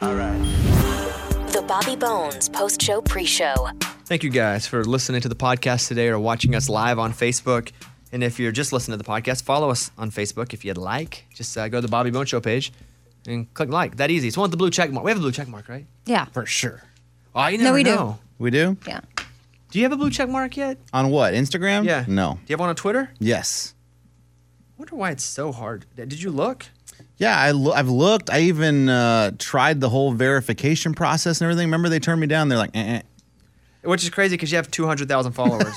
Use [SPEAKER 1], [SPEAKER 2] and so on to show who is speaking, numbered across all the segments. [SPEAKER 1] All right.
[SPEAKER 2] The Bobby Bones post show pre show.
[SPEAKER 3] Thank you guys for listening to the podcast today or watching us live on Facebook. And if you're just listening to the podcast, follow us on Facebook if you'd like. Just uh, go to the Bobby Bone Show page and click like. That easy. It's one with the blue check mark. We have a blue check mark, right?
[SPEAKER 4] Yeah.
[SPEAKER 3] For sure. Oh, you
[SPEAKER 4] No,
[SPEAKER 3] never
[SPEAKER 4] we do.
[SPEAKER 3] know.
[SPEAKER 1] We do?
[SPEAKER 4] Yeah.
[SPEAKER 3] Do you have a blue check mark yet?
[SPEAKER 1] On what? Instagram?
[SPEAKER 3] Yeah.
[SPEAKER 1] No.
[SPEAKER 3] Do you have one on Twitter? I
[SPEAKER 1] Yes.
[SPEAKER 3] wonder why it's so hard. Did you look?
[SPEAKER 1] Yeah, I lo- I've looked. I even uh, tried the whole verification process and everything. Remember, they turned me down. They're like, eh, eh.
[SPEAKER 3] Which is crazy because you have 200,000 followers.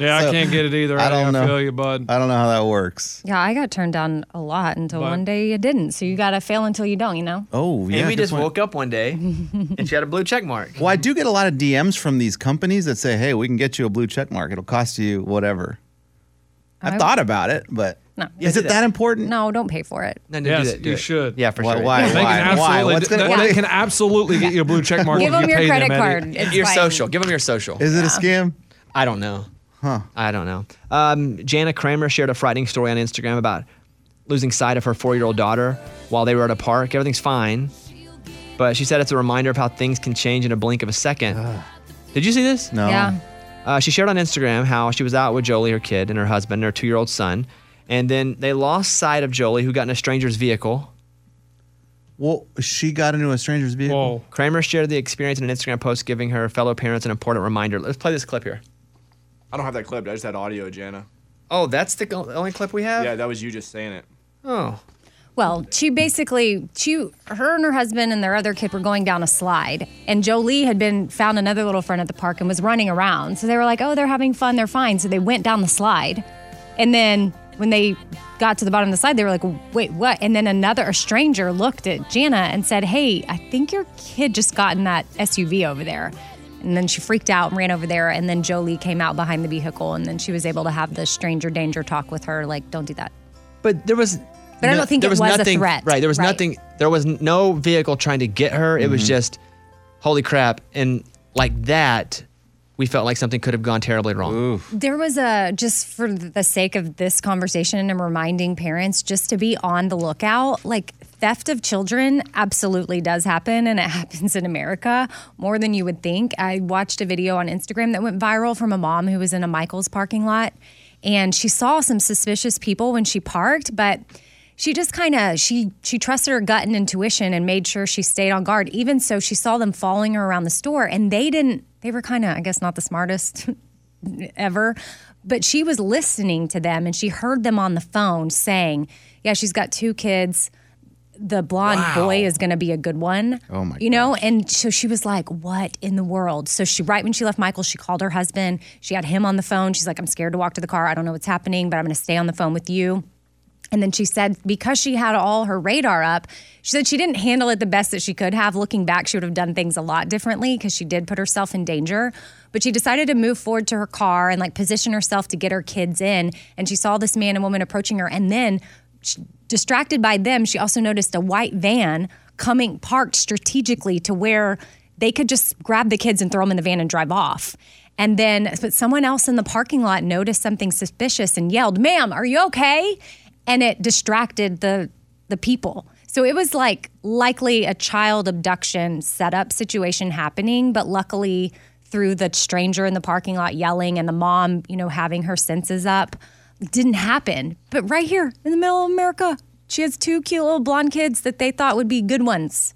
[SPEAKER 5] Yeah, I can't get it either.
[SPEAKER 1] I
[SPEAKER 5] I
[SPEAKER 1] don't
[SPEAKER 5] don't
[SPEAKER 1] know.
[SPEAKER 5] feel you, bud.
[SPEAKER 1] I don't know how that works.
[SPEAKER 4] Yeah, I got turned down a lot until
[SPEAKER 5] But-
[SPEAKER 4] one day you didn't. So you got to fail until you don't, you know?
[SPEAKER 1] Oh, yeah.
[SPEAKER 3] and we
[SPEAKER 1] good
[SPEAKER 3] just
[SPEAKER 1] point.
[SPEAKER 3] woke up one day and she had a blue check mark.
[SPEAKER 1] Well, I do get a lot of DMs from these companies that say, hey, we can get you a blue check mark. It'll cost you whatever. I've
[SPEAKER 4] I-
[SPEAKER 1] thought about it, but
[SPEAKER 4] No.
[SPEAKER 1] is
[SPEAKER 3] do
[SPEAKER 1] it
[SPEAKER 3] that.
[SPEAKER 1] that important?
[SPEAKER 4] No, don't pay for it.
[SPEAKER 3] No, no,
[SPEAKER 5] Yes,
[SPEAKER 3] do that, do
[SPEAKER 5] you
[SPEAKER 3] it.
[SPEAKER 5] should.
[SPEAKER 3] Yeah, for
[SPEAKER 1] Why-
[SPEAKER 3] sure.
[SPEAKER 1] why-
[SPEAKER 5] They
[SPEAKER 1] why-
[SPEAKER 5] can
[SPEAKER 1] why?
[SPEAKER 5] absolutely,
[SPEAKER 1] What's gonna-
[SPEAKER 5] they,
[SPEAKER 1] what-
[SPEAKER 5] they can absolutely get you a blue check mark.
[SPEAKER 4] Give
[SPEAKER 5] if
[SPEAKER 4] them
[SPEAKER 5] you
[SPEAKER 4] your
[SPEAKER 5] pay
[SPEAKER 4] credit
[SPEAKER 5] them, Eddie.
[SPEAKER 4] card. It's
[SPEAKER 3] Your
[SPEAKER 4] fine.
[SPEAKER 3] social. Give them your social.
[SPEAKER 1] Is it a scam?
[SPEAKER 3] I don't know. Huh. I don't know. Um, Jana Kramer shared a frightening story on Instagram about losing sight of her four year old daughter while they were at a park. Everything's fine. But she said it's a reminder of how things can change in a blink of a second. Did you see this?
[SPEAKER 1] No.
[SPEAKER 4] Yeah.
[SPEAKER 3] Uh, she shared on Instagram how she was out with Jolie, her kid, and her husband, and her two year old son. And then they lost sight of Jolie, who got in a stranger's vehicle.
[SPEAKER 1] Well, she got into a stranger's vehicle.
[SPEAKER 5] Whoa.
[SPEAKER 3] Kramer shared the experience in an Instagram post, giving her fellow parents an important reminder. Let's play this clip here.
[SPEAKER 6] I don't have that clip. I just had audio, Jana.
[SPEAKER 3] Oh, that's the o- only clip we have?
[SPEAKER 6] Yeah, that was you just saying it.
[SPEAKER 3] Oh.
[SPEAKER 4] Well, she basically, she, her and her husband and their other kid were going down a slide, and Jolie had been found another little friend at the park and was running around. So they were like, "Oh, they're having fun, they're fine." So they went down the slide, and then when they got to the bottom of the slide, they were like, "Wait, what?" And then another a stranger looked at Jana and said, "Hey, I think your kid just got in that SUV over there." And then she freaked out and ran over there, and then Jolie came out behind the vehicle, and then she was able to have the stranger danger talk with her, like, "Don't do that."
[SPEAKER 3] But there was.
[SPEAKER 4] But I don't think
[SPEAKER 3] there
[SPEAKER 4] it was a
[SPEAKER 3] nothing,
[SPEAKER 4] threat.
[SPEAKER 3] Right. There was
[SPEAKER 4] Right.
[SPEAKER 3] nothing. There was n- no vehicle trying to get her. It was just, holy crap. And like that, we felt like something could have gone terribly wrong.
[SPEAKER 4] There was a just for the sake of this conversation and reminding parents just to be on the lookout. Like theft of children absolutely does happen and it happens in America more than you would think. I watched a video on Instagram that went viral from a mom who was in a Michael's parking lot and she saw some suspicious people when she parked, but she just kind of she she trusted her gut and intuition and made sure she stayed on guard even so she saw them following her around the store and they didn't they were kind of i guess not the smartest ever. But she was listening to them and she heard them on the phone saying, Yeah, she's got two kids. The blonde boy is going to be a good one. Oh
[SPEAKER 1] my
[SPEAKER 4] You know, and so she was like, What in the world? So she, right when she left Michael, she called her husband. She had him on the phone. She's like, I'm scared to walk to the car. I don't know what's happening, but I'm going to stay on the phone with you. And then she said, because she had all her radar up, she said she didn't handle it the best that she could have. Looking back, she would have done things a lot differently because she did put herself in danger. But she decided to move forward to her car and like position herself to get her kids in. And she saw this man and woman approaching her. And then, she, distracted by them, she also noticed a white van coming parked strategically to where they could just grab the kids and throw them in the van and drive off. And then, but someone else in the parking lot noticed something suspicious and yelled, "Ma'am, are you okay?" And it distracted the the people. So it was like likely a child abduction setup situation happening, but luckily through the stranger in the parking lot yelling and the mom, you know, having her senses up, didn't happen. But right here in the middle of America, she has two cute little blonde kids that they thought would be good ones.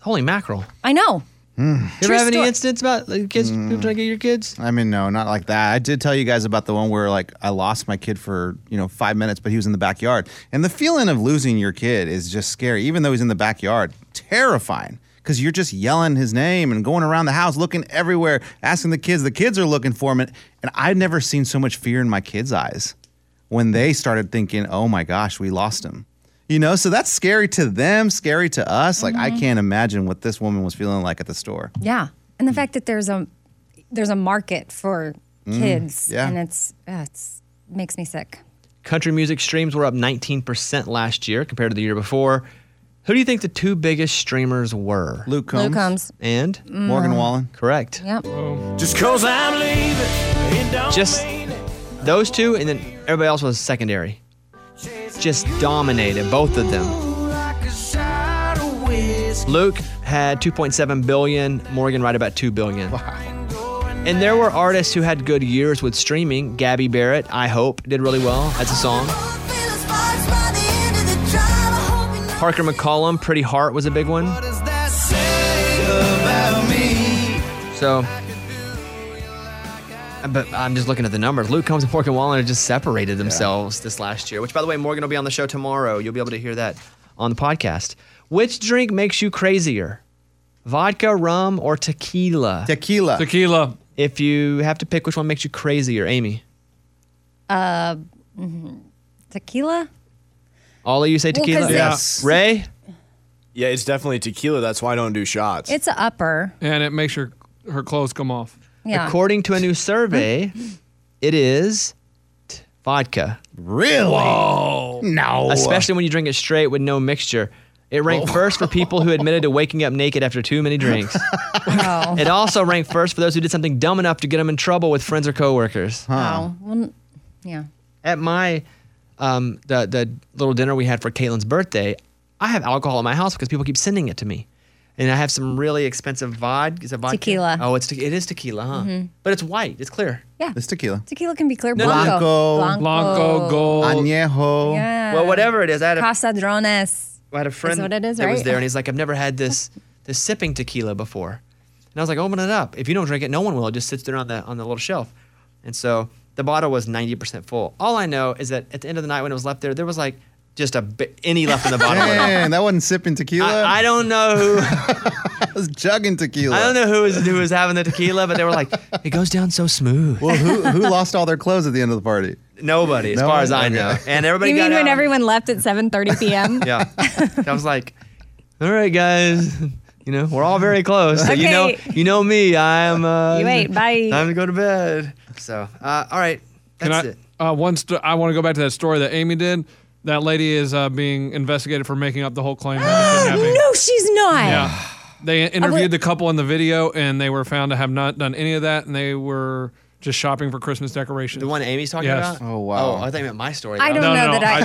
[SPEAKER 3] Holy mackerel.
[SPEAKER 4] I know.
[SPEAKER 3] You ever
[SPEAKER 4] True
[SPEAKER 3] have any
[SPEAKER 4] sto-
[SPEAKER 3] incidents about like, kids
[SPEAKER 1] Mm.
[SPEAKER 3] people trying to get your kids?
[SPEAKER 1] I mean, no, not like that. I did tell you guys about the one where like I lost my kid for you know five minutes, but he was in the backyard, and the feeling of losing your kid is just scary, even though he's in the backyard, terrifying. Because you're just yelling his name and going around the house, looking everywhere, asking the kids. The kids are looking for him, and, and I'd never seen so much fear in my kids' eyes when they started thinking, "Oh my gosh, we lost him." You know, so that's scary to them, scary to us. Like I
[SPEAKER 3] Mm-hmm.
[SPEAKER 1] can't imagine what this woman was feeling like at the store.
[SPEAKER 4] Yeah. And the fact that there's a there's a market for kids
[SPEAKER 1] yeah.
[SPEAKER 4] and it's uh, it's makes me sick.
[SPEAKER 3] Country music streams were up 19% last year compared to the year before. Who do you think the two biggest streamers were?
[SPEAKER 1] Luke Combs,
[SPEAKER 4] Blue comes.
[SPEAKER 3] And?
[SPEAKER 1] Morgan Wallen.
[SPEAKER 3] Correct.
[SPEAKER 4] Yep.
[SPEAKER 6] Just cause I'm leaving. it don't
[SPEAKER 3] Just those two, and then everybody else was secondary. Just dominated both of them.
[SPEAKER 6] like a shot of whiskey.
[SPEAKER 3] Luke had 2.7 billion. Morgan right about 2 billion. And there were artists who had good years with streaming. Gabby Barrett, I Hope, did really well. That's a song. Parker McCollum, Pretty Heart was a big one. So, but I'm just looking at the numbers. Luke Combs and Morgan Wallen just separated themselves this last year, which, by the way, Morgan will be on the show tomorrow. You'll be able to hear that on the podcast. Which drink makes you crazier? Vodka, rum, or tequila?
[SPEAKER 1] Tequila.
[SPEAKER 5] Tequila.
[SPEAKER 3] If you have to pick which one makes you crazier, Amy.
[SPEAKER 4] Uh, mhm. tequila?
[SPEAKER 3] All of you say
[SPEAKER 4] Well, 'cause
[SPEAKER 3] tequila?
[SPEAKER 4] it's-
[SPEAKER 5] Yes.
[SPEAKER 3] Ray?
[SPEAKER 6] Yeah, it's definitely tequila. That's why I don't do shots.
[SPEAKER 4] It's an upper.
[SPEAKER 5] And it makes her her clothes come off.
[SPEAKER 4] Yeah.
[SPEAKER 3] According to a new survey, it is t- vodka.
[SPEAKER 1] Really?
[SPEAKER 5] Whoa.
[SPEAKER 1] No.
[SPEAKER 3] especially when you drink it straight with no mixture. It ranked first for people who admitted to waking up naked after too many drinks.
[SPEAKER 4] Oh.
[SPEAKER 3] it also ranked first for those who did something dumb enough to get them in trouble with friends or coworkers.
[SPEAKER 4] Oh. Well, n- yeah.
[SPEAKER 3] At my um, the the little dinner we had for Caitlin's birthday, I have alcohol in my house because people keep sending it to me, and I have some really expensive vodka. Is it vodka?
[SPEAKER 4] Tequila. Mm-hmm.
[SPEAKER 3] Oh, it's te- it is tequila, huh? But it's white. It's clear.
[SPEAKER 4] Yeah.
[SPEAKER 1] It's tequila.
[SPEAKER 4] Tequila can be clear.
[SPEAKER 3] No, no, no.
[SPEAKER 4] Blanco.
[SPEAKER 1] Blanco.
[SPEAKER 5] Blanco gold.
[SPEAKER 1] Añejo.
[SPEAKER 4] Yeah.
[SPEAKER 3] Well, whatever it is, I had a
[SPEAKER 4] Casadrones.
[SPEAKER 3] I had a friend
[SPEAKER 4] what it is,
[SPEAKER 3] that was
[SPEAKER 4] right?
[SPEAKER 3] there, and he's like, "I've never had this this sipping tequila before," and I was like, "Open it up. If you don't drink it, no one will. It just sits there on the on the little shelf." And so the bottle was ninety percent full. All I know is that at the end of the night when it was left there, there was like just a bit, any left in the bottle. at all.
[SPEAKER 1] Man, that wasn't sipping tequila.
[SPEAKER 3] I, I don't know who
[SPEAKER 1] that was jugging tequila.
[SPEAKER 3] I don't know who was who was having the tequila, but they were like, "It goes down so smooth."
[SPEAKER 1] Well, who, who lost all their clothes at the end of the party?
[SPEAKER 3] Nobody, as
[SPEAKER 1] No
[SPEAKER 3] far
[SPEAKER 1] one?
[SPEAKER 3] as I
[SPEAKER 1] Okay.
[SPEAKER 3] know, and everybody.
[SPEAKER 4] you
[SPEAKER 3] got
[SPEAKER 4] mean when
[SPEAKER 3] out.
[SPEAKER 4] everyone left at 7.30 p.m.?
[SPEAKER 3] Yeah. I was like, all right, guys. You know, we're all very close. So you know,
[SPEAKER 4] Okay.
[SPEAKER 3] you know me. I'm. Uh,
[SPEAKER 4] You ain't. Bye.
[SPEAKER 3] Time to go to bed. So, uh, all right.
[SPEAKER 5] Can
[SPEAKER 3] That's
[SPEAKER 5] I,
[SPEAKER 3] it.
[SPEAKER 5] Uh, one sto- I want to go back to that story that Amy did. That lady is uh, being investigated for making up the whole claim. of the kidnapping.
[SPEAKER 4] no, she's not.
[SPEAKER 5] Yeah. They
[SPEAKER 4] will-
[SPEAKER 5] interviewed the couple in the video, and they were found to have not done any of that, and they were just shopping for Christmas decorations.
[SPEAKER 3] The one Amy's talking
[SPEAKER 5] Yes.
[SPEAKER 3] about.
[SPEAKER 1] Oh, wow.
[SPEAKER 3] Oh, I think it meant my story.
[SPEAKER 4] I
[SPEAKER 3] though.
[SPEAKER 4] don't know that I-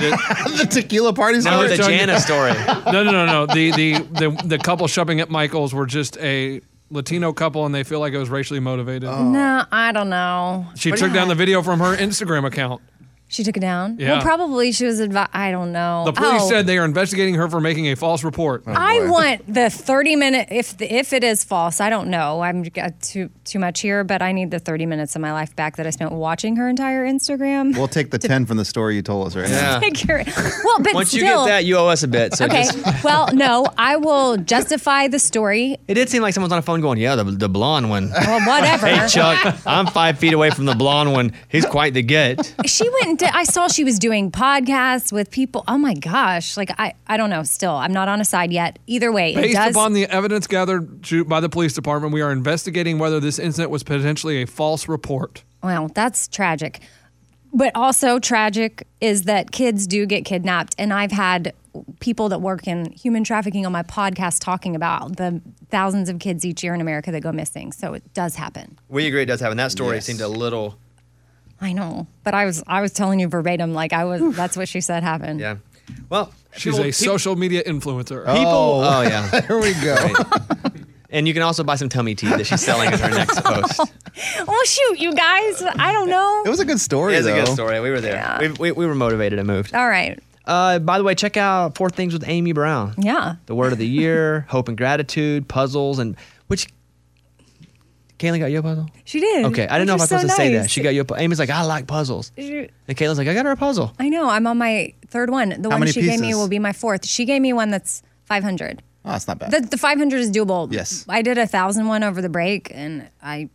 [SPEAKER 5] did-
[SPEAKER 1] the tequila party's
[SPEAKER 3] No,
[SPEAKER 1] over.
[SPEAKER 3] the
[SPEAKER 5] talking-
[SPEAKER 3] Jana story.
[SPEAKER 5] no, no, no, no. The, the the the couple shopping at Michael's were just a Latino couple, and they feel like it was racially motivated.
[SPEAKER 3] Oh.
[SPEAKER 4] No, I don't know.
[SPEAKER 5] She took down the video from her Instagram account.
[SPEAKER 4] She took it down?
[SPEAKER 5] Yeah.
[SPEAKER 4] Well, probably she was advised. I don't know.
[SPEAKER 5] The police
[SPEAKER 4] Oh.
[SPEAKER 5] said they are investigating her for making a false report.
[SPEAKER 3] Oh,
[SPEAKER 4] I want the 30 minute if the, if it is false. I don't know. I'm got too too much here, but I need the 30 minutes of my life back that I spent watching her entire Instagram.
[SPEAKER 1] We'll take the 10 from the story you told us right
[SPEAKER 3] Yeah.
[SPEAKER 4] Figure it- well, but
[SPEAKER 3] Once you
[SPEAKER 4] still.
[SPEAKER 3] get that, you owe us a bit. So
[SPEAKER 4] okay.
[SPEAKER 3] just.
[SPEAKER 4] well, no, I will justify the story.
[SPEAKER 3] It did seem like someone's on a phone going, "Yeah, the, the blonde one."
[SPEAKER 4] Well, whatever.
[SPEAKER 3] Hey Chuck, I'm five feet away from the blonde one. He's quite the get.
[SPEAKER 4] she went and did, I saw she was doing podcasts with people. Oh my gosh. Like I I don't know still. I'm not on a side yet. Either way, it
[SPEAKER 5] Based
[SPEAKER 4] does
[SPEAKER 5] upon the evidence gathered to, by the police department, we are investigating whether this incident was potentially a false report.
[SPEAKER 4] Well, that's tragic. But also tragic is that kids do get kidnapped. And I've had people that work in human trafficking on my podcast talking about the thousands of kids each year in America that go missing. So it does happen.
[SPEAKER 3] We agree it does happen. That story seemed a little.
[SPEAKER 4] I know. But I was I was telling you verbatim, like I was that's what she said happened.
[SPEAKER 3] Yeah. Well,
[SPEAKER 5] She's
[SPEAKER 3] people-
[SPEAKER 5] a social media influencer.
[SPEAKER 3] People. oh yeah.
[SPEAKER 1] Here we go.
[SPEAKER 3] And you can also buy some tummy tea that she's selling as her next post.
[SPEAKER 4] Oh shoot, you guys. I don't know.
[SPEAKER 1] It was a good story,
[SPEAKER 3] It's a
[SPEAKER 1] though.
[SPEAKER 3] good story. We were there. We, we, we were motivated and moved.
[SPEAKER 4] All right.
[SPEAKER 3] Uh, by the way, check out Four Things with Amy Brown.
[SPEAKER 4] Yeah.
[SPEAKER 3] The word of the year, hope and gratitude, puzzles, and which. Caitlin got you a puzzle?
[SPEAKER 4] She did.
[SPEAKER 3] Okay. I didn't know if I was supposed to say that. She got you a puzzle. Amy's like, I like puzzles.
[SPEAKER 4] got
[SPEAKER 3] And Caitlin's like, I got her a puzzle.
[SPEAKER 4] I know. I'm on my third one. The one
[SPEAKER 1] many
[SPEAKER 4] she gave me
[SPEAKER 1] pieces?
[SPEAKER 4] will be my fourth. She gave me one that's 500.
[SPEAKER 1] Oh, it's not bad.
[SPEAKER 4] The, the 500 is doable.
[SPEAKER 1] Yes.
[SPEAKER 4] I did a thousand one over the break and I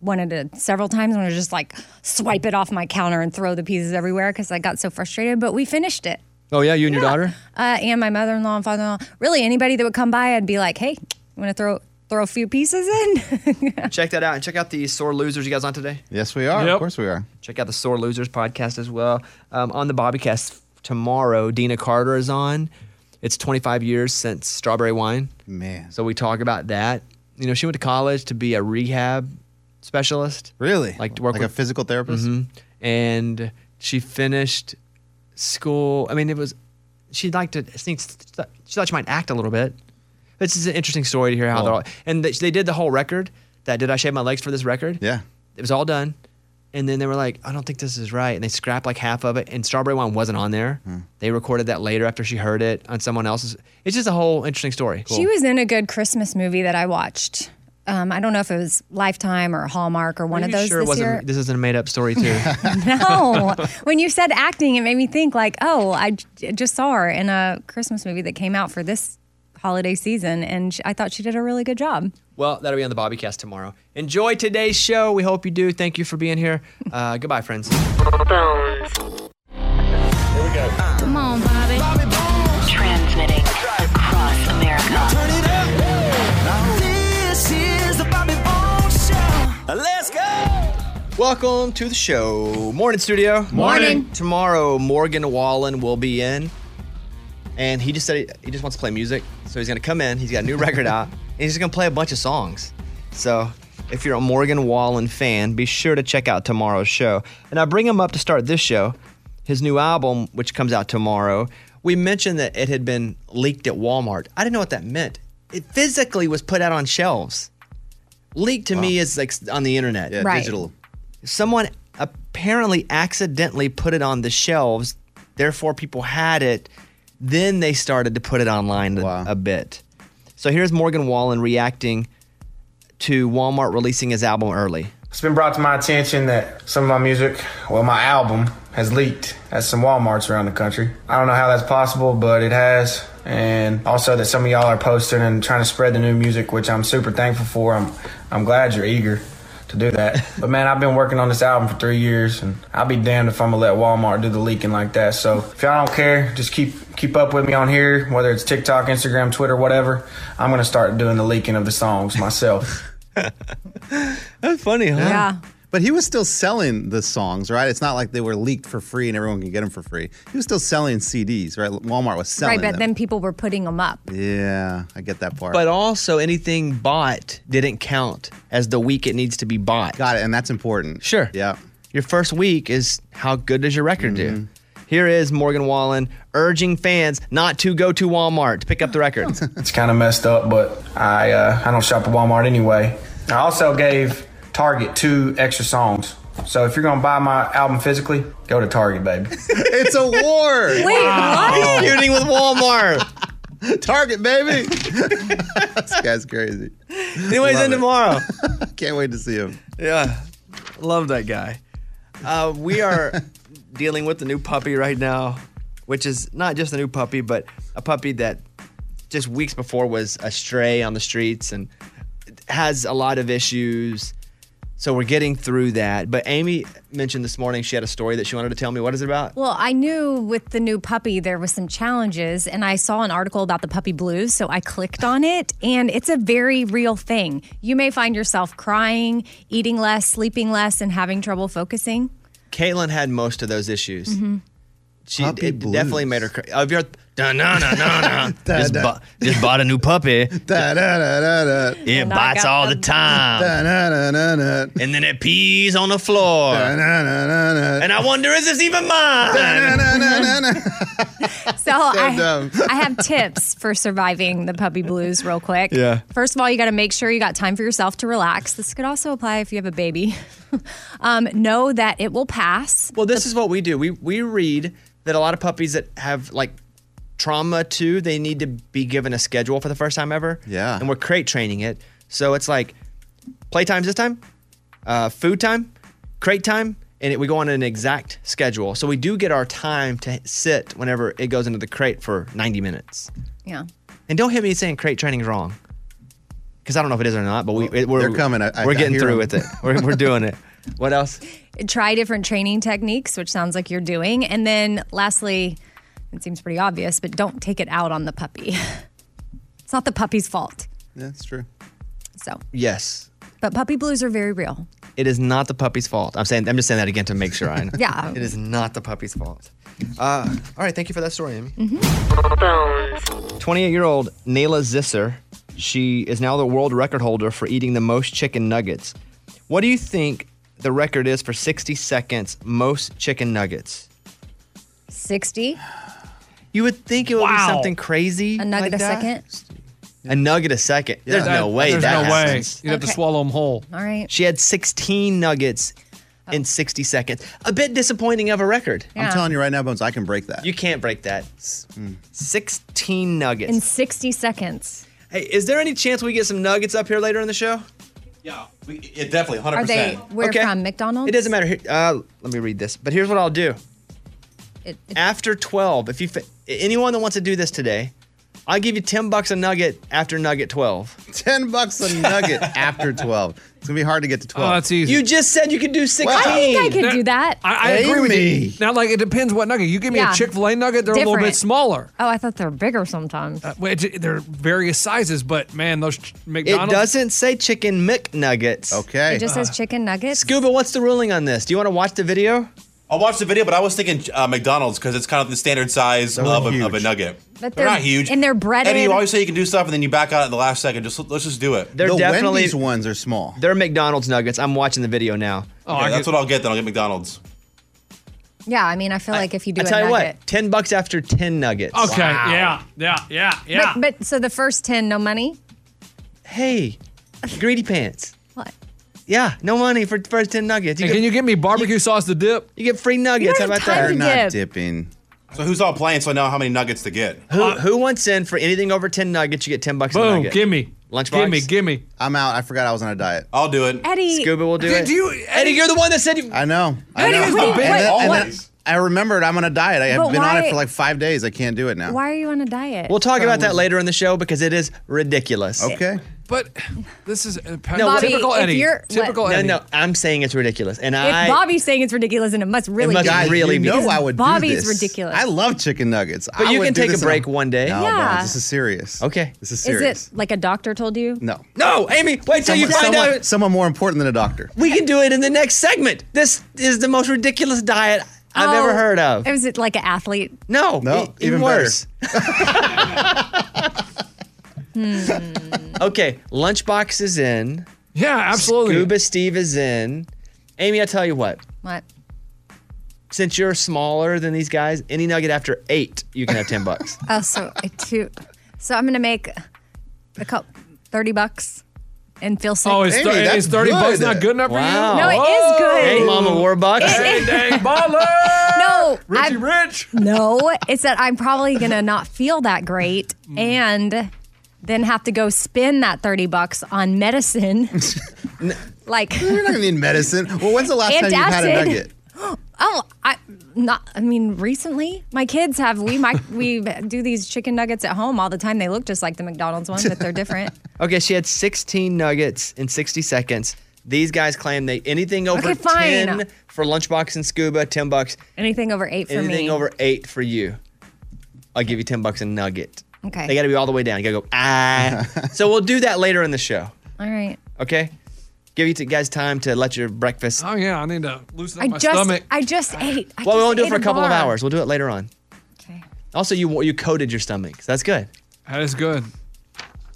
[SPEAKER 4] wanted it several times and was just like swipe it off my counter and throw the pieces everywhere because I got so frustrated. But we finished it.
[SPEAKER 3] Oh, yeah. You and your daughter?
[SPEAKER 4] Uh, and my mother in law and father in law. Really, anybody that would come by, I'd be like, hey, you want to throw, throw a few pieces in?
[SPEAKER 3] Check that out. And check out the Sore Losers you guys on today.
[SPEAKER 1] yes, we are. Of
[SPEAKER 5] Yep.
[SPEAKER 1] course we are.
[SPEAKER 3] Check out the Sore Losers podcast as well. Um, on the Bobbycast tomorrow, Dina Carter is on. It's 25 years since Strawberry Wine.
[SPEAKER 1] Man.
[SPEAKER 3] So we talk about that. You know, she went to college to be a rehab specialist.
[SPEAKER 1] Really?
[SPEAKER 3] Like to work
[SPEAKER 1] like
[SPEAKER 3] with-
[SPEAKER 1] a
[SPEAKER 3] Mm-hmm.
[SPEAKER 1] physical therapist?
[SPEAKER 3] And she finished school. I mean, it was, she liked to, she thought she might act a little bit. But It's just an interesting story to hear how they're all. And they, they did the whole record. That did I shave my legs for this record?
[SPEAKER 1] Yeah.
[SPEAKER 3] It was all done. And then they were like, I don't think this is right. And they scrapped like half of it. And Strawberry Wine wasn't on there. They recorded that later after she heard it on someone else's. It's just a whole interesting story.
[SPEAKER 4] She was in a good Christmas movie that I watched. Um, I don't know if it was Lifetime or Hallmark or one
[SPEAKER 3] Are
[SPEAKER 4] of
[SPEAKER 3] you
[SPEAKER 4] those
[SPEAKER 3] sure it
[SPEAKER 4] this
[SPEAKER 3] wasn't,
[SPEAKER 4] year.
[SPEAKER 3] This isn't a made up story, too.
[SPEAKER 4] no, when you said acting, it made me think like, oh, I j- just saw her in a Christmas movie that came out for this holiday season, and sh- I thought she did a really good job.
[SPEAKER 3] well, that'll be on the Bobbycast tomorrow. Enjoy today's show. We hope you do. Thank you for being here. Uh, goodbye, friends.
[SPEAKER 7] Come on, Bobby.
[SPEAKER 2] Transmitting across America.
[SPEAKER 8] Turn it up. This is the Bobby Bones Show. Let's go.
[SPEAKER 3] Welcome to the show. Morning, studio.
[SPEAKER 5] Morning.
[SPEAKER 3] Tomorrow, Morgan Wallen will be in. And he just said he, he just wants to play music. So he's going to come in. He's got a new record out. And he's just going to play a bunch of songs. So if you're a Morgan Wallen fan, be sure to check out tomorrow's show. And I bring him up to start this show. His new album, which comes out tomorrow, we mentioned that it had been leaked at Walmart. I didn't know what that meant. It physically was put out on shelves. Leaked to me is like on the internet
[SPEAKER 1] Yeah,
[SPEAKER 4] Right.
[SPEAKER 1] digital.
[SPEAKER 3] someone apparently accidentally put it on the shelves. Therefore, people had it. Then they started to put it online a-
[SPEAKER 1] Wow.
[SPEAKER 3] a bit. So here's Morgan Wallen reacting to Walmart releasing his album early.
[SPEAKER 9] It's been brought to my attention that some of my music, well, my album, has leaked at some Walmarts around the country. I don't know how that's possible, but it has. And also that some of y'all are posting and trying to spread the new music, which I'm super thankful for. I'm, I'm glad you're eager to do that. but man, I've been working on this album for three years, and I'll be damned if I'm gonna let Walmart do the leaking like that. So if y'all don't care, just keep keep up with me on here, whether it's TikTok, Instagram, Twitter, whatever. I'm gonna start doing the leaking of the songs myself.
[SPEAKER 3] That's funny, huh?
[SPEAKER 4] Yeah.
[SPEAKER 1] But he was still selling the songs, right? It's not like they were leaked for free and everyone can get them for free. He was still selling CDs, right? Walmart was selling
[SPEAKER 4] Right, but
[SPEAKER 1] them.
[SPEAKER 4] then people were putting them up.
[SPEAKER 1] yeah, I get that part.
[SPEAKER 3] But also, anything bought didn't count as the week it needs to be bought.
[SPEAKER 1] Got it, and that's important.
[SPEAKER 3] Sure.
[SPEAKER 1] Yeah.
[SPEAKER 3] Your first week is how good does your record do?
[SPEAKER 1] Mm-hmm.
[SPEAKER 3] Here is Morgan Wallen urging fans not to go to Walmart to pick up the record.
[SPEAKER 9] It's kind of messed up, but I uh, I don't shop at Walmart anyway. I also gave Target two extra songs. So if you're gonna buy my album physically, go to Target, baby.
[SPEAKER 1] It's a war.
[SPEAKER 4] Wait, what?
[SPEAKER 3] Feuding with Walmart.
[SPEAKER 1] Target, baby. this guy's crazy.
[SPEAKER 3] Anyways,
[SPEAKER 1] Love
[SPEAKER 3] in
[SPEAKER 1] it.
[SPEAKER 3] tomorrow.
[SPEAKER 1] Can't wait to see him.
[SPEAKER 3] yeah, love that guy. Uh, we are dealing with the new puppy right now, which is not just a new puppy, but a puppy that just weeks before was a stray on the streets and has a lot of issues. So we're getting through that. But Amy mentioned this morning she had a story that she wanted to tell me. What is it about?
[SPEAKER 4] Well, I knew with the new puppy there was some challenges, and I saw an article about the puppy blues, so I clicked on it, and it's a very real thing. You may find yourself crying, eating less, sleeping less, and having trouble focusing.
[SPEAKER 3] Caitlin had most of those issues.
[SPEAKER 4] Mm-hmm.
[SPEAKER 3] She
[SPEAKER 1] Puppy
[SPEAKER 3] it definitely
[SPEAKER 1] blues.
[SPEAKER 3] made her. Cr- of your na na na na. Just, bu- just bought a new puppy.
[SPEAKER 1] Da, da, da, da, da.
[SPEAKER 3] It
[SPEAKER 4] And I
[SPEAKER 3] bites
[SPEAKER 4] got
[SPEAKER 3] all the
[SPEAKER 4] the-
[SPEAKER 3] time.
[SPEAKER 1] Da, na, na, na, na.
[SPEAKER 3] and then it pees on the floor.
[SPEAKER 1] Da, na, na, na, na.
[SPEAKER 3] and I wonder, is this even mine?
[SPEAKER 1] Na, na, na, na, na.
[SPEAKER 4] So, I,
[SPEAKER 1] dumb.
[SPEAKER 4] I have tips for surviving the puppy blues, real quick.
[SPEAKER 3] Yeah.
[SPEAKER 4] First of all, you got to make sure you got time for yourself to relax. This could also apply if you have a baby. um, know that it will pass.
[SPEAKER 3] Well, this is what we do. We, we read that a lot of puppies that have like trauma too, they need to be given a schedule for the first time ever.
[SPEAKER 1] Yeah.
[SPEAKER 3] And we're crate training it. So it's like playtime's this time, uh, food time, crate time, and it, we go on an exact schedule. So we do get our time to sit whenever it goes into the crate for 90 minutes.
[SPEAKER 4] Yeah.
[SPEAKER 3] And don't hit me saying crate training's wrong. Because I don't know if it is or not, but we, it, we're,
[SPEAKER 1] they're coming. I- I-
[SPEAKER 3] we're
[SPEAKER 1] I
[SPEAKER 3] getting
[SPEAKER 1] hear
[SPEAKER 3] through
[SPEAKER 1] them.
[SPEAKER 3] with it. We're, we're doing it. What else?
[SPEAKER 4] try different training techniques, which sounds like you're doing. And then lastly, it seems pretty obvious, but don't take it out on the puppy. it's not the puppy's fault.
[SPEAKER 1] That's true.
[SPEAKER 4] So,
[SPEAKER 3] Yes.
[SPEAKER 4] but puppy blues are very real.
[SPEAKER 3] It is not the puppy's fault. I'm saying I'm just saying that again to make sure I know.
[SPEAKER 4] Yeah.
[SPEAKER 3] It is not the puppy's fault. Uh,
[SPEAKER 1] Ah.
[SPEAKER 3] all right, thank you for that story, Amy. 28-year-old Nayla Zisser, she is now the world record holder for eating the most chicken nuggets. What do you think the record is for 60 seconds most chicken nuggets?
[SPEAKER 4] 60,
[SPEAKER 3] You would think it would be something crazy.
[SPEAKER 4] a nugget
[SPEAKER 3] like
[SPEAKER 4] a
[SPEAKER 3] that.
[SPEAKER 4] second.
[SPEAKER 3] a nugget a second. There's no way
[SPEAKER 5] There's
[SPEAKER 3] that
[SPEAKER 5] no
[SPEAKER 3] happens.
[SPEAKER 5] way. You'd have to swallow them whole.
[SPEAKER 4] All right. Oh.
[SPEAKER 3] She had 16 nuggets in 60 seconds. A bit disappointing of a record.
[SPEAKER 1] I'm telling you right now, Bones, I can break that.
[SPEAKER 3] You can't break that. S- 16 nuggets.
[SPEAKER 4] in 60 seconds.
[SPEAKER 3] hey, is there any chance we get some nuggets up here later in the show?
[SPEAKER 10] We, yeah, definitely, hundred
[SPEAKER 4] Are they
[SPEAKER 10] percent.
[SPEAKER 4] where
[SPEAKER 3] Okay.
[SPEAKER 4] from? McDonald's?
[SPEAKER 3] It doesn't matter. Here, uh, let me read this. But here's what I'll do.
[SPEAKER 4] It-
[SPEAKER 3] after 12, if you fa- anyone that wants to do this today, I'll give you 10 bucks a nugget after nugget 12.
[SPEAKER 1] 10 bucks a nugget after 12. It's going to be hard to get to 12.
[SPEAKER 5] Oh, that's easy.
[SPEAKER 3] You just said you could do 16.
[SPEAKER 4] I think I could do that.
[SPEAKER 5] I, I agree with you.
[SPEAKER 1] Amy.
[SPEAKER 5] Now, like, it depends what nugget. You give me
[SPEAKER 4] Yeah.
[SPEAKER 5] a Chick Fil A nugget, they're a little
[SPEAKER 4] Different.
[SPEAKER 5] bit smaller.
[SPEAKER 4] oh, I thought they're bigger
[SPEAKER 3] Uh,
[SPEAKER 4] sometimes.
[SPEAKER 5] Which, they're various sizes, but man, those ch-
[SPEAKER 3] It
[SPEAKER 5] McDonald's.
[SPEAKER 3] doesn't say chicken McNuggets.
[SPEAKER 1] okay. Uh-huh.
[SPEAKER 4] it just says chicken nuggets.
[SPEAKER 3] Scuba, what's the ruling on this? Do you want to watch the video?
[SPEAKER 10] I'll watch the video, but I was thinking uh, McDonald's because it's kind of the standard size of
[SPEAKER 1] not
[SPEAKER 10] a, of a
[SPEAKER 1] huge.
[SPEAKER 10] nugget.
[SPEAKER 4] But
[SPEAKER 10] they're,
[SPEAKER 4] they're-
[SPEAKER 10] not huge,
[SPEAKER 4] and they're breaded.
[SPEAKER 10] And you always say you can do stuff, and then you back out at the last second. Just let's just do it.
[SPEAKER 3] They're
[SPEAKER 1] the
[SPEAKER 3] definitely
[SPEAKER 1] Wendy's ones are small.
[SPEAKER 3] they're McDonald's nuggets. I'm watching the video now.
[SPEAKER 5] Oh,
[SPEAKER 10] Yeah,
[SPEAKER 5] I
[SPEAKER 10] that's
[SPEAKER 5] get-
[SPEAKER 10] what I'll get. Then I'll get McDonald's.
[SPEAKER 4] yeah, I mean, I feel like if you do
[SPEAKER 3] I
[SPEAKER 4] a
[SPEAKER 3] tell you
[SPEAKER 4] nugget.
[SPEAKER 3] what, 10 bucks after 10 nuggets.
[SPEAKER 5] Okay. Yeah. Yeah. Yeah. Yeah.
[SPEAKER 4] But, but so the first 10, no money?
[SPEAKER 3] Hey, greedy pants.
[SPEAKER 4] What?
[SPEAKER 3] Yeah, no money for the first 10 nuggets. You,
[SPEAKER 5] Hey,
[SPEAKER 3] get,
[SPEAKER 5] can you give me barbecue sauce to dip?
[SPEAKER 3] you get free nuggets.
[SPEAKER 4] You
[SPEAKER 3] How
[SPEAKER 4] don't
[SPEAKER 3] about
[SPEAKER 4] have
[SPEAKER 3] that?
[SPEAKER 1] They're
[SPEAKER 4] time
[SPEAKER 1] not
[SPEAKER 4] Yep.
[SPEAKER 1] dipping.
[SPEAKER 10] So who's all playing? So I know how many nuggets to get.
[SPEAKER 3] Who, who wants in for anything over 10 nuggets? You get 10 bucks a
[SPEAKER 5] Boom.
[SPEAKER 3] nugget.
[SPEAKER 5] Give me.
[SPEAKER 3] Lunchbox?
[SPEAKER 5] Give me. Give me.
[SPEAKER 1] I'm out. I forgot I was on a diet.
[SPEAKER 10] I'll do it.
[SPEAKER 4] Eddie.
[SPEAKER 3] Scuba will do
[SPEAKER 5] Did
[SPEAKER 3] it.
[SPEAKER 5] you-
[SPEAKER 3] Eddie, you're the one that said you.
[SPEAKER 1] I know. I
[SPEAKER 4] Eddie,
[SPEAKER 1] know.
[SPEAKER 4] wait, wait,
[SPEAKER 1] then-
[SPEAKER 4] what-
[SPEAKER 1] then I remembered I'm on a diet. I have
[SPEAKER 4] But
[SPEAKER 1] been on
[SPEAKER 4] why-
[SPEAKER 1] it for like five days. I can't do it now.
[SPEAKER 4] Why are you on a diet?
[SPEAKER 3] We'll talk about that later in the show because it is ridiculous.
[SPEAKER 1] Okay.
[SPEAKER 5] But this is uh, pa-
[SPEAKER 4] Bobby,
[SPEAKER 5] typical
[SPEAKER 4] if
[SPEAKER 5] Eddie.
[SPEAKER 4] you're-
[SPEAKER 5] typical
[SPEAKER 3] No,
[SPEAKER 5] Eddie.
[SPEAKER 3] no, I'm saying it's ridiculous, and
[SPEAKER 4] if
[SPEAKER 3] I
[SPEAKER 4] Bobby's saying it's ridiculous, then it must really
[SPEAKER 3] must
[SPEAKER 4] be.
[SPEAKER 1] Guys,
[SPEAKER 3] really
[SPEAKER 1] you
[SPEAKER 3] be-
[SPEAKER 1] know I would do
[SPEAKER 4] Bobby's
[SPEAKER 1] this.
[SPEAKER 4] ridiculous.
[SPEAKER 1] I love chicken nuggets.
[SPEAKER 3] But
[SPEAKER 1] I
[SPEAKER 3] you
[SPEAKER 1] would
[SPEAKER 3] can
[SPEAKER 1] do
[SPEAKER 3] take a
[SPEAKER 1] this
[SPEAKER 3] break
[SPEAKER 1] on-
[SPEAKER 3] one day.
[SPEAKER 1] No,
[SPEAKER 4] Yeah.
[SPEAKER 1] Bones, this is serious.
[SPEAKER 3] Okay.
[SPEAKER 1] This is
[SPEAKER 4] Is
[SPEAKER 1] serious.
[SPEAKER 4] it like a doctor told you?
[SPEAKER 1] No.
[SPEAKER 3] no, Amy, wait till you find
[SPEAKER 1] someone,
[SPEAKER 3] out.
[SPEAKER 1] someone more important than a doctor.
[SPEAKER 3] We can do it in the next segment. This is the most ridiculous diet I've
[SPEAKER 4] Oh,
[SPEAKER 3] ever heard of.
[SPEAKER 4] Was it like an athlete?
[SPEAKER 3] No,
[SPEAKER 1] No,
[SPEAKER 3] e-
[SPEAKER 1] even better.
[SPEAKER 3] worse. okay, lunchbox is in.
[SPEAKER 5] Yeah. Absolutely.
[SPEAKER 3] Gooba Steve is in. Amy, I tell you what.
[SPEAKER 4] What?
[SPEAKER 3] Since you're smaller than these guys, any nugget after eight, you can have ten bucks.
[SPEAKER 4] Oh, so I two. So I'm gonna make a couple thirty bucks and feel sick.
[SPEAKER 5] Oh, is,
[SPEAKER 1] Amy,
[SPEAKER 5] thir-
[SPEAKER 1] that's
[SPEAKER 5] is thirty
[SPEAKER 1] good.
[SPEAKER 5] bucks not good enough
[SPEAKER 3] Wow.
[SPEAKER 5] for you?
[SPEAKER 4] no, it is good.
[SPEAKER 3] hey, Mama Warbucks.
[SPEAKER 5] Dang, dang, baller.
[SPEAKER 4] No,
[SPEAKER 5] Richie
[SPEAKER 4] I'm-
[SPEAKER 5] Rich.
[SPEAKER 4] no, it's that I'm probably gonna not feel that great and then have to go spend that thirty bucks on medicine. like,
[SPEAKER 1] You're not gonna need medicine. Well, when's the last time you had a
[SPEAKER 4] Antacid.
[SPEAKER 1] nugget?
[SPEAKER 4] oh, I not. I mean, recently my kids have we my we do these chicken nuggets at home all the time. They look just like the McDonald's one, but they're different.
[SPEAKER 3] Okay, she had 16 nuggets in 60 seconds. These guys claim they anything over
[SPEAKER 4] Okay, fine.
[SPEAKER 3] 10 for lunchbox and scuba, 10 bucks.
[SPEAKER 4] Anything over eight for
[SPEAKER 3] anything
[SPEAKER 4] me.
[SPEAKER 3] over 8 for you. I'll give you 10 bucks a nugget.
[SPEAKER 4] Okay.
[SPEAKER 3] They got to be all the way down. You got to go ah. so we'll do that later in the show.
[SPEAKER 4] all right.
[SPEAKER 3] Okay? Give you t- guys time to let your breakfast.
[SPEAKER 5] Oh yeah, I need to loosen up
[SPEAKER 4] I
[SPEAKER 5] my
[SPEAKER 4] just
[SPEAKER 5] stomach.
[SPEAKER 4] I just ate. I
[SPEAKER 3] well, we
[SPEAKER 4] just
[SPEAKER 3] won't do it
[SPEAKER 4] ate
[SPEAKER 3] for a couple of
[SPEAKER 4] bar.
[SPEAKER 3] hours. We'll do it later on.
[SPEAKER 4] Okay.
[SPEAKER 3] Also, you you coated your stomach. So that's good.
[SPEAKER 5] that is good.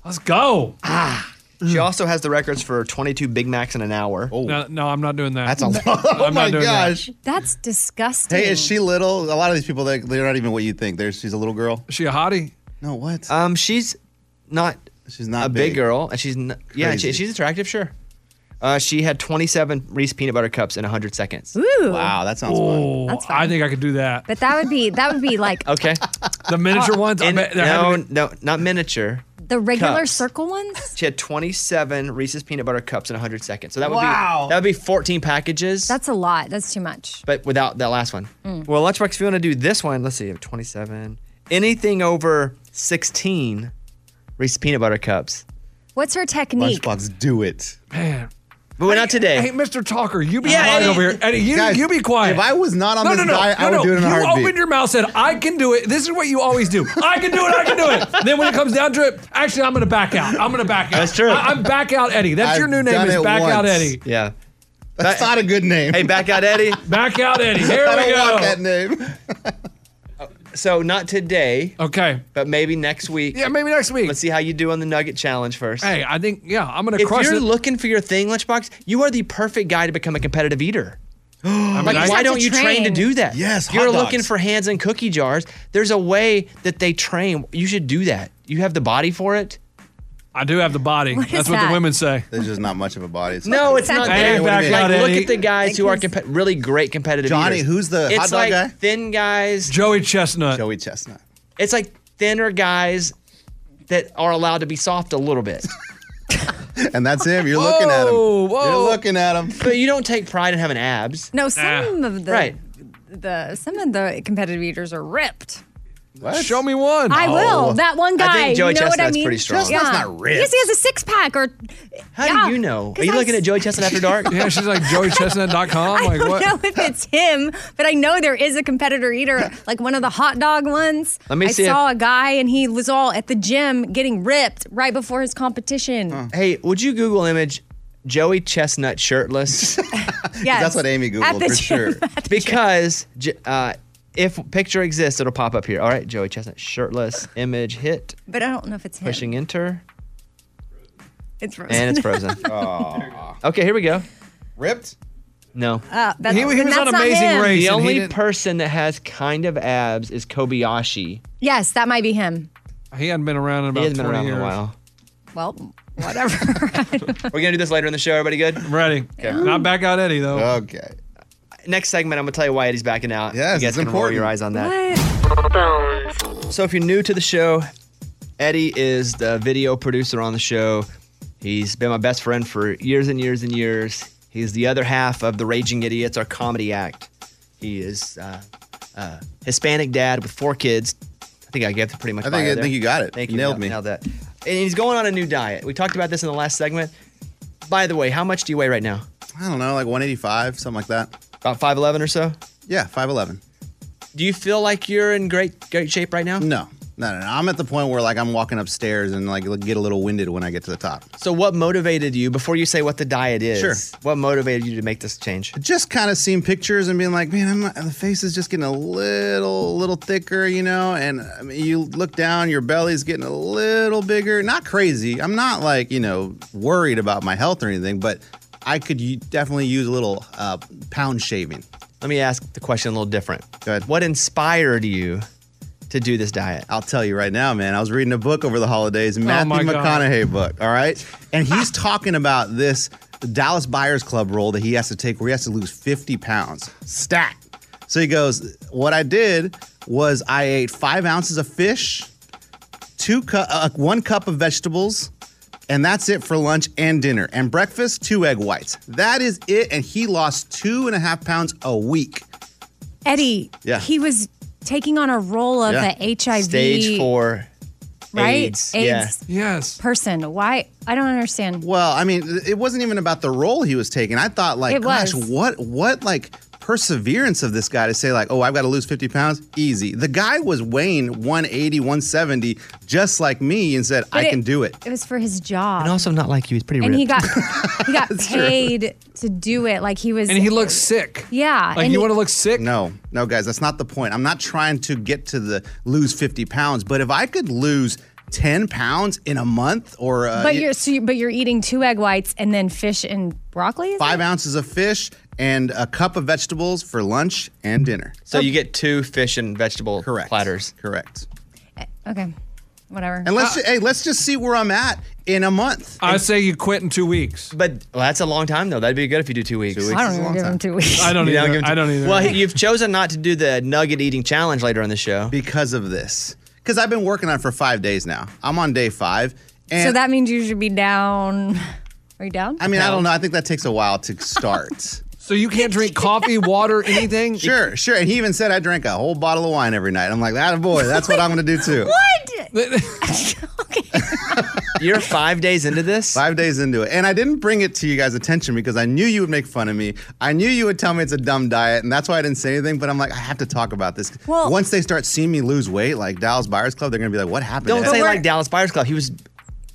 [SPEAKER 5] Let's go.
[SPEAKER 3] Ah. She also has the records for 22 Big Macs in an hour.
[SPEAKER 5] No, Uh, no, I'm not doing that.
[SPEAKER 1] That's a lot. Oh
[SPEAKER 5] I'm
[SPEAKER 1] my
[SPEAKER 5] not doing that.
[SPEAKER 1] gosh.
[SPEAKER 4] That's disgusting.
[SPEAKER 1] Hey, is she little? A lot of these people, they, they're not even what you think. They're, she's a little girl.
[SPEAKER 5] Is she a hottie?
[SPEAKER 1] No, what?
[SPEAKER 3] Um, she's not
[SPEAKER 1] she's not
[SPEAKER 3] a big, girl, and she's n- yeah, and she-
[SPEAKER 1] Crazy.
[SPEAKER 3] she's attractive. Sure, uh, she had 27 Reese peanut butter cups in 100 seconds.
[SPEAKER 4] Ooh.
[SPEAKER 1] Wow, that sounds fun.
[SPEAKER 5] Oh,
[SPEAKER 4] That's fine.
[SPEAKER 5] I think I could do that.
[SPEAKER 4] But that would be that would be like
[SPEAKER 3] Okay,
[SPEAKER 5] The miniature ones. I
[SPEAKER 3] and
[SPEAKER 5] bet they're
[SPEAKER 3] no,
[SPEAKER 5] having-
[SPEAKER 3] no, not miniature.
[SPEAKER 4] the regular
[SPEAKER 3] Cups.
[SPEAKER 4] circle ones.
[SPEAKER 3] She had 27 Reese's peanut butter cups in 100 seconds. So that would
[SPEAKER 1] Wow.
[SPEAKER 3] be that would be 14 packages.
[SPEAKER 4] That's a lot. That's too much. Mm.
[SPEAKER 3] but without that last one. Well, lunchbox, if you want to do this one, let's see, 27. Anything over 16 Reese's peanut butter cups,
[SPEAKER 4] What's her technique?
[SPEAKER 1] Lunchbox, do it.
[SPEAKER 5] man.
[SPEAKER 3] but we're not today.
[SPEAKER 5] Hey, Mr. Talker, you be
[SPEAKER 3] Yeah,
[SPEAKER 5] quiet
[SPEAKER 3] Eddie-
[SPEAKER 5] over here. Eddie, you,
[SPEAKER 1] Guys,
[SPEAKER 5] you be quiet.
[SPEAKER 1] if I was not on
[SPEAKER 5] no,
[SPEAKER 1] this
[SPEAKER 5] no, no,
[SPEAKER 1] diet, I
[SPEAKER 5] no,
[SPEAKER 1] would
[SPEAKER 5] no.
[SPEAKER 1] do it in a
[SPEAKER 5] you
[SPEAKER 1] heartbeat.
[SPEAKER 5] opened your mouth, said, "I can do it." This is what you always do. I can do it. I can do it. Then when it comes down to it, actually, I'm going to back out. I'm going to back out.
[SPEAKER 3] That's true.
[SPEAKER 5] I, am back out, Eddie. That's
[SPEAKER 1] I've
[SPEAKER 5] your new name.
[SPEAKER 1] done
[SPEAKER 5] Is
[SPEAKER 1] it
[SPEAKER 5] back out,
[SPEAKER 1] once.
[SPEAKER 5] Eddie.
[SPEAKER 3] yeah.
[SPEAKER 1] That's not a good name.
[SPEAKER 3] Hey, back out, Eddie.
[SPEAKER 5] Back out, Eddie. Here
[SPEAKER 1] I
[SPEAKER 5] we
[SPEAKER 1] don't want that
[SPEAKER 5] go.
[SPEAKER 1] name.
[SPEAKER 3] so not today,
[SPEAKER 5] Okay.
[SPEAKER 3] but maybe next week.
[SPEAKER 5] Yeah, maybe next week.
[SPEAKER 3] Let's see how you do on the nugget challenge first.
[SPEAKER 5] Hey, I think yeah, I'm going to
[SPEAKER 3] if
[SPEAKER 5] crush
[SPEAKER 3] you're
[SPEAKER 5] it.
[SPEAKER 3] looking for your thing, Lunchbox, you are the perfect guy to become a competitive eater.
[SPEAKER 5] I mean,
[SPEAKER 3] Like,
[SPEAKER 5] I-
[SPEAKER 3] why
[SPEAKER 4] have
[SPEAKER 3] don't
[SPEAKER 4] to
[SPEAKER 3] you train to
[SPEAKER 4] train.
[SPEAKER 3] do that?
[SPEAKER 1] Yes, hot
[SPEAKER 3] you're
[SPEAKER 1] dogs.
[SPEAKER 3] looking for hands in cookie jars. There's a way that they train. You should do that. You have the body for it.
[SPEAKER 5] I do have the body.
[SPEAKER 4] What is
[SPEAKER 5] That's what
[SPEAKER 4] that?
[SPEAKER 5] the women say.
[SPEAKER 1] There's just not much of a body.
[SPEAKER 3] No, it's not
[SPEAKER 5] Hey,
[SPEAKER 3] there.
[SPEAKER 5] back
[SPEAKER 3] Like,
[SPEAKER 5] out,
[SPEAKER 3] look
[SPEAKER 5] Eddie.
[SPEAKER 3] at the guys who are compe- really great competitive.
[SPEAKER 1] Johnny,
[SPEAKER 3] eaters.
[SPEAKER 1] who's the hot
[SPEAKER 3] it's
[SPEAKER 1] dog
[SPEAKER 3] like
[SPEAKER 1] guy?
[SPEAKER 3] Thin guys.
[SPEAKER 5] Joey Chestnut.
[SPEAKER 1] Joey Chestnut.
[SPEAKER 3] It's like thinner guys that are allowed to be soft a little bit.
[SPEAKER 1] And that's him. You're looking at him.
[SPEAKER 3] Whoa, whoa.
[SPEAKER 1] You're looking at him.
[SPEAKER 3] but you don't take pride in having abs.
[SPEAKER 4] No, some of the
[SPEAKER 3] Right.
[SPEAKER 4] the some of the competitive eaters are ripped.
[SPEAKER 5] Show me one.
[SPEAKER 4] I will. That one guy.
[SPEAKER 3] Oh. I think Joey
[SPEAKER 4] you know what I
[SPEAKER 3] Chestnut's
[SPEAKER 4] mean?
[SPEAKER 3] pretty strong. Chestnut's
[SPEAKER 1] not ripped.
[SPEAKER 4] Yes, he has a six pack. Or
[SPEAKER 3] How
[SPEAKER 4] Yeah,
[SPEAKER 3] do you know? Are
[SPEAKER 4] 'cause
[SPEAKER 3] you
[SPEAKER 4] I
[SPEAKER 3] looking
[SPEAKER 4] s-
[SPEAKER 3] at Joey Chestnut after dark?
[SPEAKER 5] Yeah, she's like
[SPEAKER 3] Oh
[SPEAKER 5] joeychestnut.com.
[SPEAKER 4] I
[SPEAKER 5] Like
[SPEAKER 4] don't
[SPEAKER 5] what?
[SPEAKER 4] know if it's him, but I know there is a competitor eater, like one of the hot dog ones.
[SPEAKER 3] Let me
[SPEAKER 4] I
[SPEAKER 3] see if-
[SPEAKER 4] saw a guy and he was all at the gym getting ripped right before his competition.
[SPEAKER 3] Hey, would you Google image Joey Chestnut shirtless?
[SPEAKER 4] Yes.
[SPEAKER 1] That's what Amy
[SPEAKER 4] At
[SPEAKER 1] Googled
[SPEAKER 4] the
[SPEAKER 1] for
[SPEAKER 4] gym.
[SPEAKER 1] sure.
[SPEAKER 3] because j- uh, if picture exists, it'll pop up here. All right, Joey Chestnut shirtless image hit.
[SPEAKER 4] But I don't know if it's him.
[SPEAKER 3] Pushing enter
[SPEAKER 4] It's Rosen.
[SPEAKER 3] and it's frozen. Oh. okay, here we go.
[SPEAKER 1] Ripped?
[SPEAKER 3] No.
[SPEAKER 4] Uh, that's,
[SPEAKER 5] He- he
[SPEAKER 4] then
[SPEAKER 5] was on
[SPEAKER 4] that's not
[SPEAKER 5] Amazing
[SPEAKER 4] him.
[SPEAKER 5] Race.
[SPEAKER 3] the
[SPEAKER 5] and he
[SPEAKER 3] only
[SPEAKER 5] didn't-
[SPEAKER 3] person that has kind of abs is Kobayashi.
[SPEAKER 4] Yes, that might be him.
[SPEAKER 5] He hadn't been around in about
[SPEAKER 3] He hasn't
[SPEAKER 5] 20
[SPEAKER 3] been around
[SPEAKER 5] years.
[SPEAKER 3] in a while.
[SPEAKER 4] Well, whatever.
[SPEAKER 3] We're gonna do this later in the show. Everybody good?
[SPEAKER 5] I'm ready. Not back out Eddie, though.
[SPEAKER 1] Okay.
[SPEAKER 3] Next segment, I'm gonna tell you why Eddie's backing out.
[SPEAKER 1] Yes,
[SPEAKER 3] you guys
[SPEAKER 1] it's
[SPEAKER 3] can roll your
[SPEAKER 1] important.
[SPEAKER 3] eyes on that. So if you're new to the show, Eddie is the video producer on the show. He's been my best friend for years and years and years. He's the other half of the Raging Idiots, our comedy act. He is uh, uh, Hispanic dad with four kids. I think I gave the pretty much.
[SPEAKER 1] I think-
[SPEAKER 3] bio
[SPEAKER 1] I
[SPEAKER 3] there.
[SPEAKER 1] think you got it.
[SPEAKER 3] Thank
[SPEAKER 1] You
[SPEAKER 3] you.
[SPEAKER 1] nailed
[SPEAKER 3] Nailed-
[SPEAKER 1] me.
[SPEAKER 3] Nailed that. And he's going on a new diet. We talked about this in the last segment. By the way, how much do you weigh right now?
[SPEAKER 1] I don't know, like 185, something like that.
[SPEAKER 3] About five eleven or so.
[SPEAKER 1] Yeah, 5'11.
[SPEAKER 3] Do you feel like you're in great great shape right now?
[SPEAKER 1] No, no, no, no. I'm at the point where like I'm walking upstairs and like get a little winded when I get to the top.
[SPEAKER 3] So what motivated you before you say what the diet is?
[SPEAKER 1] Sure.
[SPEAKER 3] What motivated you to make this change?
[SPEAKER 1] Just kind of seeing pictures and being like, man, I'm not, the face is just getting a little, little thicker, you know. And I mean, you look down, your belly's getting a little bigger. Not crazy. I'm not like you know worried about my health or anything, but I could u- definitely use a little uh, pound shaving.
[SPEAKER 3] Let me ask the question a little different.
[SPEAKER 1] Go ahead.
[SPEAKER 3] What inspired you to do this diet?
[SPEAKER 1] I'll tell you right now, man. I was reading a book over the holidays, Matthew
[SPEAKER 5] Oh my God.
[SPEAKER 1] McConaughey book. All right, and he's talking about this Dallas Buyers Club role that he has to take, where he has to lose fifty pounds stat. So he goes, "What I did was I ate five ounces of fish, two cu- uh, one cup of vegetables." And that's it for lunch and dinner. And breakfast, two egg whites. That is it. And he lost two and a half pounds a week.
[SPEAKER 4] Eddie.
[SPEAKER 1] Yeah.
[SPEAKER 4] He was taking on a role of
[SPEAKER 1] Yeah.
[SPEAKER 4] a HIV
[SPEAKER 3] Stage four.
[SPEAKER 4] right?
[SPEAKER 3] AIDS. Yeah.
[SPEAKER 5] Yes.
[SPEAKER 4] person. Why? I don't understand.
[SPEAKER 1] Well, I mean, it wasn't even about the role he was taking. I thought, like,
[SPEAKER 4] It was.
[SPEAKER 1] gosh, what, what, like, perseverance of this guy to say, like, oh, I've got to lose 50 pounds? Easy. The guy was weighing 180, 170, just like me, and said, I
[SPEAKER 4] But
[SPEAKER 1] can do it.
[SPEAKER 4] It was for his job.
[SPEAKER 3] And also not like you. He's pretty
[SPEAKER 4] and
[SPEAKER 3] ripped.
[SPEAKER 4] he got he got paid to do it. Like he was.
[SPEAKER 5] And he looks sick.
[SPEAKER 4] Yeah,
[SPEAKER 5] Like,
[SPEAKER 4] and
[SPEAKER 5] you
[SPEAKER 4] he-
[SPEAKER 5] want to look sick?
[SPEAKER 1] No, no, guys, that's not the point. I'm not trying to get to the lose 50 pounds, but if I could lose 10 pounds in a month or uh,
[SPEAKER 4] But you're so you, but you're eating two egg whites and then fish and broccoli. is
[SPEAKER 1] five ounces of fish and a cup of vegetables for lunch and dinner.
[SPEAKER 3] so you get two fish and vegetable
[SPEAKER 1] Correct.
[SPEAKER 3] platters.
[SPEAKER 1] Correct.
[SPEAKER 4] it? Okay, whatever. Uh,
[SPEAKER 1] And let's ju- hey, let's just see where I'm at in a month.
[SPEAKER 5] I say you quit in two weeks.
[SPEAKER 3] But well, that's a long time though. That'd be good if you do two weeks.
[SPEAKER 1] Two weeks
[SPEAKER 4] I
[SPEAKER 1] is a
[SPEAKER 4] don't even
[SPEAKER 1] long
[SPEAKER 4] give him
[SPEAKER 1] time.
[SPEAKER 4] two weeks.
[SPEAKER 5] I don't
[SPEAKER 3] You
[SPEAKER 5] either.
[SPEAKER 3] give him
[SPEAKER 5] I
[SPEAKER 3] two-
[SPEAKER 5] don't either.
[SPEAKER 3] Well, you've chosen not to do the nugget eating challenge later in the show.
[SPEAKER 1] because of this. Because I've been working on it for five days now. I'm on day five. And
[SPEAKER 4] so that means you should be down. Are you down?
[SPEAKER 1] I mean, I don't know. I think that takes a while to start.
[SPEAKER 5] so you can't drink coffee, water, anything?
[SPEAKER 1] sure, sure. And he even said I drank a whole bottle of wine every night. I'm like, that boy, that's what I'm going to do too.
[SPEAKER 4] what?
[SPEAKER 3] You're five days into this.
[SPEAKER 1] Five days into it. And I didn't bring it to you guys' attention because I knew you would make fun of me. I knew you would tell me it's a dumb diet. And that's why I didn't say anything. But I'm like, I have to talk about this.
[SPEAKER 4] Well-
[SPEAKER 1] Once they start seeing me lose weight, like Dallas Buyers Club, they're going to be like, what happened?
[SPEAKER 3] Don't
[SPEAKER 1] to
[SPEAKER 3] say
[SPEAKER 1] Ed?
[SPEAKER 3] like Dallas Buyers Club. He was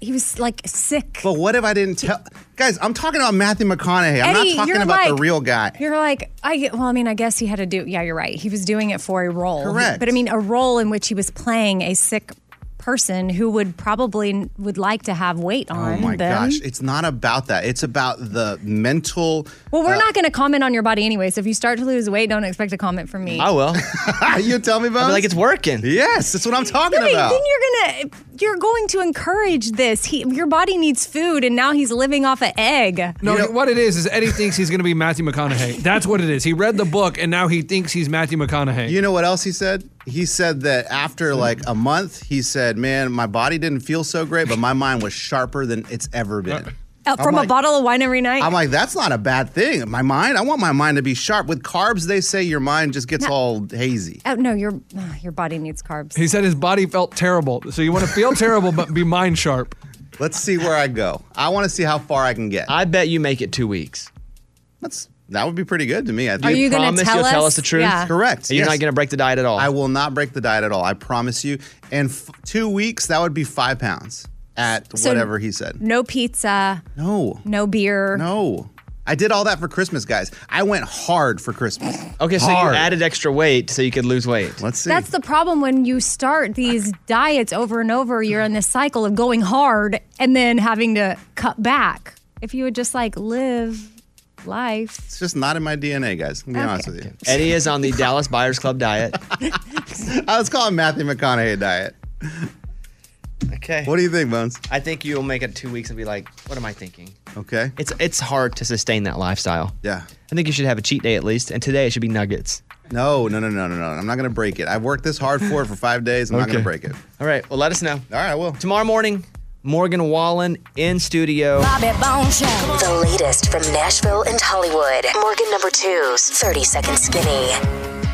[SPEAKER 4] He was like sick.
[SPEAKER 1] But what if I didn't tell? Guys, I'm talking about Matthew McConaughey. I'm
[SPEAKER 4] Eddie,
[SPEAKER 1] not talking
[SPEAKER 4] you're
[SPEAKER 1] about the
[SPEAKER 4] like-
[SPEAKER 1] real guy.
[SPEAKER 4] You're like, I get, well, I mean, I guess he had to do, yeah, you're right. He was doing it for a role.
[SPEAKER 1] Correct.
[SPEAKER 4] But I mean, a role in which he was playing a sick person who would probably would like to have weight on
[SPEAKER 1] Oh my
[SPEAKER 4] them.
[SPEAKER 1] gosh. It's not about that. It's about the mental.
[SPEAKER 4] Well, we're
[SPEAKER 1] uh,
[SPEAKER 4] not going to comment on your body anyway. So if you start to lose weight, don't expect a comment from me.
[SPEAKER 3] Oh,
[SPEAKER 1] I will. you tell me about
[SPEAKER 11] like it's working.
[SPEAKER 1] Yes, that's what I'm talking
[SPEAKER 4] Yeah, but
[SPEAKER 1] about.
[SPEAKER 4] Then you're gonna you're going to encourage this. He, your body needs food, and now he's living off an egg.
[SPEAKER 5] No, what it is is Eddie thinks he's going to be Matthew McConaughey. That's what it is. He read the book and now he thinks he's Matthew McConaughey.
[SPEAKER 1] You know what else he said? He said that after like a month, he said, "Man, my body didn't feel so great, but my mind was sharper than it's ever been."
[SPEAKER 4] Uh,
[SPEAKER 1] I'm
[SPEAKER 4] from
[SPEAKER 1] like-
[SPEAKER 4] a bottle of wine every night.
[SPEAKER 1] I'm like, that's not a bad thing. My mind, I want my mind to be sharp. With carbs, they say your mind just gets
[SPEAKER 4] No.
[SPEAKER 1] all hazy.
[SPEAKER 4] oh no, your uh, your body needs carbs.
[SPEAKER 5] He said his body felt terrible. So you want to feel terrible but be mind sharp.
[SPEAKER 1] Let's see where I go. I want to see how far I can get.
[SPEAKER 11] I bet you make it two weeks.
[SPEAKER 1] That's that would be pretty good to me. I
[SPEAKER 4] Are you gonna
[SPEAKER 11] promise
[SPEAKER 4] tell
[SPEAKER 11] you'll tell
[SPEAKER 4] us?
[SPEAKER 11] us the truth?
[SPEAKER 4] Yeah.
[SPEAKER 1] Correct.
[SPEAKER 11] You're not
[SPEAKER 1] yes.
[SPEAKER 11] going to break the diet at all.
[SPEAKER 1] I will not break the diet at all. I promise you. And f- two weeks, that would be five pounds at
[SPEAKER 4] So-
[SPEAKER 1] whatever he said.
[SPEAKER 4] No pizza,
[SPEAKER 1] No,
[SPEAKER 4] no beer.
[SPEAKER 1] no. I did all that for Christmas, guys. I went hard for Christmas.
[SPEAKER 11] okay, so
[SPEAKER 1] Hard.
[SPEAKER 11] you added extra weight so you could lose weight.
[SPEAKER 1] Let's see.
[SPEAKER 4] That's the problem when you start these diets over and over. You're in this cycle of going hard and then having to cut back. If you would just like live life,
[SPEAKER 1] it's just not in my DNA, guys. I'm gonna be honest with you.
[SPEAKER 11] Eddie is on the Dallas Buyers Club diet.
[SPEAKER 1] Uh, Let's call it Matthew McConaughey diet.
[SPEAKER 11] Okay.
[SPEAKER 1] What do you think, Bones?
[SPEAKER 11] I think you'll make it two weeks and be like, what am I thinking?
[SPEAKER 1] Okay.
[SPEAKER 11] It's it's hard to sustain that lifestyle.
[SPEAKER 1] Yeah.
[SPEAKER 11] I think you should have a cheat day at least, and today it should be nuggets.
[SPEAKER 1] No, no, no, no, no, no. I'm not gonna break it. I've worked this hard for it for five days. I'm not gonna
[SPEAKER 11] Okay.
[SPEAKER 1] break it.
[SPEAKER 11] All right. Well, let us know.
[SPEAKER 1] All right, well.
[SPEAKER 11] Tomorrow morning, Morgan Wallen in studio.
[SPEAKER 8] Bobby Bones Show. The latest from Nashville and Hollywood. Morgan number two's 30 Second Skinny.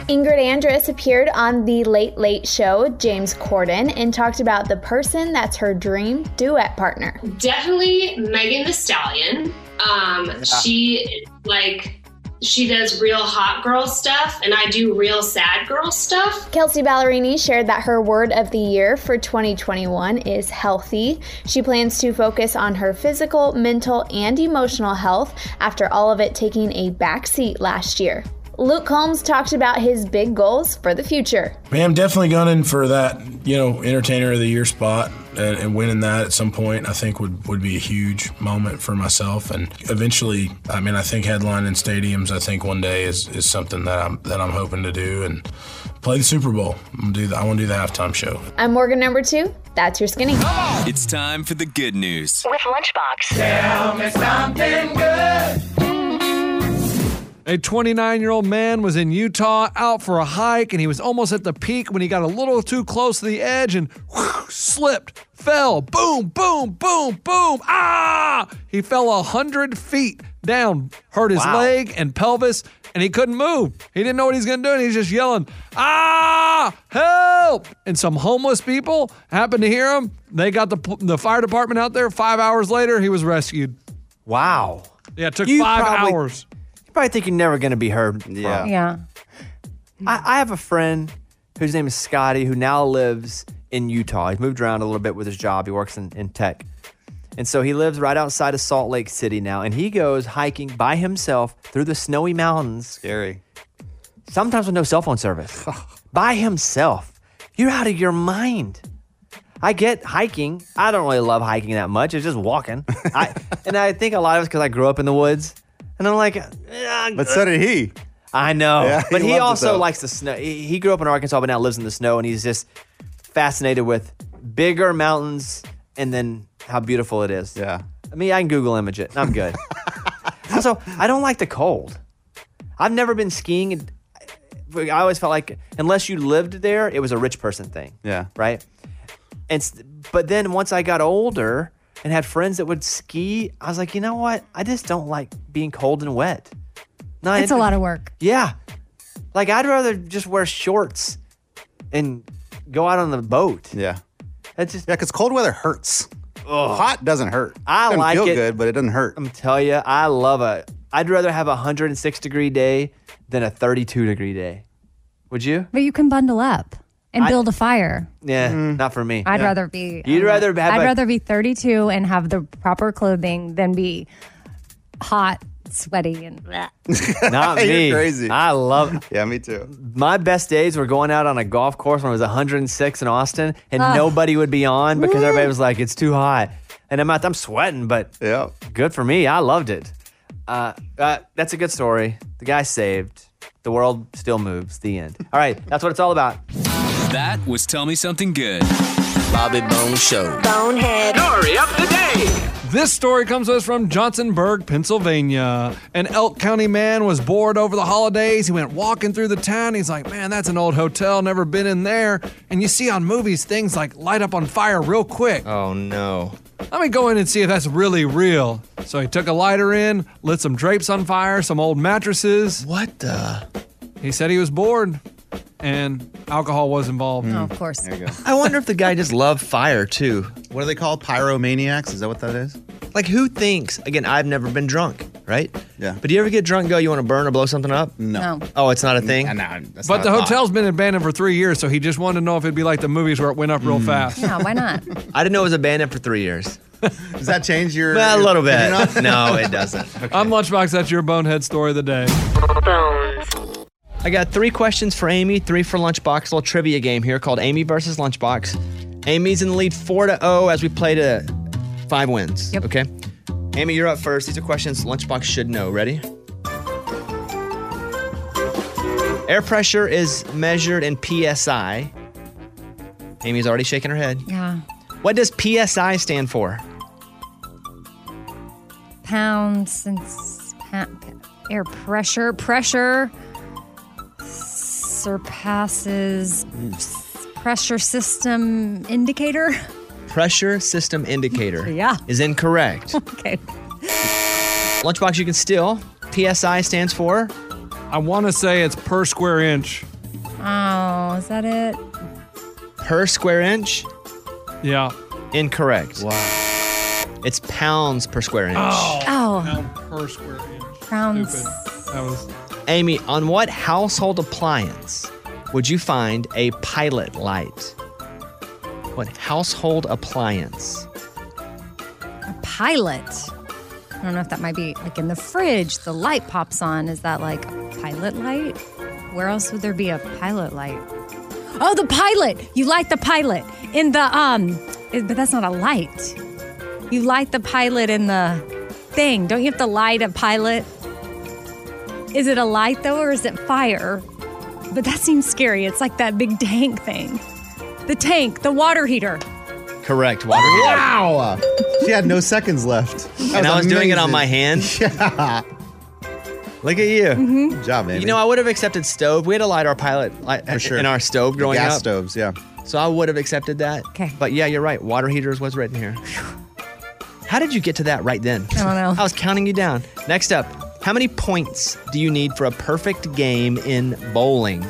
[SPEAKER 12] Ingrid Andress appeared on The Late Late Show with James Corden and talked about the person that's her dream duet partner.
[SPEAKER 13] definitely Megan the Stallion. Um, She is, like she does real hot girl stuff, and I do real sad girl stuff.
[SPEAKER 12] Kelsey Ballerini shared that her word of the year for 2021 is healthy. She plans to focus on her physical, mental, and emotional health after all of it taking a backseat last year. Luke Combs talked about his big goals for the future.
[SPEAKER 14] Man, I'm definitely gunning for that, you know, entertainer of the year spot and, and winning that at some point. I think would would be a huge moment for myself, and eventually, I mean, I think headlining stadiums. I think one day is, is something that I'm that I'm hoping to do and play the Super Bowl. I'm gonna do the, I want to do the halftime show.
[SPEAKER 12] I'm Morgan number two. That's your skinny.
[SPEAKER 15] It's time for the good news.
[SPEAKER 8] With Lunchbox.
[SPEAKER 16] Tell me something good.
[SPEAKER 5] A 29 year old man was in Utah out for a hike and he was almost at the peak when he got a little too close to the edge and slipped, fell, boom, boom, boom, boom. Ah! He fell 100 feet down, hurt his
[SPEAKER 16] Wow.
[SPEAKER 5] leg and pelvis, and he couldn't move. He didn't know what he's going to do and he's just yelling, Ah! Help! And some homeless people happened to hear him. They got the, p- the fire department out there. Five hours later, he was rescued.
[SPEAKER 3] Wow.
[SPEAKER 5] Yeah, it took
[SPEAKER 3] You
[SPEAKER 5] five
[SPEAKER 3] probably-
[SPEAKER 5] hours.
[SPEAKER 3] You probably think you're never going to be heard from. Yeah.
[SPEAKER 4] yeah.
[SPEAKER 3] I, I have a friend whose name is Scotty who now lives in Utah. He's moved around a little bit with his job. He works in, in tech. And so he lives right outside of Salt Lake City now. And he goes hiking by himself through the snowy mountains. Scary. Sometimes with no cell phone service. by himself. You're out of your mind. I get hiking. I don't really love hiking that much. It's just walking. I, and I think a lot of it's because I grew up in the woods. And I'm like,
[SPEAKER 17] But so did
[SPEAKER 3] he. I know.
[SPEAKER 17] Yeah,
[SPEAKER 3] but
[SPEAKER 17] he
[SPEAKER 3] he
[SPEAKER 17] loved it,
[SPEAKER 3] also
[SPEAKER 17] though.
[SPEAKER 3] likes the snow. He he grew up in Arkansas, but now lives in the snow, and he's just fascinated with bigger mountains and then how beautiful it is. Yeah. I mean, I can Google image it. and I'm good. also, I don't like the cold. I've never been skiing. and I I always felt like unless you lived there, it was a rich person thing
[SPEAKER 17] Yeah.
[SPEAKER 3] right? And s- but then once I got older and had friends that would ski, I was like, you know what? I just don't like being cold and wet. Not
[SPEAKER 4] it's a
[SPEAKER 3] inter-
[SPEAKER 4] lot of work.
[SPEAKER 3] Yeah, like I'd rather just wear shorts and go out on the boat.
[SPEAKER 1] Yeah.
[SPEAKER 3] That's just
[SPEAKER 1] yeah, because cold weather hurts. Hot doesn't hurt.
[SPEAKER 3] I
[SPEAKER 1] doesn't
[SPEAKER 3] like
[SPEAKER 1] feel
[SPEAKER 3] it.
[SPEAKER 1] good, but it doesn't hurt.
[SPEAKER 3] I'm tell you, I love it. I'd rather have a 106 degree day than a 32 degree day. Would you?
[SPEAKER 4] But you can bundle up and
[SPEAKER 3] I-
[SPEAKER 4] build a fire.
[SPEAKER 3] Yeah,
[SPEAKER 1] Mm-hmm.
[SPEAKER 3] not for me.
[SPEAKER 4] I'd
[SPEAKER 3] Yeah.
[SPEAKER 4] rather be. um,
[SPEAKER 3] You'd rather have
[SPEAKER 4] I'd
[SPEAKER 3] a-
[SPEAKER 4] rather be 32 and have the proper clothing than be hot sweaty and bleh.
[SPEAKER 18] Not
[SPEAKER 1] You're
[SPEAKER 18] me.
[SPEAKER 1] crazy.
[SPEAKER 18] I love.
[SPEAKER 1] Yeah, me too.
[SPEAKER 18] My best days were going out on a golf course when I was 106 in Austin, and
[SPEAKER 4] Ugh.
[SPEAKER 18] nobody would be on because everybody was like, "It's too hot," and I'm out, I'm sweating, but
[SPEAKER 1] yeah,
[SPEAKER 18] good for me. I loved it. Uh, uh, that's a good story. The guy saved. The world still moves. The end. All right, that's what it's all about.
[SPEAKER 19] That was Tell Me Something Good.
[SPEAKER 18] Bobby Bone Show.
[SPEAKER 2] Bonehead.
[SPEAKER 19] Story of the day.
[SPEAKER 5] This story comes to us from Johnsonburg, Pennsylvania. An Elk County man was bored over the holidays. He went walking through the town. He's like, man, that's an old hotel. Never been in there. And you see on movies, things like light up on fire real quick.
[SPEAKER 3] Oh, no.
[SPEAKER 5] Let me go in and see if that's really real. So he took a lighter in, lit some drapes on fire, some old mattresses. What the? He said he was bored and alcohol was involved.
[SPEAKER 4] Oh, of course.
[SPEAKER 1] I wonder if the guy just loved fire too. What are they called? Pyromaniacs? Is that what that is?
[SPEAKER 3] Like, who thinks? Again, I've never been drunk, right?
[SPEAKER 1] Yeah.
[SPEAKER 3] But do you ever get drunk and go, you want to burn or blow something up?
[SPEAKER 1] No.
[SPEAKER 3] Oh, it's not a thing?
[SPEAKER 1] No.
[SPEAKER 5] But the hotel's been abandoned for three years, so he just wanted to know if it'd be like the movies where it went up real fast.
[SPEAKER 4] Yeah, why not?
[SPEAKER 3] I didn't know it was abandoned for three years.
[SPEAKER 1] Does that change your.
[SPEAKER 3] Well, a little bit.
[SPEAKER 1] opinion on
[SPEAKER 3] no, it doesn't.
[SPEAKER 5] I'm Lunchbox. That's your bonehead story of the day.
[SPEAKER 3] I got three questions for Amy, three for Lunchbox. A little trivia game here called Amy versus Lunchbox. Amy's in the lead four to zero as we play to five wins. Okay. Amy, you're up first. These are questions Lunchbox should know. Ready? Air pressure is measured in psi. Amy's already shaking her head.
[SPEAKER 4] Yeah.
[SPEAKER 3] What does psi stand for?
[SPEAKER 4] Pounds and s- pa- pa- air pressure. Pressure surpasses s- pressure system indicator.
[SPEAKER 3] Pressure system indicator.
[SPEAKER 4] Yeah.
[SPEAKER 3] Is incorrect.
[SPEAKER 4] Okay.
[SPEAKER 3] Lunchbox, you can steal. PSI stands for?
[SPEAKER 5] I want to say it's per square inch.
[SPEAKER 4] Oh, is that it?
[SPEAKER 3] Per square inch?
[SPEAKER 5] Yeah.
[SPEAKER 3] Incorrect. Wow. It's pounds per square inch.
[SPEAKER 4] Oh.
[SPEAKER 5] Per square inch.
[SPEAKER 4] Pounds.
[SPEAKER 5] That was.
[SPEAKER 3] Amy, on what household appliance would you find a pilot light? What household appliance?
[SPEAKER 4] pilot. I don't know if that might be like in the fridge, the light pops on. Is that like a pilot light? Where else would there be a pilot light? Oh, the pilot. You light the pilot in the um it- but that's not a light. You light the pilot in the thing. Don't you have to light a pilot? Is it a light though or is it fire? But that seems scary. It's like that big tank thing. The tank, the water heater.
[SPEAKER 3] Correct. Water heater.
[SPEAKER 1] Wow. She had no seconds left. That
[SPEAKER 3] and I was doing it on
[SPEAKER 1] amazing.
[SPEAKER 3] my hand.
[SPEAKER 1] Yeah.
[SPEAKER 3] Look at you.
[SPEAKER 1] Good job, Amy.
[SPEAKER 3] You know, I would have accepted stove. We had a light our pilot light
[SPEAKER 1] For sure.
[SPEAKER 3] in our stove
[SPEAKER 1] The
[SPEAKER 3] growing
[SPEAKER 1] gas
[SPEAKER 3] up.
[SPEAKER 1] stoves, yeah.
[SPEAKER 3] So I would have accepted that. Okay. But yeah, you're right. Water heaters was written here. How did you get to that right then? I
[SPEAKER 4] don't know.
[SPEAKER 3] I was counting you down. Next up, how many points do you need for a perfect game in bowling?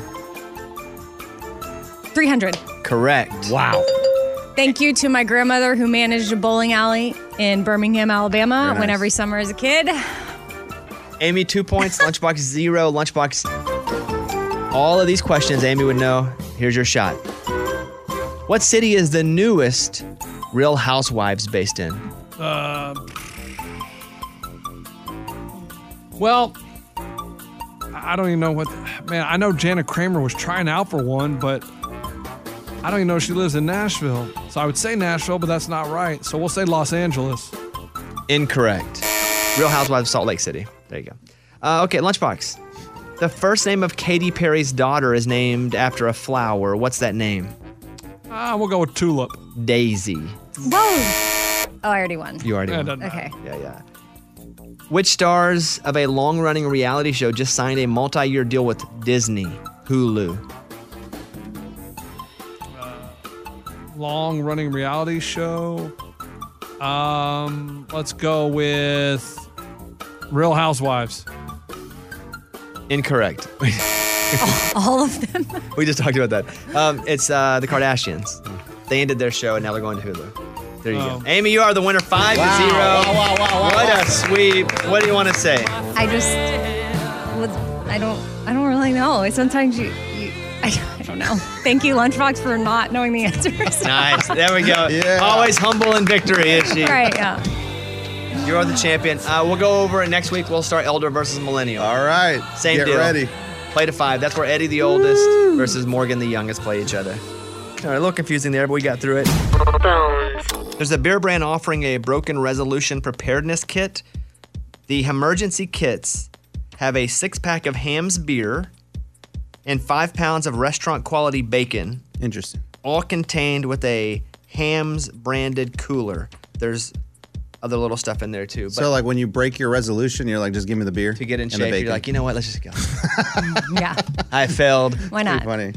[SPEAKER 4] 300.
[SPEAKER 3] Correct. Wow.
[SPEAKER 4] Thank you to my grandmother who managed a bowling alley in Birmingham, Alabama,
[SPEAKER 3] Very nice.
[SPEAKER 4] went every summer as a kid.
[SPEAKER 3] Amy, two points. Lunchbox, zero. Lunchbox. All of these questions Amy would know. Here's your shot. What city is the newest Real Housewives based in?
[SPEAKER 5] Uh, well, I I don't even know what. Man, I know Jana Kramer was trying out for one, but I don't even know if she lives in Nashville. So I would say Nashville, but that's not right. So we'll say Los Angeles.
[SPEAKER 3] Incorrect. Real Housewives of Salt Lake City. There you go. Uh, okay, Lunchbox. The first name of Katy Perry's daughter is named after a flower. What's that name?
[SPEAKER 5] Ah, we'll go with Tulip.
[SPEAKER 3] Daisy.
[SPEAKER 4] Whoa! Oh, I already won.
[SPEAKER 3] You already Yeah, it won. doesn't
[SPEAKER 4] Okay.
[SPEAKER 3] Yeah, yeah. Which stars of a long running reality show just signed a multi year deal with Disney? Hulu.
[SPEAKER 5] Long running reality show. Um, let's go with Real Housewives.
[SPEAKER 3] Incorrect.
[SPEAKER 4] All of them.
[SPEAKER 3] we just talked about that. Um, it's uh, the Kardashians. They ended their show and now they're going to Hulu. There you go. Amy, you are the winner five
[SPEAKER 4] Wow.
[SPEAKER 3] to zero.
[SPEAKER 4] Wow, wow, wow, wow,
[SPEAKER 3] what
[SPEAKER 4] wow.
[SPEAKER 3] a sweep. What do you want to say?
[SPEAKER 4] I just, was, I don't, I don't really know. Sometimes you, you I, I don't know. Thank you, Lunchbox, for not knowing the answers.
[SPEAKER 3] Nice. There we go. Always humble in victory, is she?
[SPEAKER 4] Right. Yeah.
[SPEAKER 3] You are the champion. Uh, we'll go over it next week. We'll start Elder versus Millennial. All
[SPEAKER 1] right.
[SPEAKER 3] Same
[SPEAKER 1] Get
[SPEAKER 3] deal.
[SPEAKER 1] ready.
[SPEAKER 3] Play to five. That's where Eddie the oldest versus Morgan the youngest play each other. All right, a little confusing there, but we got through it. There's a beer brand offering a broken resolution preparedness kit. The emergency kits have a six pack of Hams beer and five pounds of restaurant quality bacon.
[SPEAKER 1] Interesting.
[SPEAKER 3] All contained with a Hams branded cooler. There's other little stuff in there too. But
[SPEAKER 1] So like when you break your resolution, you're like, just give me the beer to
[SPEAKER 3] get in shape, you're like, you know what? Let's just go.
[SPEAKER 4] yeah.
[SPEAKER 3] I failed.
[SPEAKER 4] Why not?
[SPEAKER 1] Funny.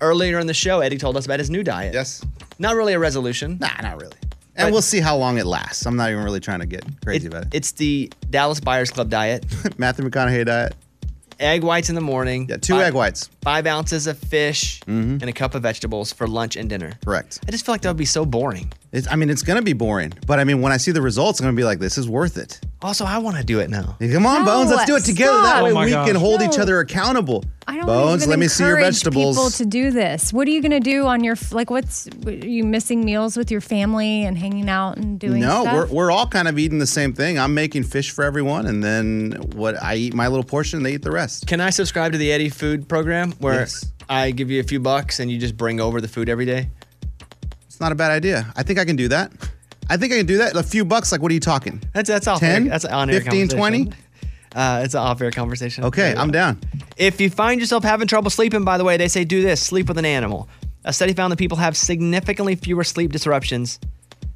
[SPEAKER 3] Earlier in the show, Eddie told us about his new diet. Yes. Not really a resolution.
[SPEAKER 1] Nah, not really. And we'll see how long it lasts. I'm not even really trying to get crazy about it.
[SPEAKER 3] It's the Dallas Buyers Club diet.
[SPEAKER 1] Matthew McConaughey diet.
[SPEAKER 3] Egg whites in the morning. Yeah,
[SPEAKER 1] two egg whites. Mm-hmm.
[SPEAKER 3] Five ounces of fish and a cup of vegetables for lunch and dinner.
[SPEAKER 1] Correct.
[SPEAKER 3] I just feel like that would be so boring.
[SPEAKER 1] It's, I mean, it's going to be boring, but I mean, when I see the results, I'm going to be like, this is worth it.
[SPEAKER 3] Also, I want to do it now.
[SPEAKER 1] Come on,
[SPEAKER 4] No,
[SPEAKER 1] Bones, let's do it together. That
[SPEAKER 4] stop.
[SPEAKER 1] way
[SPEAKER 4] Oh my
[SPEAKER 1] we
[SPEAKER 4] gosh.
[SPEAKER 1] can hold each
[SPEAKER 4] No.
[SPEAKER 1] other accountable.
[SPEAKER 4] I don't
[SPEAKER 1] Bones,
[SPEAKER 4] even
[SPEAKER 1] let me see your
[SPEAKER 4] encourage
[SPEAKER 1] vegetables.
[SPEAKER 4] People to do this. What are you going to do on your f- like? What's are you missing meals with your family and hanging out and doing?
[SPEAKER 1] no,
[SPEAKER 4] stuff?
[SPEAKER 1] we're we're all kind of eating the same thing. I'm making fish for everyone, and then what I eat my little portion, they eat the rest.
[SPEAKER 3] Can I subscribe to the Eddie food program where I give you a few bucks and you just bring over the food every day?
[SPEAKER 1] It's not a bad idea. I think I can do that. I think I can do that. A few bucks, like what are you talking?
[SPEAKER 3] That's that's off.
[SPEAKER 1] 10,
[SPEAKER 3] air, that's an on-air
[SPEAKER 1] 15, 20?
[SPEAKER 3] conversation. Uh, it's an off-air conversation.
[SPEAKER 1] Okay, I'm down.
[SPEAKER 3] If you find yourself having trouble sleeping, by the way, they say do this: sleep with an animal. A study found that people have significantly fewer sleep disruptions,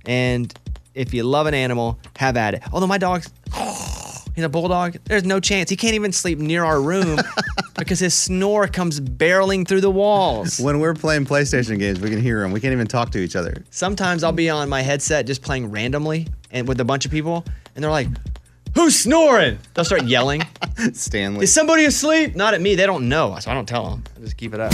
[SPEAKER 3] and if you love an animal, have at it. Although my dog's, he's a bulldog. There's no chance he can't even sleep near our room because his snore comes barreling through the walls.
[SPEAKER 1] When we're playing PlayStation games, we can hear them. We can't even talk to each other.
[SPEAKER 3] Sometimes I'll be on my headset just playing randomly and with a bunch of people, and they're like, "Who's snoring?" They'll start yelling.
[SPEAKER 1] Stanley.
[SPEAKER 3] Is somebody asleep? Not at me. They don't know, so I don't tell them. I just keep it up.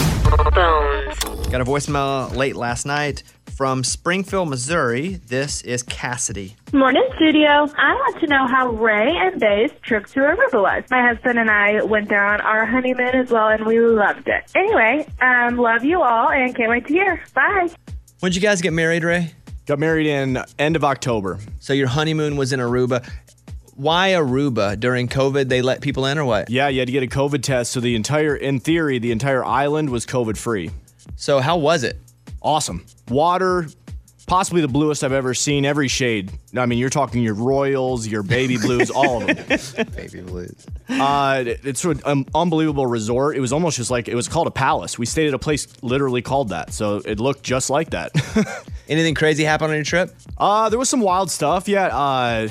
[SPEAKER 3] Got a voicemail late last night from Springfield, Missouri. This is Cassidy.
[SPEAKER 20] Morning, studio. I want to know how Ray and Bay's trip to Aruba was. My husband and I went there on our honeymoon as well, and we loved it. Anyway, um, love you all, and can't wait to hear. Bye.
[SPEAKER 3] When'd you guys get married, Ray?
[SPEAKER 6] Got married in end of October.
[SPEAKER 3] So your honeymoon was in Aruba. Why Aruba? During COVID, they let people in or what?
[SPEAKER 6] Yeah, you had to get a COVID test, so the entire, in theory, the entire island was COVID free.
[SPEAKER 3] So how was it?
[SPEAKER 6] Awesome. Water, possibly the bluest I've ever seen. Every shade. I mean, you're talking your royals, your baby blues, all of them.
[SPEAKER 1] baby blues.
[SPEAKER 6] Uh, it- it's an um, unbelievable resort. It was almost just like it was called a palace. We stayed at a place literally called that, so it looked just like that.
[SPEAKER 3] Anything crazy happen on your trip?
[SPEAKER 6] Uh, there was some wild stuff. Yeah. Uh,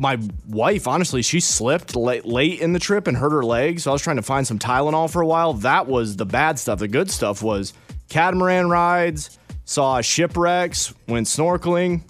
[SPEAKER 6] my wife, honestly, she slipped late, late in the trip and hurt her leg. So I was trying to find some Tylenol for a while. That was the bad stuff. The good stuff was catamaran rides, saw shipwrecks, went snorkeling,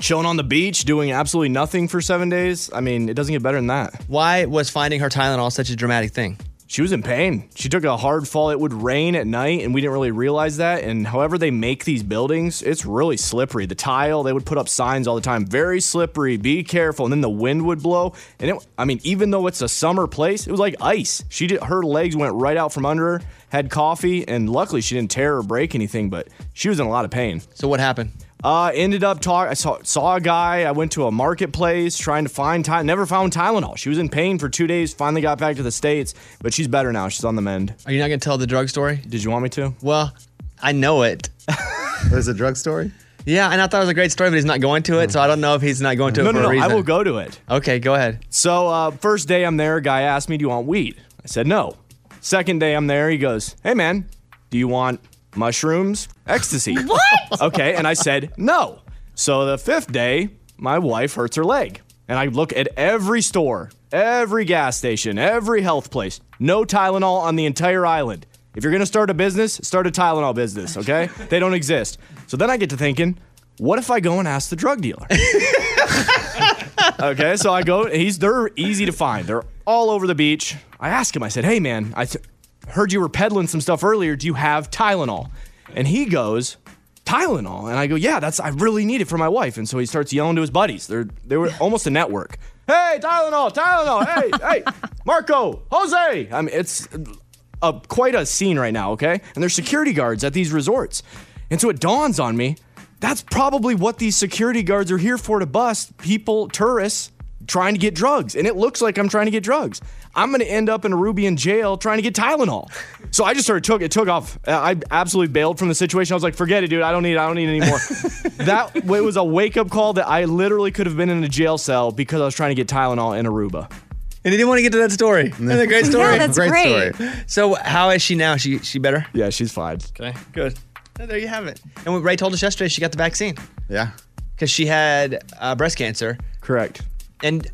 [SPEAKER 6] chilling on the beach, doing absolutely nothing for seven days. I mean, it doesn't get better than that.
[SPEAKER 3] Why was finding her Tylenol such a dramatic thing?
[SPEAKER 6] She was in pain. She took a hard fall. It would rain at night, and we didn't really realize that. And however they make these buildings, it's really slippery. The tile, they would put up signs all the time, very slippery, be careful. And then the wind would blow. And it, I mean, even though it's a summer place, it was like ice. She did, her legs went right out from under her, had coffee, and luckily she didn't tear or break anything, but she was in a lot of pain.
[SPEAKER 3] So what happened?
[SPEAKER 6] Uh, ended up talk. I saw saw a guy. I went to a marketplace trying to find Ty- never found Tylenol. She was in pain for two days. Finally got back to the states, but she's better now. She's on the mend.
[SPEAKER 3] Are you not going to tell the drug story?
[SPEAKER 6] Did you want me to?
[SPEAKER 3] Well, I know it.
[SPEAKER 1] There's a drug story?
[SPEAKER 3] Yeah, and I thought it was a great story, but he's not going to it, so I don't know if he's not going to
[SPEAKER 6] No,
[SPEAKER 3] it for
[SPEAKER 6] no,
[SPEAKER 3] a
[SPEAKER 6] no. I
[SPEAKER 3] reason.
[SPEAKER 6] will go to it.
[SPEAKER 3] Okay, go ahead.
[SPEAKER 6] So uh, first day I'm there, a guy asked me, "Do you want weed?" I said no. Second day I'm there, he goes, "Hey man, do you want mushrooms, ecstasy?" what? Okay, and I said no. So the fifth day, my wife hurts her leg, and I look at every store, every gas station, every health place. No Tylenol on the entire island. If you're gonna start a business, start a Tylenol business. Okay? they don't exist. So then I get to thinking, what if I go and ask the drug dealer? okay, so I go. He's they're easy to find. They're all over the beach. I ask him. I said, "Hey, man, I th- heard you were peddling some stuff earlier. Do you have Tylenol?" And he goes, "Tylenol." And I go, "Yeah, that's I really need it for my wife." And so he starts yelling to his buddies. They're they were almost a network. Hey, Tylenol, Tylenol. Hey, hey, Marco, Jose. I mean, it's a, quite a scene right now. Okay, and there's security guards at these resorts. And so it dawns on me That's probably what these security guards are here for to bust people, tourists, trying to get drugs. And it looks like I'm trying to get drugs. I'm going to end up in Arubian jail trying to get Tylenol. So I just started took it took off. I I absolutely bailed from the situation. I was like, forget it, dude. I don't need I don't need it anymore. that it was a wake up call that I literally could have been in a jail cell because I was trying to get Tylenol in Aruba.
[SPEAKER 3] And you didn't want to get to that story. Isn't that a great
[SPEAKER 6] No,
[SPEAKER 3] story?
[SPEAKER 6] that's Great great. story.
[SPEAKER 3] So how is she now? She she better?
[SPEAKER 6] Yeah, she's fine.
[SPEAKER 3] Okay, good. So there you have it. And what Ray told us yesterday, she got the vaccine
[SPEAKER 1] Yeah.
[SPEAKER 3] because she had uh, breast cancer.
[SPEAKER 6] Correct.
[SPEAKER 3] And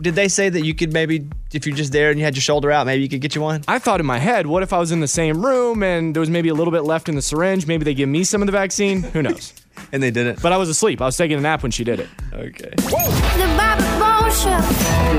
[SPEAKER 3] did they say that you could maybe, if you're just there and you had your shoulder out, maybe you could get you one?
[SPEAKER 6] I thought in my head, what if I was in the same room and there was maybe a little bit left in the syringe? Maybe they give me some of the vaccine. Who knows?
[SPEAKER 3] and they didn't.
[SPEAKER 6] But I was asleep. I was taking a nap when she did it.
[SPEAKER 3] Okay.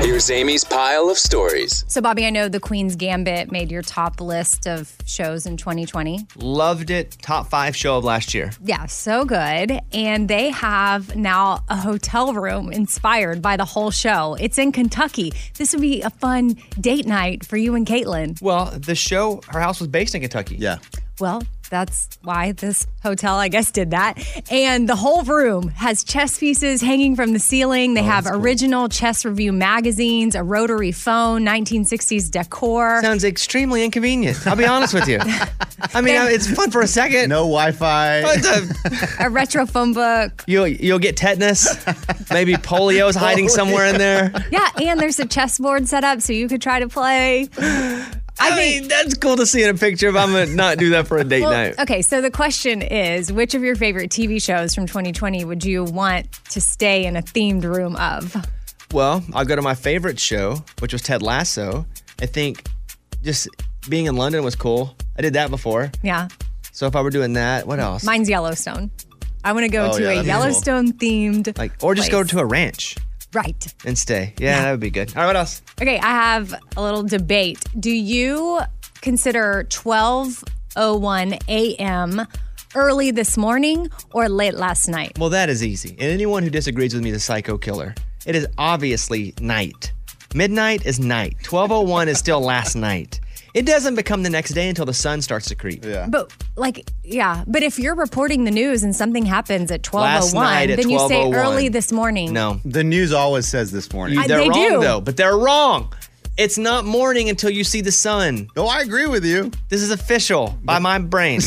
[SPEAKER 8] Here's Amy's pile of stories.
[SPEAKER 4] So, Bobby, I know The Queen's Gambit made your top list of shows in 2020.
[SPEAKER 3] Loved it. Top five show of last year.
[SPEAKER 4] Yeah, so good. And they have now a hotel room inspired by the whole show. It's in Kentucky. This would be a fun date night for you and Caitlin.
[SPEAKER 3] Well, the show, her house was based in Kentucky.
[SPEAKER 1] Yeah.
[SPEAKER 4] Well, that's why this hotel, I guess, did that. And the whole room has chess pieces hanging from the ceiling.
[SPEAKER 3] Oh,
[SPEAKER 4] They have original chess review magazines, a rotary phone, 1960s decor.
[SPEAKER 3] Sounds extremely inconvenient. I'll be honest with you. I mean, it's fun for a second.
[SPEAKER 1] No Wi-Fi.
[SPEAKER 4] a retro phone book.
[SPEAKER 3] You'll you'll get tetanus. Maybe polio's hiding somewhere in there.
[SPEAKER 4] Oh, yeah, and there's a chessboard set up so you could try to play.
[SPEAKER 3] I, mean, that's cool to see in a picture, but I'm gonna not do that for a date
[SPEAKER 4] Well,
[SPEAKER 3] night.
[SPEAKER 4] Okay, so the question is which of your favorite TV shows from 2020 would you want to stay in a themed room of?
[SPEAKER 3] Well, I'll go to my favorite show, which was Ted Lasso. I think just being in London was cool. I did that before.
[SPEAKER 4] Yeah,
[SPEAKER 3] So if I were doing that, what else?
[SPEAKER 4] mine's Yellowstone. I want to go
[SPEAKER 3] Oh,
[SPEAKER 4] to
[SPEAKER 3] yeah,
[SPEAKER 4] a
[SPEAKER 3] that'd be cool.
[SPEAKER 4] Yellowstone themed.
[SPEAKER 3] like, or just go
[SPEAKER 4] place.
[SPEAKER 3] to a ranch
[SPEAKER 4] Right.
[SPEAKER 3] and stay. Yeah, that would be good. All right, what else?
[SPEAKER 4] Okay, I have a little debate. Do you consider 12:01 a.m. early this morning or late last night?
[SPEAKER 3] Well, that is easy. And anyone who disagrees with me is a psycho killer. It is obviously night. Midnight is night. 1201 is still last night. It doesn't become the next day until the sun starts to creep. Yeah.
[SPEAKER 4] But like, yeah. But if you're reporting the news and something happens at
[SPEAKER 3] Last
[SPEAKER 4] twelve oh
[SPEAKER 3] night
[SPEAKER 4] one,
[SPEAKER 3] at
[SPEAKER 4] then you say
[SPEAKER 3] 12:01.
[SPEAKER 4] early this morning.
[SPEAKER 3] No.
[SPEAKER 1] The news always says this morning.
[SPEAKER 4] I-
[SPEAKER 3] they're
[SPEAKER 4] they
[SPEAKER 3] wrong
[SPEAKER 4] do.
[SPEAKER 3] though, but they're wrong. It's not morning until you see the sun.
[SPEAKER 1] No, I agree with you.
[SPEAKER 3] This is official by my brain.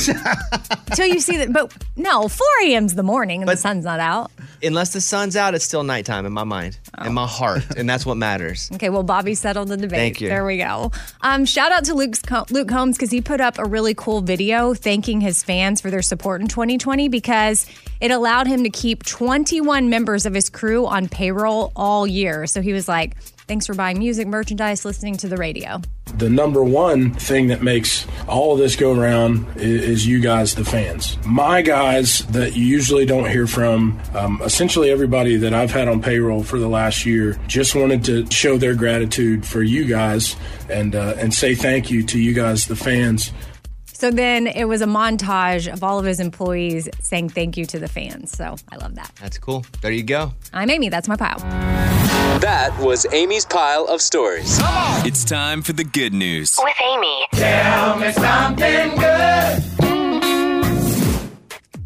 [SPEAKER 4] Until you see that, but no, four a.m.'s the morning and the sun's not out.
[SPEAKER 3] Unless the sun's out, it's still nighttime in my mind, in
[SPEAKER 4] Oh.
[SPEAKER 3] my heart, and that's what matters.
[SPEAKER 4] Okay, well, Bobby settled the debate.
[SPEAKER 3] Thank you.
[SPEAKER 4] There we go. Um, shout out to Luke's, Co- Luke Combs because he put up a really cool video thanking his fans for their support in 2020 because it allowed him to keep 21 members of his crew on payroll all year. So he was like, thanks for buying music, merchandise, listening to the radio.
[SPEAKER 14] The number one thing that makes all of this go around i- is, you guys, the fans. My guys that you usually don't hear from, um, essentially everybody that I've had on payroll for the last year, just wanted to show their gratitude for you guys and uh, and say thank you to you guys, the fans.
[SPEAKER 4] So then it was a montage of all of his employees saying thank you to the fans. So I love that.
[SPEAKER 3] That's cool. There you go.
[SPEAKER 4] I'm Amy. That's my pile.
[SPEAKER 8] That was Amy's pile of stories. It's time for the good news.
[SPEAKER 21] With Amy.
[SPEAKER 8] Tell me something good.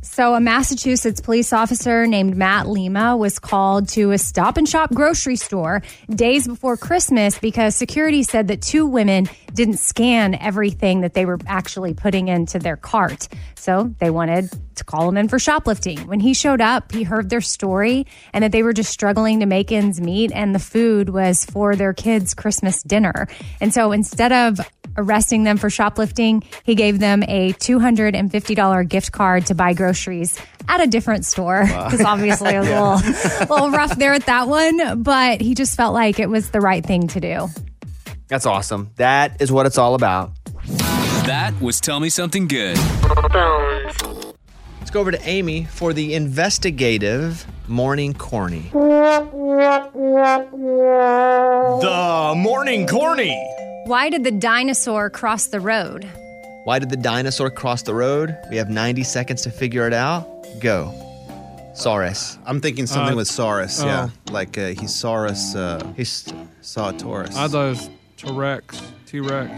[SPEAKER 4] So, a Massachusetts police officer named Matt Lima was called to a stop and shop grocery store days before Christmas because security said that two women didn't scan everything that they were actually putting into their cart. So, they wanted to call him in for shoplifting. When he showed up, he heard their story and that they were just struggling to make ends meet, and the food was for their kids' Christmas dinner. And so, instead of arresting them for shoplifting. He gave them a $250 gift card to buy groceries at a different store because obviously it was
[SPEAKER 22] Yeah.
[SPEAKER 4] a little, little rough there at that one, but he just felt like it was the right thing to do.
[SPEAKER 23] That's awesome. That is what it's all about.
[SPEAKER 8] That was Tell Me Something Good.
[SPEAKER 3] Let's go over to Amy for the investigative morning corny.
[SPEAKER 4] The
[SPEAKER 3] morning corny.
[SPEAKER 4] Why did the dinosaur cross the road?
[SPEAKER 3] Why did the dinosaur cross the road? We have 90 seconds to figure it out. Go. Saurus.
[SPEAKER 1] I'm thinking something
[SPEAKER 3] Uh,
[SPEAKER 1] with Saurus, yeah.
[SPEAKER 3] oh.
[SPEAKER 1] Like uh, he Saurus. Uh,
[SPEAKER 3] he
[SPEAKER 1] saw a Taurus.
[SPEAKER 5] I thought it was T-Rex. T-Rex.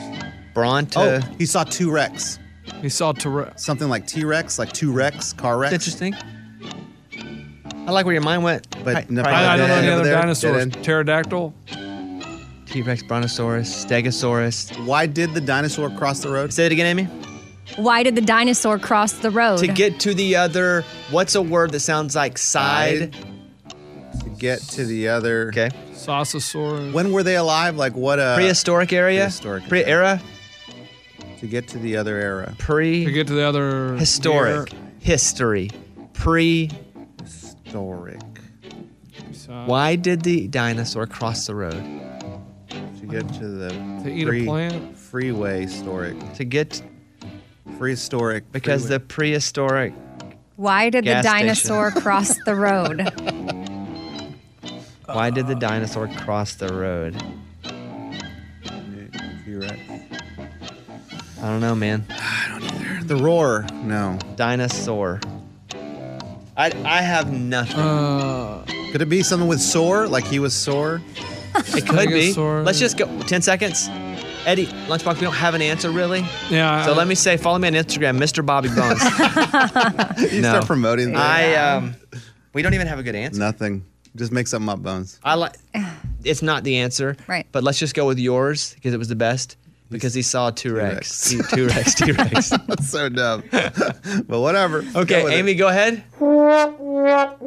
[SPEAKER 1] Oh, he saw two Rex.
[SPEAKER 5] He saw T Rex.
[SPEAKER 1] Something like T Rex, like two Rex, car Rex.
[SPEAKER 3] Interesting. I like where your mind went. But
[SPEAKER 5] I, I don't know any other dinosaurs. Pterodactyl.
[SPEAKER 3] T Rex, Brontosaurus, Stegosaurus.
[SPEAKER 1] Why did the dinosaur cross the road?
[SPEAKER 3] Say it again, Amy.
[SPEAKER 4] Why did the dinosaur cross the road?
[SPEAKER 3] To get to the other, what's a word that sounds like side?
[SPEAKER 1] To get to the other. Okay.
[SPEAKER 5] Sausasaurus.
[SPEAKER 1] When were they alive? Like what a
[SPEAKER 3] prehistoric area?
[SPEAKER 1] Prehistoric.
[SPEAKER 3] Pre era?
[SPEAKER 1] To get to the other era.
[SPEAKER 3] Pre.
[SPEAKER 5] To get to the other.
[SPEAKER 3] Historic. History. Pre.
[SPEAKER 1] Historic.
[SPEAKER 3] Why did the dinosaur cross the road?
[SPEAKER 1] To get to the.
[SPEAKER 5] To eat a plant?
[SPEAKER 1] Freeway historic.
[SPEAKER 3] To get.
[SPEAKER 1] Prehistoric.
[SPEAKER 3] Because
[SPEAKER 1] freeway.
[SPEAKER 3] the prehistoric.
[SPEAKER 4] Why did the
[SPEAKER 3] Gas station.
[SPEAKER 4] dinosaur cross the road?
[SPEAKER 3] Why did the dinosaur cross the road?
[SPEAKER 1] T-Rex.
[SPEAKER 3] I don't know, man.
[SPEAKER 1] The roar. No.
[SPEAKER 3] Dinosaur. I I have nothing.
[SPEAKER 1] Uh, Could it be something with sore? Like he was sore?
[SPEAKER 3] it could be. Let's just go. Ten seconds. Eddie, lunchbox. We don't have an answer really.
[SPEAKER 5] Yeah.
[SPEAKER 3] So let me say, follow me on Instagram, Mr. Bobby Bones.
[SPEAKER 1] You
[SPEAKER 3] No.
[SPEAKER 1] start promoting that.
[SPEAKER 3] I um, we don't even have a good answer.
[SPEAKER 1] Nothing. Just make something up, Bones.
[SPEAKER 3] I like. It's not the answer.
[SPEAKER 4] Right.
[SPEAKER 3] But let's just go with yours because it was the best. Because he saw T Rex. T Rex. T Rex.
[SPEAKER 1] That's so dumb. but whatever.
[SPEAKER 3] Okay, Amy, go ahead.
[SPEAKER 4] the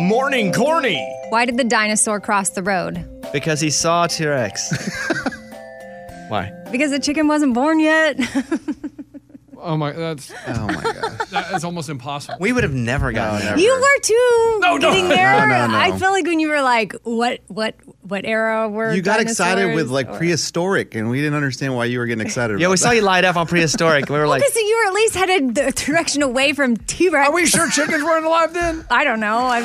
[SPEAKER 6] morning corny.
[SPEAKER 4] Why did the dinosaur cross the road?
[SPEAKER 3] Because he saw T Rex. Why?
[SPEAKER 4] Because the chicken wasn't born yet.
[SPEAKER 5] Oh my, that's.
[SPEAKER 1] Oh my god.
[SPEAKER 5] that is almost impossible.
[SPEAKER 3] We would have never gotten that.
[SPEAKER 4] you were too
[SPEAKER 5] No, no.
[SPEAKER 4] getting there.
[SPEAKER 1] No, no, no.
[SPEAKER 4] I feel like when you were like, what, what, what era were
[SPEAKER 1] You got excited
[SPEAKER 4] dinosaurs?
[SPEAKER 1] with like prehistoric, and we didn't understand why you were getting excited.
[SPEAKER 3] Yeah,
[SPEAKER 1] about
[SPEAKER 3] we saw
[SPEAKER 1] that.
[SPEAKER 3] you light up on prehistoric. We were like,
[SPEAKER 4] Okay, so you were at least headed the direction away from T Rex. Are we
[SPEAKER 5] sure chickens weren't alive then?
[SPEAKER 4] I don't know.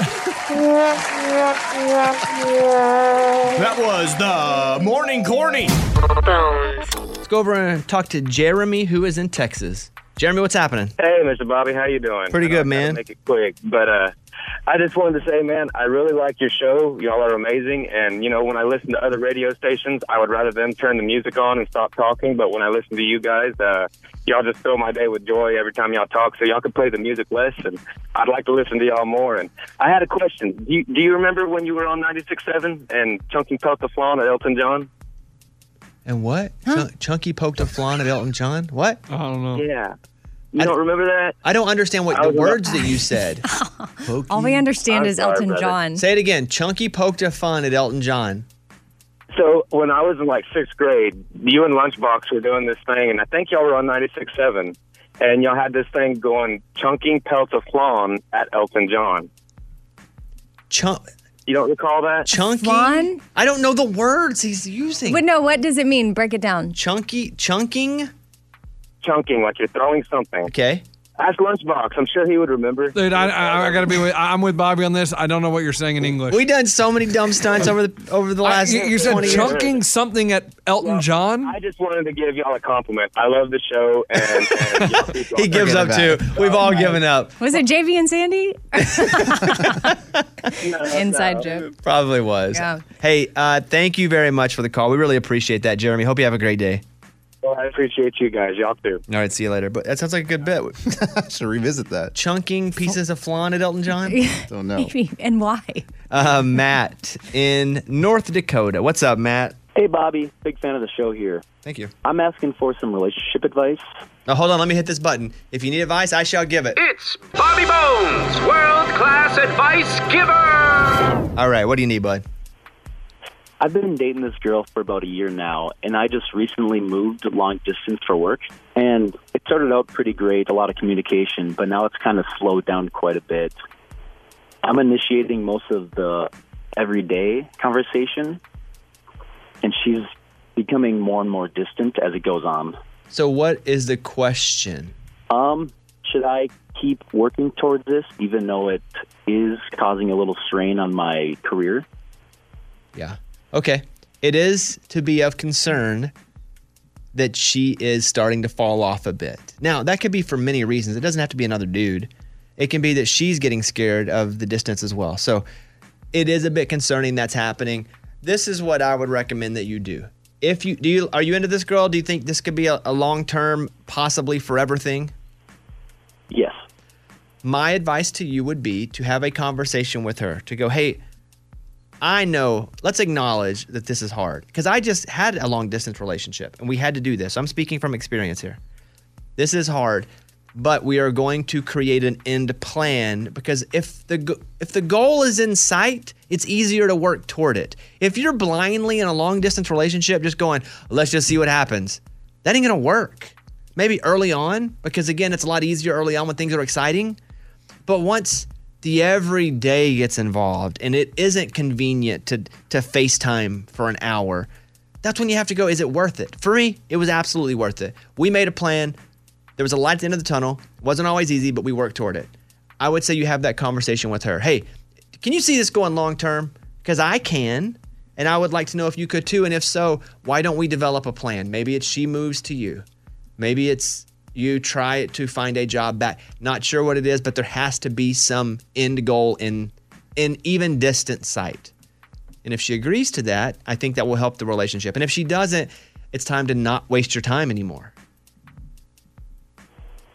[SPEAKER 4] I'm...
[SPEAKER 6] That was the morning corny.
[SPEAKER 3] let's go over and talk to Jeremy, who is in Texas. Jeremy, what's happening?
[SPEAKER 17] Hey, Mr. Bobby, how you doing?
[SPEAKER 3] Pretty
[SPEAKER 17] I
[SPEAKER 3] good,
[SPEAKER 17] know I gotta
[SPEAKER 3] man.
[SPEAKER 17] Make it quick, but uh, I just wanted to say, man, I really like your show. Y'all are amazing, and you know, when I listen to other radio stations, I would rather them turn the music on and stop talking. But when I listen to you guys, uh, y'all just fill my day with joy every time y'all talk. So y'all can play the music less, and I'd like to listen to y'all more. And I had a question. Do you, do you remember when you were on 96.7 and Chunky Pelt the Flan at Elton John?
[SPEAKER 3] And what? Chunk- Chunky poked a flan of Elton John? What?
[SPEAKER 5] I don't know.
[SPEAKER 17] Yeah. You don't remember that?
[SPEAKER 3] I don't understand what
[SPEAKER 17] I
[SPEAKER 3] the
[SPEAKER 17] was-
[SPEAKER 3] words that you said.
[SPEAKER 4] All we
[SPEAKER 17] I'm
[SPEAKER 4] understand is
[SPEAKER 17] sorry,
[SPEAKER 4] Elton
[SPEAKER 17] brother.
[SPEAKER 4] John.
[SPEAKER 3] Say it again. Chunky poked a fun at Elton John.
[SPEAKER 17] So when I was in like sixth grade, you and Lunchbox were doing this thing, and I think y'all were on 96.7, and y'all had this thing going, chunking pelt of flan at Elton John.
[SPEAKER 3] Chunk.
[SPEAKER 17] You don't recall that?
[SPEAKER 3] Chunky.
[SPEAKER 4] Flan?
[SPEAKER 3] I don't know the words he's using.
[SPEAKER 4] But no, what does it mean? Break it down.
[SPEAKER 3] Chunky, chunking.
[SPEAKER 17] Chunking, like you're throwing something.
[SPEAKER 3] Okay.
[SPEAKER 17] Ask Lunchbox. I'm sure he would remember.
[SPEAKER 5] Dude, I, I, I gotta be with. I- I'm with Bobby on this. I don't know what you're saying in English.
[SPEAKER 3] We done so many dumb stunts over the over the
[SPEAKER 5] I-
[SPEAKER 3] last.
[SPEAKER 5] you, you said
[SPEAKER 3] 20 years.
[SPEAKER 5] chunking something at Elton John.
[SPEAKER 17] I just wanted to give y'all a compliment. I love the show, and, and y'all keep
[SPEAKER 3] He
[SPEAKER 17] on
[SPEAKER 3] gives
[SPEAKER 17] bringing
[SPEAKER 3] up
[SPEAKER 17] it Oh,
[SPEAKER 3] too.
[SPEAKER 17] back.
[SPEAKER 3] We've all given up.
[SPEAKER 4] Was it JV and Sandy? Inside joke.
[SPEAKER 3] Probably was.
[SPEAKER 4] Yeah.
[SPEAKER 3] Hey, uh, thank you very much for the call. We really appreciate that, Jeremy. Hope you have a great day.
[SPEAKER 17] Well, I appreciate you guys. Y'all too.
[SPEAKER 3] All right, see you later. But that sounds like a good bet.
[SPEAKER 1] Should revisit that.
[SPEAKER 3] Chunking pieces of flan at Elton John.
[SPEAKER 1] Don't know.
[SPEAKER 4] and why?
[SPEAKER 3] Uh, Matt in North Dakota. What's up, Matt?
[SPEAKER 24] Hey, Bobby. Big fan of the show here.
[SPEAKER 3] Thank you.
[SPEAKER 24] I'm asking for some relationship advice.
[SPEAKER 3] Now hold on, let me hit this button. If you need advice, I shall give it.
[SPEAKER 8] It's Bobby Bones, world class advice giver.
[SPEAKER 3] All right, what do you need, bud?
[SPEAKER 24] I've been dating this girl for about a year now, and I just recently moved long distance for work. And it started out pretty great, a lot of communication, but now it's kind of slowed down quite a bit. I'm initiating most of the everyday conversation, and she's becoming more and more distant as it goes on.
[SPEAKER 3] So, what is the question?
[SPEAKER 24] Um, should I keep working towards this, even though it is causing a little strain on my career?
[SPEAKER 3] Yeah. Okay. It is to be of concern that she is starting to fall off a bit. Now, that could be for many reasons. It doesn't have to be another dude, it can be that she's getting scared of the distance as well. So, it is a bit concerning that's happening. This is what I would recommend that you do. If you do, you, are you into this girl? Do you think this could be a, a long term, possibly forever thing?
[SPEAKER 24] Yes.
[SPEAKER 3] my advice to you would be to have a conversation with her to go, hey, I know, let's acknowledge that this is hard. Because I just had a long distance relationship and we had to do this. I'm speaking from experience here. This is hard, but we are going to create an end plan because if the go- if the goal is in sight, it's easier to work toward it. If you're blindly in a long distance relationship just going, let's just see what happens, that ain't going to work. Maybe early on because again, it's a lot easier early on when things are exciting, but once the everyday gets involved and it isn't convenient to to FaceTime for an hour, that's when you have to go, is it worth it? For me, it was absolutely worth it. We made a plan. There was a light at the end of the tunnel. It wasn't always easy, but we worked toward it. I would say you have that conversation with her. Hey, can you see this going long term? Because I can. And I would like to know if you could too. And if so, why don't we develop a plan? Maybe it's she moves to you. Maybe it's you try to find a job back. Not sure what it is, but there has to be some end goal in in even distant sight. And if she agrees to that, I think that will help the relationship. And if she doesn't, it's time to not waste your time anymore.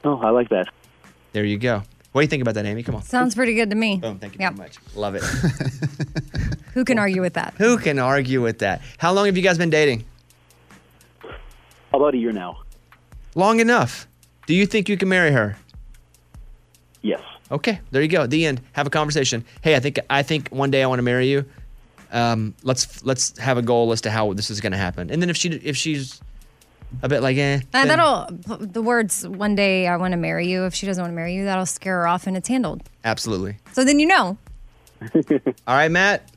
[SPEAKER 25] Oh, I like that.
[SPEAKER 3] There you go. What do you think about that, Amy? Come on.
[SPEAKER 4] Sounds pretty good to me.
[SPEAKER 1] Oh,
[SPEAKER 3] Boom. Thank you
[SPEAKER 4] Yep.
[SPEAKER 3] very much. Love it.
[SPEAKER 4] Who can argue with that?
[SPEAKER 3] Who can argue with that? How long have you guys been dating?
[SPEAKER 25] About a year now.
[SPEAKER 3] Long enough. Do you think you can marry her?
[SPEAKER 25] Yes.
[SPEAKER 3] Okay, there you go. The end. Have a conversation. Hey, I think I think one day I want to marry you. Um, let's let's have a goal as to how this is going to happen. And then if she if she's a bit like eh,
[SPEAKER 4] Uh,
[SPEAKER 3] then
[SPEAKER 4] that'll the words one day I want to marry you. If she doesn't want to marry you, that'll scare her off, and it's handled.
[SPEAKER 3] absolutely.
[SPEAKER 4] So then you know.
[SPEAKER 3] All right, Matt.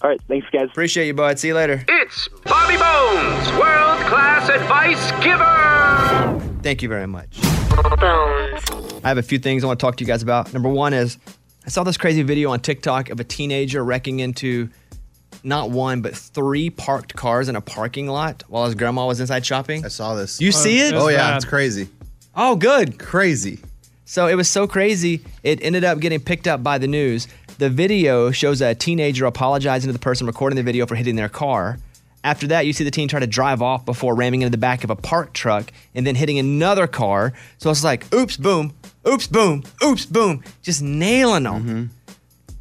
[SPEAKER 25] All right, thanks guys.
[SPEAKER 3] Appreciate you, bud. See you later.
[SPEAKER 8] It's Bobby Bones, world class advice giver.
[SPEAKER 3] Thank you very much. I have a few things I want to talk to you guys about. Number one is I saw this crazy video on TikTok of a teenager wrecking into not one but three parked cars in a parking lot while his grandma was inside shopping. I
[SPEAKER 1] saw this.
[SPEAKER 3] You see it?
[SPEAKER 1] Oh, yeah. It's crazy.
[SPEAKER 3] Oh, good.
[SPEAKER 1] Crazy.
[SPEAKER 3] So it was so crazy, it ended up getting picked up by the news. The video shows a teenager apologizing to the person recording the video for hitting their car. After that, you see the teen try to drive off before ramming into the back of a parked truck and then hitting another car. So it's like, oops, boom, oops, boom, oops, boom, just nailing them.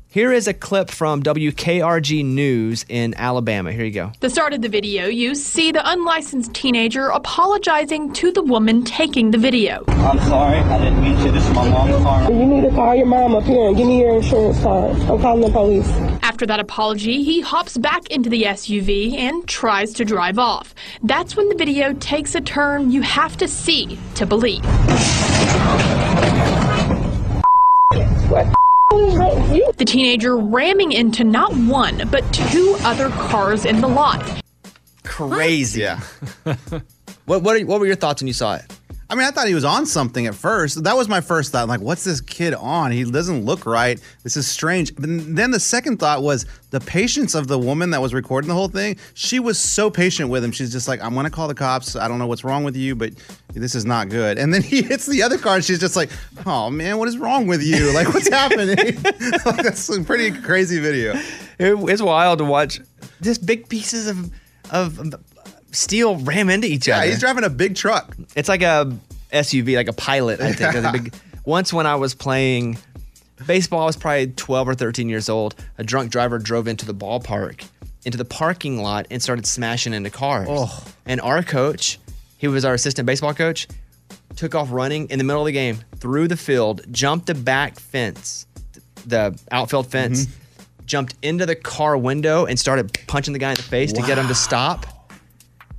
[SPEAKER 3] Here is a clip from WKRG News in Alabama. Here you go.
[SPEAKER 26] The start of the video, you see the unlicensed teenager apologizing to the woman taking the video.
[SPEAKER 27] I'm sorry, I didn't mean to. This is my mom's car. You need to call your mom up here and give me your insurance card. I'm calling the police.
[SPEAKER 26] After that apology, he hops back into the SUV and tries to drive off. That's when the video takes a turn you have to see to believe. The teenager ramming into not one, but two other cars in the lot.
[SPEAKER 3] Crazy. Yeah. what, what, are, what were your thoughts when you saw it?
[SPEAKER 1] I mean, I thought he was on something at first. That was my first thought. like, what's this kid on? He doesn't look right. This is strange. But then the second thought was the patience of the woman that was recording the whole thing. She was so patient with him. She's just like, I'm going to call the cops. I don't know what's wrong with you, but this is not good. And then he hits the other car and she's just like, oh man, what is wrong with you? Like, what's happening? like, that's a pretty crazy video.
[SPEAKER 3] it's wild to watch. Just big pieces of of steel ram into each other.
[SPEAKER 1] he's driving a big truck.
[SPEAKER 3] It's like a SUV, like a pilot. I think. There's a big- once when I was playing baseball, I was probably 12 or 13 years old. A drunk driver drove into the ballpark, into the parking lot, and started smashing into cars.
[SPEAKER 1] Oh.
[SPEAKER 3] And our coach, he was our assistant baseball coach, took off running in the middle of the game, through the field, jumped the back fence, th- the outfield fence,
[SPEAKER 1] Mm-hmm.
[SPEAKER 3] jumped into the car window and started punching the guy in the face to get him to stop.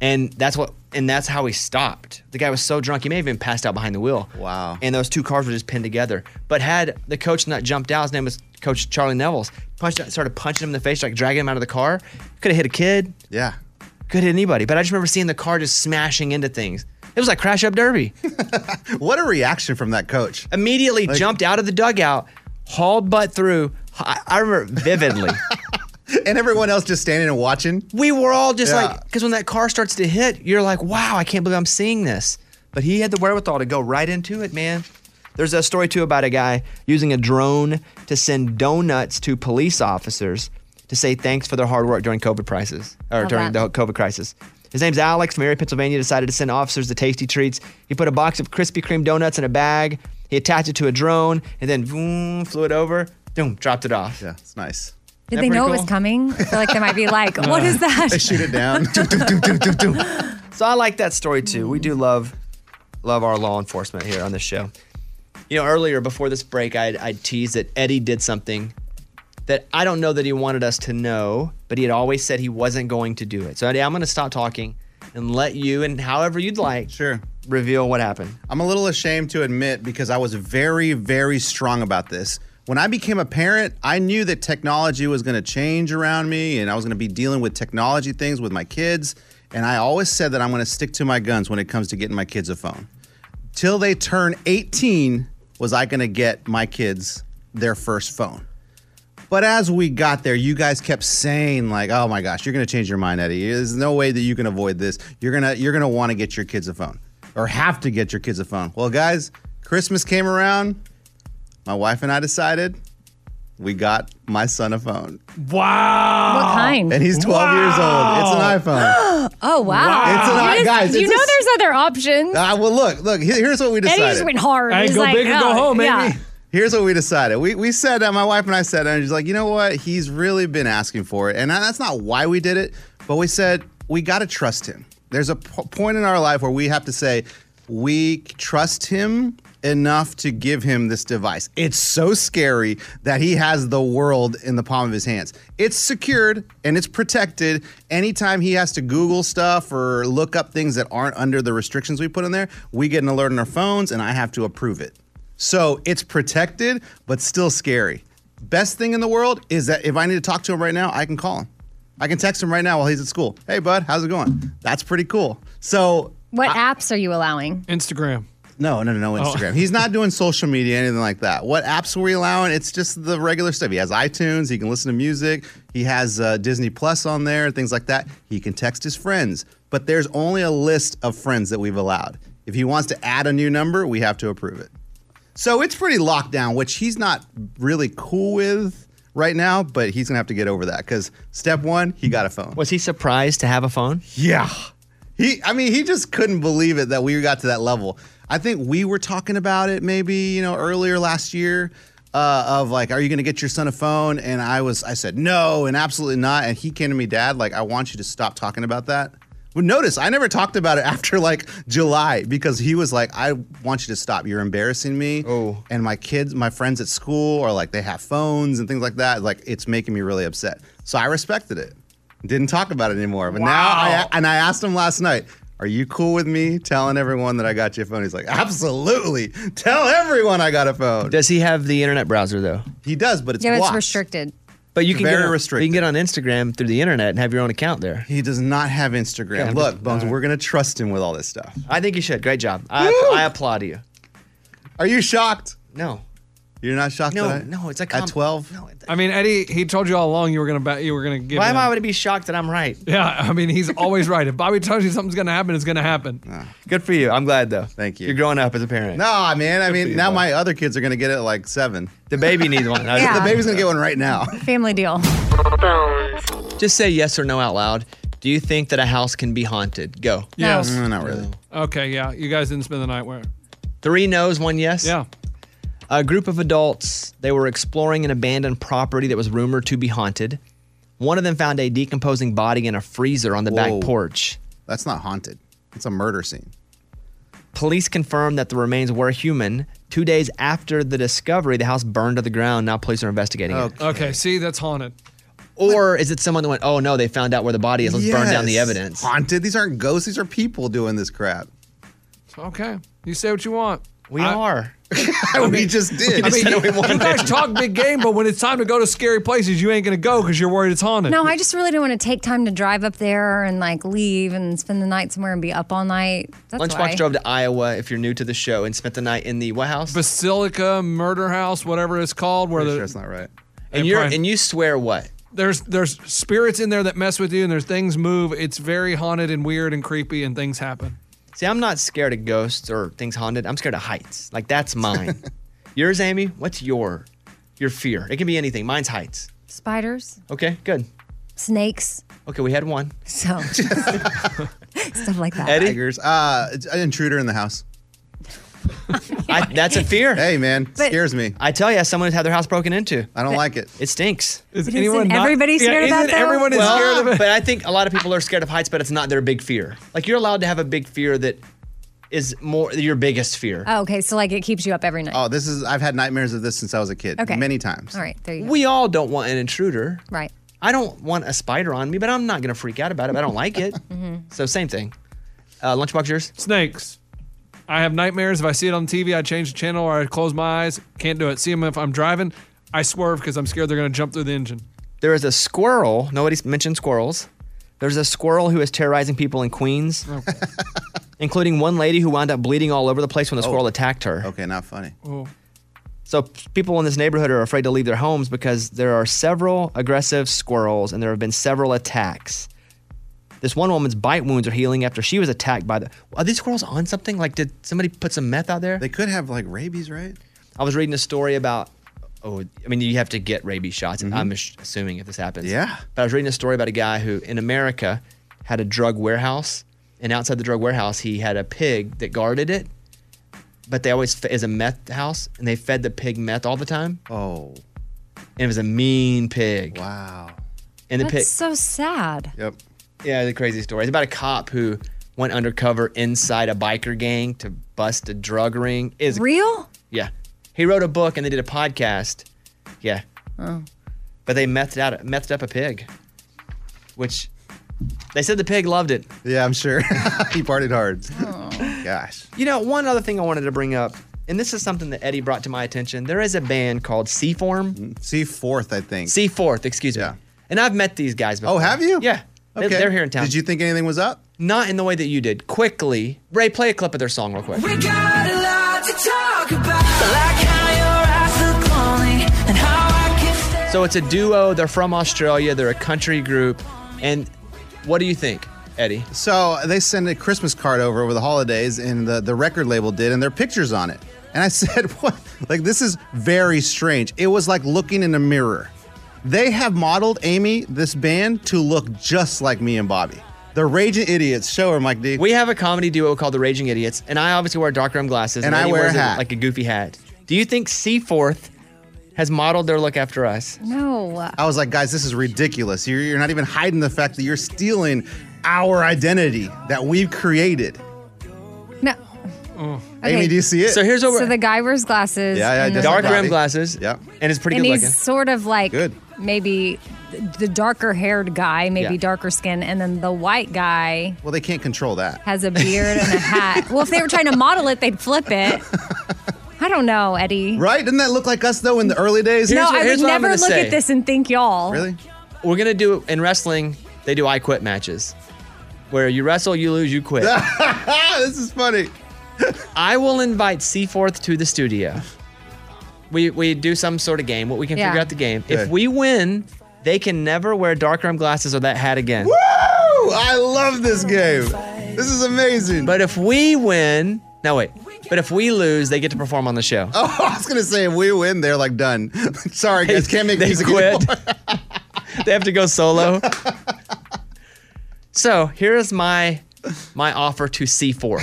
[SPEAKER 3] And that's what and that's how he stopped. The guy was so drunk, he may have been passed out behind the wheel. Wow. And those two cars were just pinned together. But had the coach not jumped out, his name was Coach Charlie Nevels, punched out, started punching him in the face, like dragging him out of the car. Could have hit a kid.
[SPEAKER 1] Yeah.
[SPEAKER 3] Could hit anybody. But I just remember seeing the car just smashing into things. It was like crash up derby.
[SPEAKER 1] what a reaction from that coach.
[SPEAKER 3] Immediately jumped out of the dugout, hauled butt through. I, I remember vividly.
[SPEAKER 1] and everyone else just standing and watching.
[SPEAKER 3] We were all just like, because when that car starts to hit, you're like, wow, I can't believe I'm seeing this. But he had the wherewithal to go right into it, man. There's a story too about a guy using a drone to send donuts to police officers to say thanks for their hard work during COVID crisis or
[SPEAKER 6] Love
[SPEAKER 3] during
[SPEAKER 6] that.
[SPEAKER 3] the COVID crisis. His name's Alex from Erie, Pennsylvania. Decided to send officers the tasty treats. He put a box of Krispy Kreme donuts in a bag
[SPEAKER 28] He attached it to a drone and then boom, flew it over, boom, dropped it off. Yeah,
[SPEAKER 1] it's nice.
[SPEAKER 4] Did they know it was coming? I feel like they might be like, what
[SPEAKER 3] Uh,
[SPEAKER 4] is that?
[SPEAKER 1] down.
[SPEAKER 28] so
[SPEAKER 3] I like that story too. We do love love our law enforcement here on this show. You know, earlier before this break, I I teased that Eddie did something that I don't know that he wanted us to know, but he had always said he wasn't going to do it. So Eddie, I'm going to stop talking and let you and however you'd like.
[SPEAKER 1] Sure.
[SPEAKER 3] Reveal what happened.
[SPEAKER 1] I'm a little ashamed to admit because I was very, very strong about this. When I became a parent, I knew that technology was going to change around me and I was going to be dealing with technology things with my kids. And I always said that I'm going to stick to my guns when it comes to getting my kids a phone. Till they turn 18, was I going to get my kids their first phone. But as we got there, you guys kept saying like, "Oh my gosh, you're going to change your mind, Eddie. There's no way that you can avoid this. You're going to you're going to want to get your kids a phone or have to get your kids a phone." Well, guys, Christmas came around. My wife and I decided we got my son a phone.
[SPEAKER 5] Wow.
[SPEAKER 4] What kind?
[SPEAKER 1] And he's 12 years old. It's an iPhone.
[SPEAKER 4] oh wow!
[SPEAKER 1] Wow. It's an
[SPEAKER 4] You
[SPEAKER 1] i-
[SPEAKER 4] just-
[SPEAKER 1] guys,
[SPEAKER 4] You
[SPEAKER 1] it's
[SPEAKER 4] know,
[SPEAKER 1] a s-
[SPEAKER 4] there's other options.
[SPEAKER 1] Ah, well, look, look. here- Here's what we
[SPEAKER 4] Eddie just
[SPEAKER 1] decided.
[SPEAKER 4] went hard. Hey, He's go like, big or go "Oh, home, yeah." Amy.
[SPEAKER 1] Here's what we decided. We we said uh, my wife and I said, and she's like, you know what? He's really been asking for it, and that- that's not why we did it. But we said we got to trust him. There's a po- point in our life where we have to say we trust him enough to give him this device. It's so scary that he has the world in the palm of his hands. It's secured and it's protected. Anytime he has to Google stuff or look up things that aren't under the restrictions we put in there, we get an alert on our phones and I have to approve it. So it's protected, but still scary. Best thing in the world is that if I need to talk to him right now, I can call him. I can text him right now while he's at school. Hey, bud, how's it going? That's pretty cool. So
[SPEAKER 4] What apps are you allowing?
[SPEAKER 5] Instagram.
[SPEAKER 1] No, no,
[SPEAKER 3] Oh.
[SPEAKER 1] no, no Instagram. He's not doing social media, anything like that. What apps were we allowing? It's just the regular stuff. He has iTunes. He can listen to music. He has uh, Disney Plus on there, things like that. He can text his friends. But there's only a list of friends that we've allowed. If he wants to add a new number, we have to approve it. So it's pretty locked down, which he's not really cool with right now, but he's going to have to get over that because step one, he got a phone.
[SPEAKER 3] Was he surprised to have a phone?
[SPEAKER 1] Yeah. He I mean, he just couldn't believe it that we got to that level. I think we were talking about it maybe, you know, earlier last year uh, of like, are you going to get your son a phone? And I was I said, "No, and absolutely not." And he came to me, "Dad, like I want you to stop talking about that." Well, notice I never talked about it after like July because he was like, I want you to stop. You're embarrassing me. Oh. And my kids, my friends at school are like, they have phones and things like that. Like, it's making me really upset. So I respected it. Didn't talk about it anymore. But now, I, and I asked him last night, are you cool with me telling everyone that I got you a phone? He's like, absolutely. Tell everyone I got a phone.
[SPEAKER 3] Does he have the internet browser though?
[SPEAKER 1] He does, but it's
[SPEAKER 4] yeah, it's
[SPEAKER 1] blocked.
[SPEAKER 4] restricted.
[SPEAKER 3] But you can
[SPEAKER 1] Very
[SPEAKER 3] get on,
[SPEAKER 1] restricted.
[SPEAKER 3] You can get on Instagram through the internet and have your own account there.
[SPEAKER 1] He does not have Instagram.
[SPEAKER 3] Yeah, I'm
[SPEAKER 1] Look,
[SPEAKER 3] just- uh,
[SPEAKER 1] Bones, we're going to trust him with all this stuff.
[SPEAKER 3] I think you should. Great job. I, I applaud you.
[SPEAKER 1] Are you shocked?
[SPEAKER 3] No.
[SPEAKER 1] You're not shocked?
[SPEAKER 3] No,
[SPEAKER 1] that I-
[SPEAKER 3] no, it's a
[SPEAKER 1] At 12?
[SPEAKER 5] I mean, Eddie, he told you all along you were gonna ba- you were gonna give.
[SPEAKER 3] Why
[SPEAKER 5] him.
[SPEAKER 3] am I going to be shocked that I'm right?
[SPEAKER 5] Yeah, I mean, he's always right. If Bobby tells you something's gonna happen, it's gonna happen.
[SPEAKER 3] Good for Ah. you. I'm glad though.
[SPEAKER 1] Thank you.
[SPEAKER 3] You're growing up as a parent.
[SPEAKER 1] No, man. I mean, now my other kids are going to get it at like seven.
[SPEAKER 3] The baby needs one.
[SPEAKER 1] The baby's going to get one right now.
[SPEAKER 4] Family deal.
[SPEAKER 3] Just say yes or no out loud. Do you think that a house can be haunted? Go.
[SPEAKER 5] Yes.
[SPEAKER 1] No, not really.
[SPEAKER 5] Okay, yeah, you guys didn't spend the night where.
[SPEAKER 3] Three no's, one yes.
[SPEAKER 5] Yeah.
[SPEAKER 3] A group of adults, they were exploring an abandoned property that was rumored to be haunted. One of them found a decomposing body in a freezer on the
[SPEAKER 1] Whoa.
[SPEAKER 3] back porch.
[SPEAKER 1] That's not haunted. It's a murder scene.
[SPEAKER 3] Police confirmed that the remains were human. Two days after the discovery, the house burned to the ground. Now police are investigating
[SPEAKER 1] Oh,
[SPEAKER 3] it.
[SPEAKER 5] Okay, see, that's haunted.
[SPEAKER 3] Or is it someone that went, oh no, they found out where the body is. Let's burn down the
[SPEAKER 1] Yes.
[SPEAKER 3] evidence.
[SPEAKER 1] Haunted. These aren't ghosts. These are people doing this crap.
[SPEAKER 5] Okay, you say what you want.
[SPEAKER 3] We are.
[SPEAKER 1] we just did.
[SPEAKER 5] I mean, you, you guys talk big game, but when it's time to go to scary places, you ain't gonna go because you're worried it's haunted.
[SPEAKER 4] No, I just really didn't want to take time to drive up there and like leave and spend the night somewhere and be up all night. That's
[SPEAKER 3] Lunchbox
[SPEAKER 4] why.
[SPEAKER 3] drove to Iowa, if you're new to the show, and spent the night in the what house?
[SPEAKER 5] Basilica Murder House, whatever it's called, where the
[SPEAKER 3] sure
[SPEAKER 1] it's not right.
[SPEAKER 3] And you're and you swear what?
[SPEAKER 5] There's there's spirits in there that mess with you, and there's things move. It's very haunted and weird and creepy, and things happen.
[SPEAKER 3] See, I'm not scared of ghosts or things haunted. I'm scared of heights. Like that's mine. Yours, Amy. What's your your fear? It can be anything. Mine's heights.
[SPEAKER 4] Spiders,
[SPEAKER 3] Okay, good.
[SPEAKER 4] snakes,
[SPEAKER 3] Okay, we had one.
[SPEAKER 4] so stuff like that.
[SPEAKER 1] Tigers. Uh, it's an intruder in the house.
[SPEAKER 3] I, that's a fear. Hey,
[SPEAKER 1] man,
[SPEAKER 4] But-
[SPEAKER 1] scares me.
[SPEAKER 3] I tell you, someone has had their house broken into.
[SPEAKER 1] I don't like it.
[SPEAKER 3] It stinks.
[SPEAKER 5] Is
[SPEAKER 4] But isn't anyone not- everybody Yeah, scared of isn't that, though? everyone is
[SPEAKER 3] well,
[SPEAKER 4] scared of it?
[SPEAKER 3] But I think a lot of people are scared of heights, but it's not their big fear. Like you're allowed to have a big fear that is more your biggest fear.
[SPEAKER 4] Oh, okay, so like it keeps you up every
[SPEAKER 3] Um,
[SPEAKER 4] night.
[SPEAKER 1] Oh, this is I've had nightmares of this since I was a kid.
[SPEAKER 4] Okay.
[SPEAKER 1] Many times.
[SPEAKER 4] All right, there you go.
[SPEAKER 3] We all don't want an intruder.
[SPEAKER 4] Right.
[SPEAKER 3] I don't want a spider on me, but I'm not gonna freak out about it. I don't like it.
[SPEAKER 4] Mm-hmm.
[SPEAKER 3] So same thing. Uh, lunchbox yours.
[SPEAKER 5] Snakes. I have nightmares. If I see it on TV, I change the channel or I close my eyes. Can't do it. See them if I'm driving. I swerve because I'm scared they're going to jump through the engine.
[SPEAKER 3] There is a squirrel. Nobody's mentioned squirrels. There's a squirrel who is terrorizing people in Queens, including one lady who wound up bleeding all over the place when the squirrel attacked her.
[SPEAKER 1] Oh. Okay, not funny.
[SPEAKER 5] Oh.
[SPEAKER 3] So p- people in this neighborhood are afraid to leave their homes because there are several aggressive squirrels and there have been several attacks. This one woman's bite wounds are healing after she was attacked by the. Are these squirrels on something? Like, did somebody put some meth out there? They
[SPEAKER 1] could have like rabies, right?
[SPEAKER 3] I was reading a story about. Oh, I mean, you have to get rabies shots. I'm ass- assuming if this happens.
[SPEAKER 1] Mm-hmm. Yeah.
[SPEAKER 3] But I was reading a story about a guy who in America had a drug warehouse, and outside the drug warehouse, he had a pig that guarded it. But they always fe- is a meth house, and they fed the pig meth all the time.
[SPEAKER 1] Oh.
[SPEAKER 3] And it was a mean pig.
[SPEAKER 1] Wow.
[SPEAKER 3] And the
[SPEAKER 4] That's
[SPEAKER 3] pig.
[SPEAKER 4] so sad.
[SPEAKER 1] Yep.
[SPEAKER 3] Yeah, the crazy story. It's about a cop who went undercover inside a biker gang to bust a drug ring. Is
[SPEAKER 4] real?
[SPEAKER 3] Yeah, he wrote a book and they did a podcast. Yeah, Oh. but they methed out methed up a pig, which they said the pig loved it. Oh.
[SPEAKER 1] Yeah, I'm sure he partied hard. Gosh.
[SPEAKER 3] You know, one other thing I wanted to bring up, and this is something that Eddie brought to my attention. There is a band called C Form.
[SPEAKER 1] C Fourth, Mm-hmm. I think.
[SPEAKER 3] C Fourth, excuse me. And I've met these guys before.
[SPEAKER 1] Oh, have you?
[SPEAKER 3] Yeah. They-
[SPEAKER 1] Okay.
[SPEAKER 3] They're here in town.
[SPEAKER 1] Did you think anything was up?
[SPEAKER 3] Not in the way that you did. Quickly, Ray, play a clip of their song real quick.
[SPEAKER 8] Got a lot to talk about. Like how your eyes look lonely and how I can stay.
[SPEAKER 3] So it's a duo. They're from Australia. They're a country group. And what do you think, Eddie?
[SPEAKER 1] So they sent a Christmas card over over the holidays, and the, the record label did, and their pictures on it. And I said, "What? Like this is very strange. It was like looking in a mirror. They have modeled Amy, this band, to look just like me and Bobby. The Raging Idiots. Show her, Mike D.
[SPEAKER 3] We have a comedy duo called The Raging Idiots, and I obviously wear dark rim glasses,
[SPEAKER 1] And I
[SPEAKER 3] Eddie
[SPEAKER 1] wear a
[SPEAKER 3] wears
[SPEAKER 1] hat.
[SPEAKER 3] like a goofy hat. Do you think Seaforth has modeled their look after us?
[SPEAKER 4] No.
[SPEAKER 1] I was like, guys, this is ridiculous. You're, you're not even hiding the fact that you're stealing our identity that we've created.
[SPEAKER 4] No.
[SPEAKER 1] Amy, do you see it?
[SPEAKER 3] So here's what
[SPEAKER 4] So
[SPEAKER 3] we're
[SPEAKER 4] the guy wears glasses. and then-
[SPEAKER 3] dark rim glasses.
[SPEAKER 1] Yeah,
[SPEAKER 3] and it's pretty
[SPEAKER 4] and
[SPEAKER 3] good
[SPEAKER 4] he's
[SPEAKER 3] looking.
[SPEAKER 4] sort of like
[SPEAKER 3] Good.
[SPEAKER 4] maybe the darker haired guy, maybe
[SPEAKER 1] Yeah.
[SPEAKER 4] darker skin, and then the white guy
[SPEAKER 1] Well, they can't control that.
[SPEAKER 4] has a beard and a hat. Well, if they were trying to model it, they'd flip it. I don't know, Eddie.
[SPEAKER 1] Right? Didn't that look like us though in the early days?
[SPEAKER 4] no, I would never look at this and think y'all.
[SPEAKER 1] Really?
[SPEAKER 3] We're gonna do in wrestling. They do I quit matches, where you wrestle, you lose, you quit.
[SPEAKER 1] this is funny.
[SPEAKER 3] I will invite Seaforth to the studio. We we do some sort of game. What we can
[SPEAKER 4] Yeah.
[SPEAKER 3] figure out the game. If
[SPEAKER 1] Okay.
[SPEAKER 3] we win, they can never wear dark rim glasses or that hat again.
[SPEAKER 1] Woo! I love this game. This is amazing.
[SPEAKER 3] But if we win, no wait. But if we lose, they get to perform on the show.
[SPEAKER 1] Oh, I was gonna say if we win, they're like done. Sorry, guys, can't make
[SPEAKER 3] they
[SPEAKER 1] music
[SPEAKER 3] quit.
[SPEAKER 1] anymore.
[SPEAKER 3] they have to go solo. so here is my my offer to C4.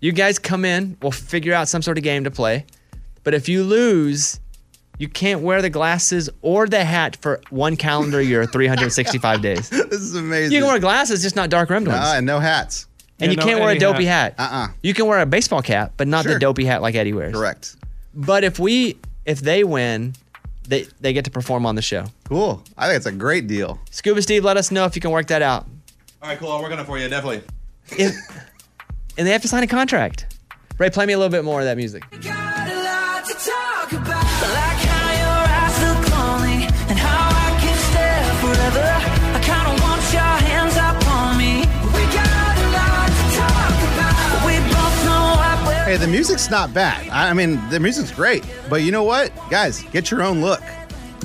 [SPEAKER 3] You guys come in, we'll figure out some sort of game to play. But if you lose, you can't wear the glasses or the hat for one calendar year, 365 days.
[SPEAKER 1] This is amazing.
[SPEAKER 3] You can wear glasses, just not dark rimmed ones.
[SPEAKER 1] Ah, and no hats.
[SPEAKER 3] And
[SPEAKER 1] Yeah,
[SPEAKER 3] you
[SPEAKER 1] no
[SPEAKER 3] can't wear a
[SPEAKER 1] Eddie
[SPEAKER 3] dopey hat.
[SPEAKER 1] hat. Uh-uh.
[SPEAKER 3] You can wear a baseball cap, but not the
[SPEAKER 1] Sure.
[SPEAKER 3] dopey hat like Eddie wears.
[SPEAKER 1] Correct.
[SPEAKER 3] But if we if they win, they they get to perform on the show.
[SPEAKER 1] Cool. I think it's a great deal.
[SPEAKER 3] Scuba Steve, let us know if you can work that out.
[SPEAKER 10] All right, cool. I'll work on it for you, definitely.
[SPEAKER 3] If, and they have to sign a contract. Ray, play me a little bit more of that music.
[SPEAKER 8] Got a lot to talk about. Like how your eyes look lonely and how I can stare forever. I kinda want your hands up on me. We got a lot to talk about. We both know what we're
[SPEAKER 1] Hey, the music's not bad. I I mean, the music's great. But you know what, guys, get your own look.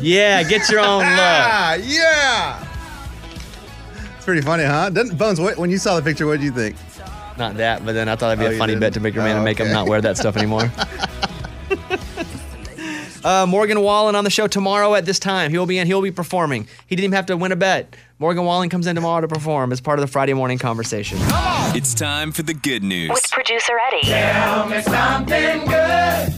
[SPEAKER 3] Yeah, get your own
[SPEAKER 1] look. yeah. It's pretty funny, huh? Doesn't, Bones, what, when you saw the picture, what did you think?
[SPEAKER 3] Not that, but then I thought that'd
[SPEAKER 1] Oh,
[SPEAKER 3] be a
[SPEAKER 1] you
[SPEAKER 3] funny
[SPEAKER 1] didn't?
[SPEAKER 3] bet to make your man
[SPEAKER 1] Oh,
[SPEAKER 3] and make him
[SPEAKER 1] okay.
[SPEAKER 3] not wear that stuff anymore. uh, Morgan Wallen on the show tomorrow at this time. He'll be in. He'll be performing. He didn't even have to win a bet. Morgan Wallen comes in tomorrow to perform as part of the Friday morning conversation.
[SPEAKER 8] It's time for the good news.
[SPEAKER 29] With producer Eddie.
[SPEAKER 6] Tell me something good.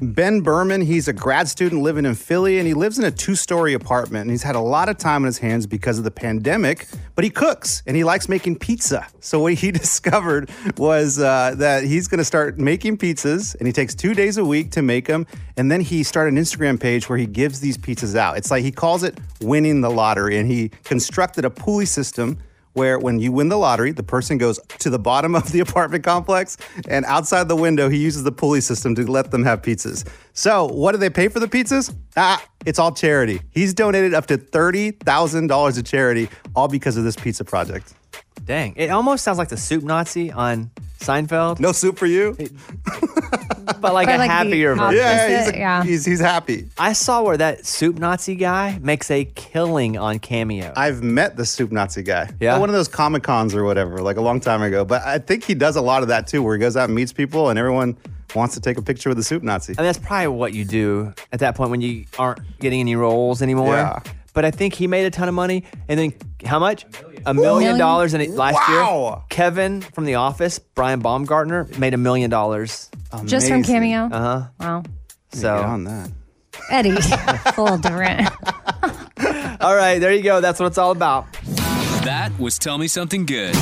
[SPEAKER 1] Ben Berman, he's a grad student living in Philly and he lives in a two story apartment. And he's had a lot of time on his hands because of the pandemic, but he cooks and he likes making pizza. So, what he discovered was uh, that he's going to start making pizzas and he takes two days a week to make them. And then he started an Instagram page where he gives these pizzas out. It's like he calls it winning the lottery and he constructed a pulley system where when you win the lottery, the person goes to the bottom of the apartment complex and outside the window, he uses the pulley system to let them have pizzas. So, what do they pay for the pizzas? Ah, it's all charity. He's donated up to $30,000 to charity, all because of this pizza project.
[SPEAKER 30] Dang, it almost sounds like the soup Nazi on Seinfeld.
[SPEAKER 1] No soup for you,
[SPEAKER 30] but like
[SPEAKER 4] Or
[SPEAKER 30] a
[SPEAKER 4] like the
[SPEAKER 30] happier version.
[SPEAKER 4] opposite, Yeah, he's a- yeah.
[SPEAKER 1] he's he's happy.
[SPEAKER 30] I saw where that soup Nazi guy makes a killing on Cameo.
[SPEAKER 1] I've met the soup Nazi guy.
[SPEAKER 30] Yeah.
[SPEAKER 1] At one of those Comic Cons or whatever, like a long time ago. But I think he does a lot of that too, where he goes out and meets people and everyone wants to take a picture with the soup Nazi.
[SPEAKER 30] I mean, that's probably what you do at that point when you aren't getting any roles anymore.
[SPEAKER 1] Yeah.
[SPEAKER 30] But I think he made a ton of money. And then how much? A million
[SPEAKER 1] Million?
[SPEAKER 30] dollars in it last year.
[SPEAKER 1] Wow.
[SPEAKER 30] Kevin from The Office, Brian Baumgartner, made a million dollars.
[SPEAKER 4] Just from Cameo?
[SPEAKER 30] Uh huh.
[SPEAKER 4] Wow.
[SPEAKER 30] So
[SPEAKER 1] on that.
[SPEAKER 4] Eddie, it's a little different.
[SPEAKER 30] All right, there you go. That's what it's all about.
[SPEAKER 8] That was Tell Me Something Good.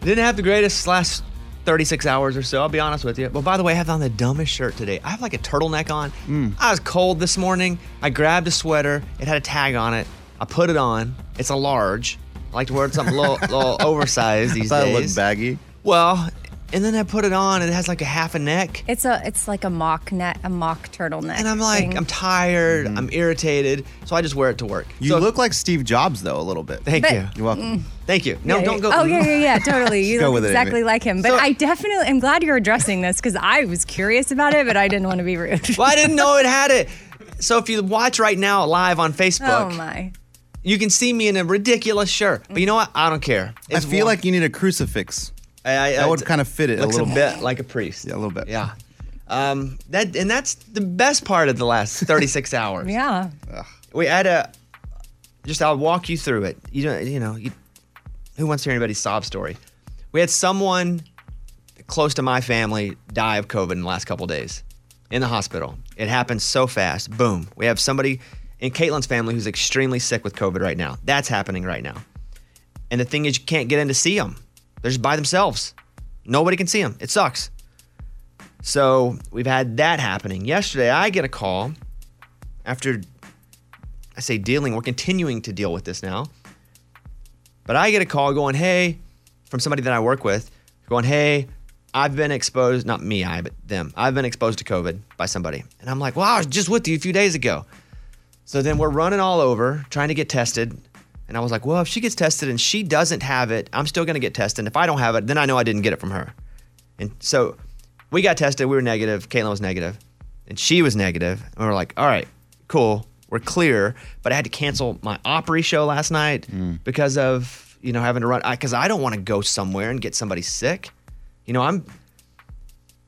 [SPEAKER 3] Didn't have the greatest last 36 hours or so, I'll be honest with you. Well, by the way, I have on the dumbest shirt today. I have like a turtleneck on.
[SPEAKER 1] Mm.
[SPEAKER 3] I was cold this morning. I grabbed a sweater, it had a tag on it. I put it on. It's a large. I like to wear something a little, little oversized these
[SPEAKER 1] thought it
[SPEAKER 3] days.
[SPEAKER 1] looked baggy.
[SPEAKER 3] Well, and then I put it on, and it has like a half a neck.
[SPEAKER 4] It's a it's like a mock net a mock turtleneck.
[SPEAKER 3] And I'm like, um, I'm tired, I'm irritated, so I just wear it to work.
[SPEAKER 1] Mm-hmm. You look like Steve Jobs though a little bit.
[SPEAKER 3] Thank
[SPEAKER 4] But-
[SPEAKER 3] you.
[SPEAKER 4] You're welcome.
[SPEAKER 3] Thank you. No,
[SPEAKER 4] Yeah,
[SPEAKER 3] don't go.
[SPEAKER 4] Oh yeah, yeah, yeah, totally. You
[SPEAKER 3] Go
[SPEAKER 4] look
[SPEAKER 3] with it, Amy.
[SPEAKER 4] exactly like him. But I definitely am glad you're addressing this because I was curious about it, but I didn't want to be rude.
[SPEAKER 3] well, I didn't know it had it. So if you watch right now live on Facebook,
[SPEAKER 4] Oh my.
[SPEAKER 3] you can see me in a ridiculous shirt. But you know what? I don't care.
[SPEAKER 1] I feel like you need a crucifix. that would kind of fit it a
[SPEAKER 3] looks a
[SPEAKER 1] little
[SPEAKER 3] bit like a priest.
[SPEAKER 1] a
[SPEAKER 3] Yeah,
[SPEAKER 1] little bit.
[SPEAKER 3] Yeah. Um, that and that's the best part of the last 36 hours.
[SPEAKER 4] Yeah.
[SPEAKER 3] We had a just I'll walk you through it. You don't you know, you, who wants to hear anybody's sob story? We had someone close to my family die of COVID in the last couple days in the hospital. It happened so fast. Boom. We have somebody in Caitlin's family who's extremely sick with COVID right now. That's happening right now. And the thing is, you can't get in to see them. They're just by themselves. Nobody can see them. It sucks. So we've had that happening. Yesterday, I get a call after I say dealing, we're continuing to deal with this now. But I get a call going, hey, from somebody that I work with, going, hey, I've been exposed, not me, I, but them. I've been exposed to COVID by somebody. And I'm like, well, I was just with you a few days ago. So then we're running all over trying to get tested. And I was like, well, if she gets tested and she doesn't have it, I'm still going to get tested. And if I don't have it, then I know I didn't get it from her. And so we got tested. We were negative. Caitlin was negative, and she was negative. And we were like, all right, cool. We're clear. But I had to cancel my Opry show last night because of, you know, having to run. Because I, don't want to go somewhere and get somebody sick. You know, I'm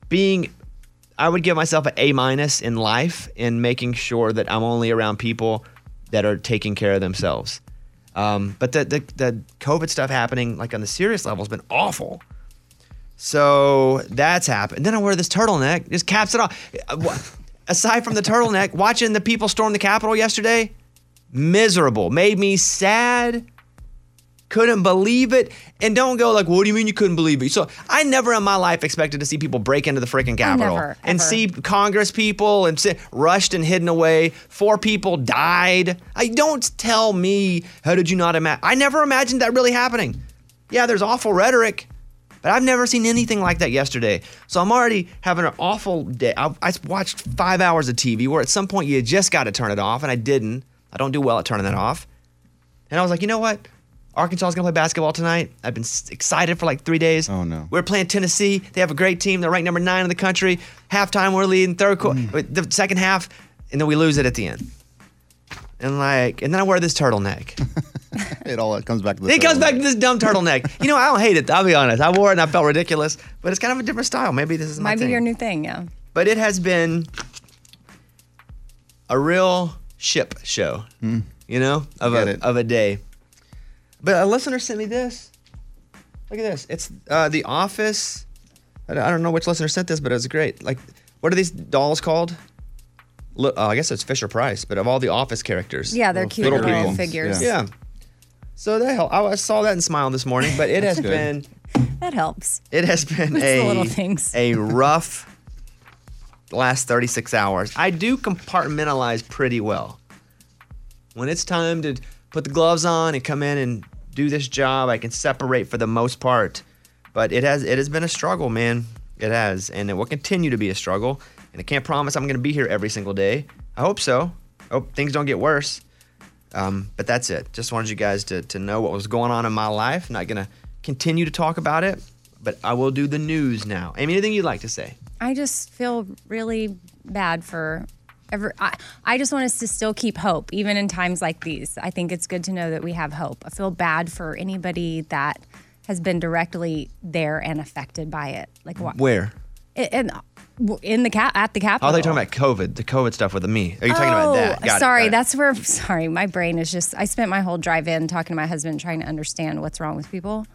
[SPEAKER 3] being, I would give myself an A minus in life in making sure that I'm only around people that are taking care of themselves. Um, but the, the, the COVID stuff happening, like on the serious level, has been awful. So that's happened. Then I wear this turtleneck, just caps it off. Uh, wha- Aside from the turtleneck, watching the people storm the Capitol yesterday, miserable, made me sad. Couldn't believe it. And don't go like, what do you mean you couldn't believe it? So I never in my life expected to see people break into the freaking Capitol
[SPEAKER 31] never,
[SPEAKER 3] and
[SPEAKER 31] ever.
[SPEAKER 3] see Congress people and sit, rushed and hidden away. Four people died. I don't tell me how did you not imagine? I never imagined that really happening. Yeah, there's awful rhetoric, but I've never seen anything like that yesterday. So I'm already having an awful day. I, I watched five hours of TV where at some point you just got to turn it off, and I didn't. I don't do well at turning that off. And I was like, you know what? Arkansas is going to play basketball tonight. I've been s- excited for like three days. Oh, no. We're playing Tennessee. They have a great team. They're ranked number nine in the country. Halftime, we're leading. Third quarter, the second half, and then we lose it at the end. And like, and then I wear this turtleneck.
[SPEAKER 1] it all comes back to the
[SPEAKER 3] It comes
[SPEAKER 1] turtleneck.
[SPEAKER 3] back to this dumb turtleneck. you know, I don't hate it. I'll be honest. I wore it and I felt ridiculous, but it's kind of a different style. Maybe this is my
[SPEAKER 4] Might be
[SPEAKER 3] thing.
[SPEAKER 4] your new thing, yeah.
[SPEAKER 3] but it has been
[SPEAKER 4] Hmm.
[SPEAKER 3] a real ship show, you know, of a, of a day. But a listener sent me this. Look at this. It's uh, The Office. I don't- I don't know which listener sent this, but it was great. Like, what are these dolls called? Look, uh, I guess it's Fisher Price, but of all the Office characters,
[SPEAKER 4] Yeah, they're cute little
[SPEAKER 3] people.
[SPEAKER 4] figures.
[SPEAKER 3] Yeah. So that helped. I I saw that and smiled this morning, but it
[SPEAKER 4] That's
[SPEAKER 3] has
[SPEAKER 4] good.
[SPEAKER 3] been
[SPEAKER 4] That helps.
[SPEAKER 3] it has been
[SPEAKER 4] It's the little
[SPEAKER 3] a,
[SPEAKER 4] things.
[SPEAKER 3] a rough last 36 hours. I do compartmentalize pretty well. When it's time to put the gloves on and come in and do this job, I can separate for the most part. But it has it has been a struggle, man. It has, and it will continue to be a struggle. And I can't promise I'm going to be here every single day. I hope so. I hope things don't get worse. Um, but that's it. Just wanted you guys to, to know what was going on in my life. Not going to continue to talk about it, but I will do the news now. Amy, anything you'd like to say?
[SPEAKER 4] I just feel really bad for ever. I, I just want us to still keep hope, even in times like these. I think it's good to know that we have hope. I feel bad for anybody that has been directly there and affected by it. Like what?
[SPEAKER 3] Where?
[SPEAKER 4] In, in the cap at the
[SPEAKER 3] Oh,
[SPEAKER 4] Capitol.
[SPEAKER 3] I thought you were talking about COVID, the COVID stuff with the me. Are you talking about
[SPEAKER 4] Oh,
[SPEAKER 3] that? Got it,
[SPEAKER 4] sorry,
[SPEAKER 3] got it.
[SPEAKER 4] that's where. Sorry, my brain is just. I spent my whole drive-in talking to my husband, trying to understand what's wrong with people,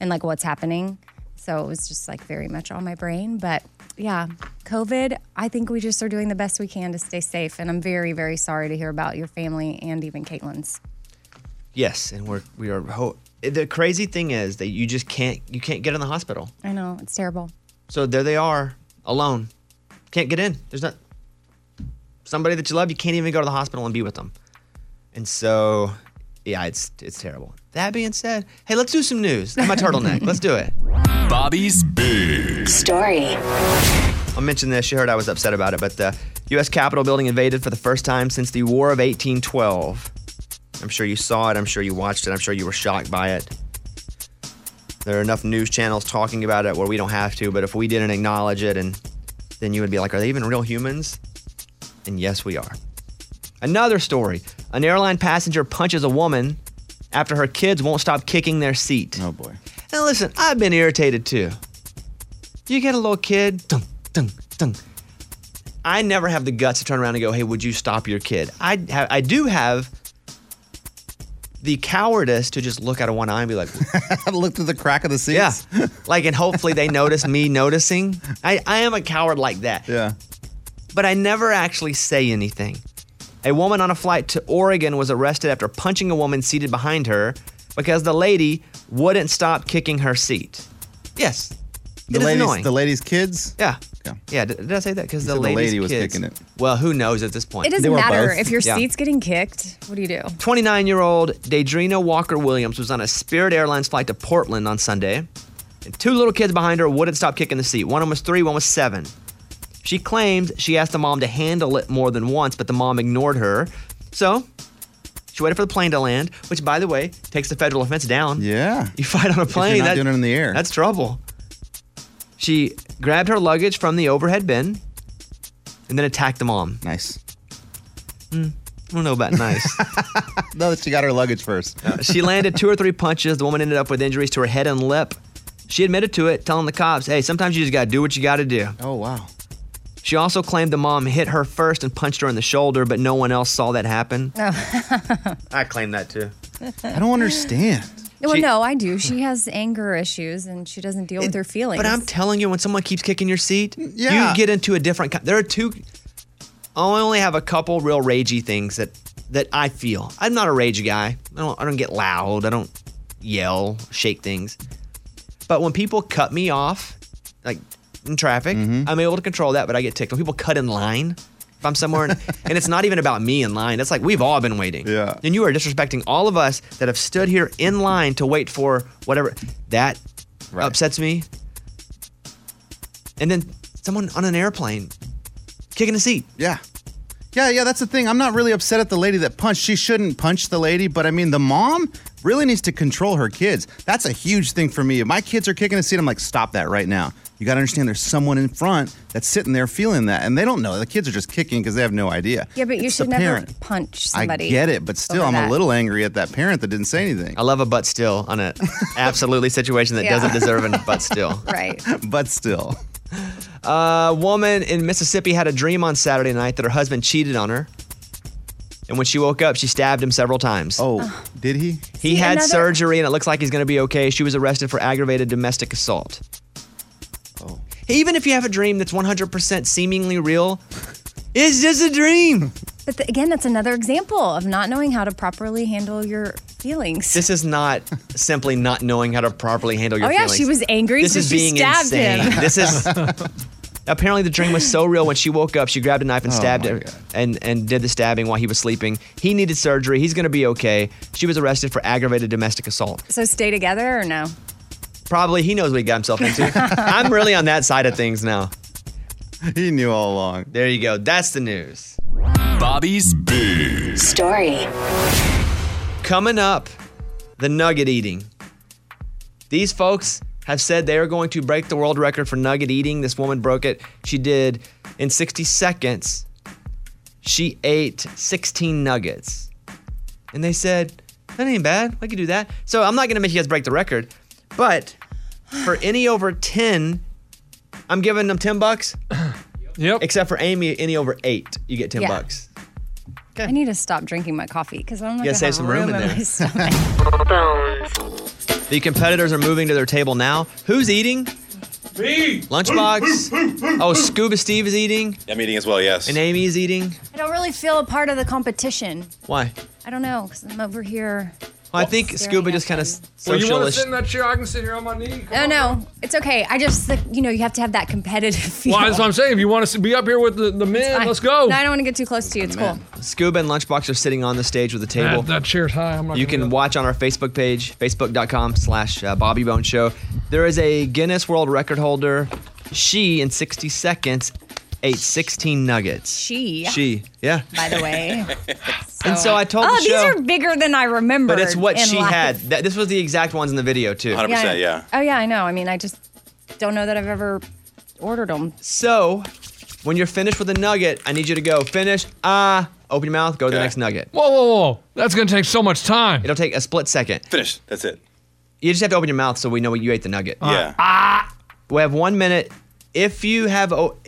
[SPEAKER 4] and like what's happening. So it was just like very much on my brain. But yeah, COVID. I think we just are doing the best we can to stay safe, and I'm very, very sorry to hear about your family and even Caitlin's.
[SPEAKER 3] Yes, and we're we are. Ho- the crazy thing is that you just can't you can't get in the hospital.
[SPEAKER 4] I know it's terrible.
[SPEAKER 3] So there they are, alone. Can't get in. There's not somebody that you love. You can't even go to the hospital and be with them. And so, yeah, it's it's terrible. That being said, hey, let's do some news. I'm a turtleneck. Let's do it. Bobby's big
[SPEAKER 8] Story.
[SPEAKER 3] I'll mention this. You heard I was upset about it, but the U.S. Capitol building invaded for the first time since the War of 1812. I'm sure you saw it. I'm sure you watched it. I'm sure you were shocked by it. There are enough news channels talking about it where we don't have to, but if we didn't acknowledge it, and then you would be like, are they even real humans? And yes, we are. Another story an airline passenger punches a woman after her kids won't stop kicking their seat. Oh, boy. And listen, I've been irritated too. You get a little kid, dunk, dunk, dunk. I never have the guts to turn around and go, "Hey, would you stop your kid?" I ha- I do have the cowardice to just look out of one eye and be like, "Look through the crack of the seats." Yeah, like, and hopefully they notice me noticing. I I am a coward like that. Yeah, but I never actually say anything. A woman on a flight to Oregon was arrested after punching a woman seated behind her because the lady wouldn't stop kicking her seat. Yes,
[SPEAKER 1] The
[SPEAKER 3] it is
[SPEAKER 1] lady's-
[SPEAKER 3] annoying.
[SPEAKER 1] the
[SPEAKER 3] lady's kids. Yeah. Yeah. Did, did I say that? Because the
[SPEAKER 1] said the
[SPEAKER 3] lady's
[SPEAKER 1] lady was
[SPEAKER 3] kids-
[SPEAKER 1] kicking it.
[SPEAKER 3] Well, who knows at this point?
[SPEAKER 4] It doesn't matter if your seat's getting kicked. What do you do?
[SPEAKER 3] 29 year old Daedrina Walker Williams was on a Spirit Airlines flight to Portland on Sunday, and two little kids behind her wouldn't stop kicking the seat. One of them was three, one was seven. She claimed she asked the mom to handle it more than once, but the mom ignored her. So she waited for the plane to land, which, by the way, takes the federal offense down. Yeah. You fight on a
[SPEAKER 1] If you're
[SPEAKER 3] plane.
[SPEAKER 1] not
[SPEAKER 3] that-
[SPEAKER 1] doing it in the air.
[SPEAKER 3] That's trouble. She grabbed her luggage from the overhead bin and then attacked the mom. Nice. I don't know about nice. no, she got her luggage first. she landed two or three punches. The woman ended up with injuries to her head and lip. She admitted to it, telling the cops, hey, sometimes you just got to do what you got to do. Oh, wow. She also claimed the mom hit her first and punched her in the shoulder, but no one else saw that happen. I claim that too. I don't understand.
[SPEAKER 4] Well,
[SPEAKER 3] She-
[SPEAKER 4] no, I do. She has anger issues and she doesn't deal with her feelings.
[SPEAKER 3] But I'm telling you, when someone keeps kicking your seat,
[SPEAKER 4] yeah.
[SPEAKER 3] you get into a different. ki- There are two. I only have a couple real ragey things that that I feel. I'm not a rage guy. I don't. I don't get loud. I don't yell, shake things. But when people cut me off, like in traffic, I'm able to control that. But I get ticked when people cut in line. If I'm somewhere and, and it's not even about me in line, it's like we've all been waiting. Yeah. And you are disrespecting all of us that have stood here in line to wait for whatever. That upsets me. And then someone on an airplane kicking a seat.
[SPEAKER 1] Yeah. Yeah, yeah, that's the thing. I'm not really upset at the lady that punched. She shouldn't punch the lady, but I mean, the mom really needs to control her kids. That's a huge thing for me. If my kids are kicking a seat, I'm like, stop that right now. You got to understand there's someone in front that's sitting there feeling that, and they don't know. The kids are just kicking because they have no idea.
[SPEAKER 4] yeah, but you
[SPEAKER 1] It's
[SPEAKER 4] should
[SPEAKER 1] the
[SPEAKER 4] never
[SPEAKER 1] parent.
[SPEAKER 4] punch
[SPEAKER 1] I
[SPEAKER 4] somebody.
[SPEAKER 1] get it, but still,
[SPEAKER 4] over
[SPEAKER 1] I'm
[SPEAKER 4] that.
[SPEAKER 1] a little angry at that parent that didn't say anything.
[SPEAKER 3] I love a but still on an absolutely situation that
[SPEAKER 4] Yeah.
[SPEAKER 3] doesn't deserve an but still.
[SPEAKER 4] Right.
[SPEAKER 3] but still. Uh, A woman in Mississippi had a dream on Saturday night that her husband cheated on her. And when she woke up, she stabbed him several times.
[SPEAKER 1] Oh, did he?
[SPEAKER 3] He
[SPEAKER 1] See,
[SPEAKER 3] had
[SPEAKER 1] another-
[SPEAKER 3] surgery, and it looks like he's going to be okay. She was arrested for aggravated domestic assault. Even if you have a dream that's 100% seemingly real, it's just a dream.
[SPEAKER 4] But th- again, that's another example of not knowing how to properly handle your feelings.
[SPEAKER 3] This is not simply not knowing how to properly handle your
[SPEAKER 4] oh yeah,
[SPEAKER 3] feelings.
[SPEAKER 4] she was angry,
[SPEAKER 3] This
[SPEAKER 4] so
[SPEAKER 3] is
[SPEAKER 4] she
[SPEAKER 3] being
[SPEAKER 4] stabbed
[SPEAKER 3] insane.
[SPEAKER 4] him.
[SPEAKER 3] This is apparently the dream was so real. When she woke up, she grabbed a knife and
[SPEAKER 13] Oh,
[SPEAKER 3] stabbed
[SPEAKER 13] my
[SPEAKER 3] him, and and did the stabbing while he was sleeping. He needed surgery. He's going to be okay. She was arrested for aggravated domestic assault.
[SPEAKER 4] so stay together or no?
[SPEAKER 3] Probably he knows what he got himself into. I'm really on that side of things now.
[SPEAKER 1] He knew all along.
[SPEAKER 3] There you go. That's the news.
[SPEAKER 19] Bobby's Big
[SPEAKER 2] Story.
[SPEAKER 3] Coming up, the nugget eating. These folks have said they are going to break the world record for nugget eating. This woman broke it. She did in 60 seconds. She ate 16 nuggets. And they said, that ain't bad. I could do that. So I'm not going to make you guys break the record. But for any over 10, I'm giving them 10 bucks.
[SPEAKER 5] Yep.
[SPEAKER 3] Except for Amy, any over 8, you get 10
[SPEAKER 4] Yeah.
[SPEAKER 3] bucks.
[SPEAKER 4] I need to stop drinking my coffee because I'm not
[SPEAKER 3] Yeah,
[SPEAKER 4] gonna
[SPEAKER 3] save
[SPEAKER 4] have
[SPEAKER 3] some room in there.
[SPEAKER 4] my stomach.
[SPEAKER 3] The competitors are moving to their table now. Who's eating?
[SPEAKER 5] Me.
[SPEAKER 3] Lunchbox. Oh, Scuba Steve is eating.
[SPEAKER 10] I'm eating as well, yes.
[SPEAKER 3] And Amy is eating.
[SPEAKER 4] I don't really feel a part of the competition.
[SPEAKER 3] Why?
[SPEAKER 4] I don't know because I'm over here.
[SPEAKER 3] Well, I think
[SPEAKER 4] Staring
[SPEAKER 3] Scuba
[SPEAKER 4] at
[SPEAKER 3] just kind of
[SPEAKER 5] Well, you want to
[SPEAKER 3] socialist.
[SPEAKER 5] sit in that chair? I can sit here on my knee.
[SPEAKER 4] Oh no, it's okay. I just like, you know you have to have that competitive feel.
[SPEAKER 5] Well, that's what I'm saying. If you want to be up here with the, the
[SPEAKER 4] It's
[SPEAKER 5] men,
[SPEAKER 4] fine.
[SPEAKER 5] let's go.
[SPEAKER 4] No, I don't want to get too close to you. It's cool.
[SPEAKER 3] Scuba and Lunchbox are sitting on the stage with a table.
[SPEAKER 5] That, that chair's high. I'm not
[SPEAKER 3] you can watch on our Facebook page, facebook.com slash uh, Bobby Bone Show. There is a Guinness World Record holder. She, in 60 seconds, ate 16 nuggets.
[SPEAKER 4] She.
[SPEAKER 3] She, yeah.
[SPEAKER 4] By the way.
[SPEAKER 3] and so I told
[SPEAKER 4] Oh,
[SPEAKER 3] the
[SPEAKER 4] these
[SPEAKER 3] show,
[SPEAKER 4] are bigger than I remember.
[SPEAKER 3] but it's what she
[SPEAKER 4] life.
[SPEAKER 3] had. That, this was the exact ones in the video, too.
[SPEAKER 4] Oh yeah, I know. I mean, I just don't know that I've ever ordered them.
[SPEAKER 3] So, when you're finished with a nugget, I need you to go finish. Ah, open your mouth, go to the next nugget.
[SPEAKER 5] Whoa, whoa, whoa. That's going to take so much time.
[SPEAKER 3] It'll take a split second.
[SPEAKER 10] Finish. That's it.
[SPEAKER 3] You just have to open your mouth so we know you ate the nugget.
[SPEAKER 10] Yeah.
[SPEAKER 3] We have one minute. If you have oh,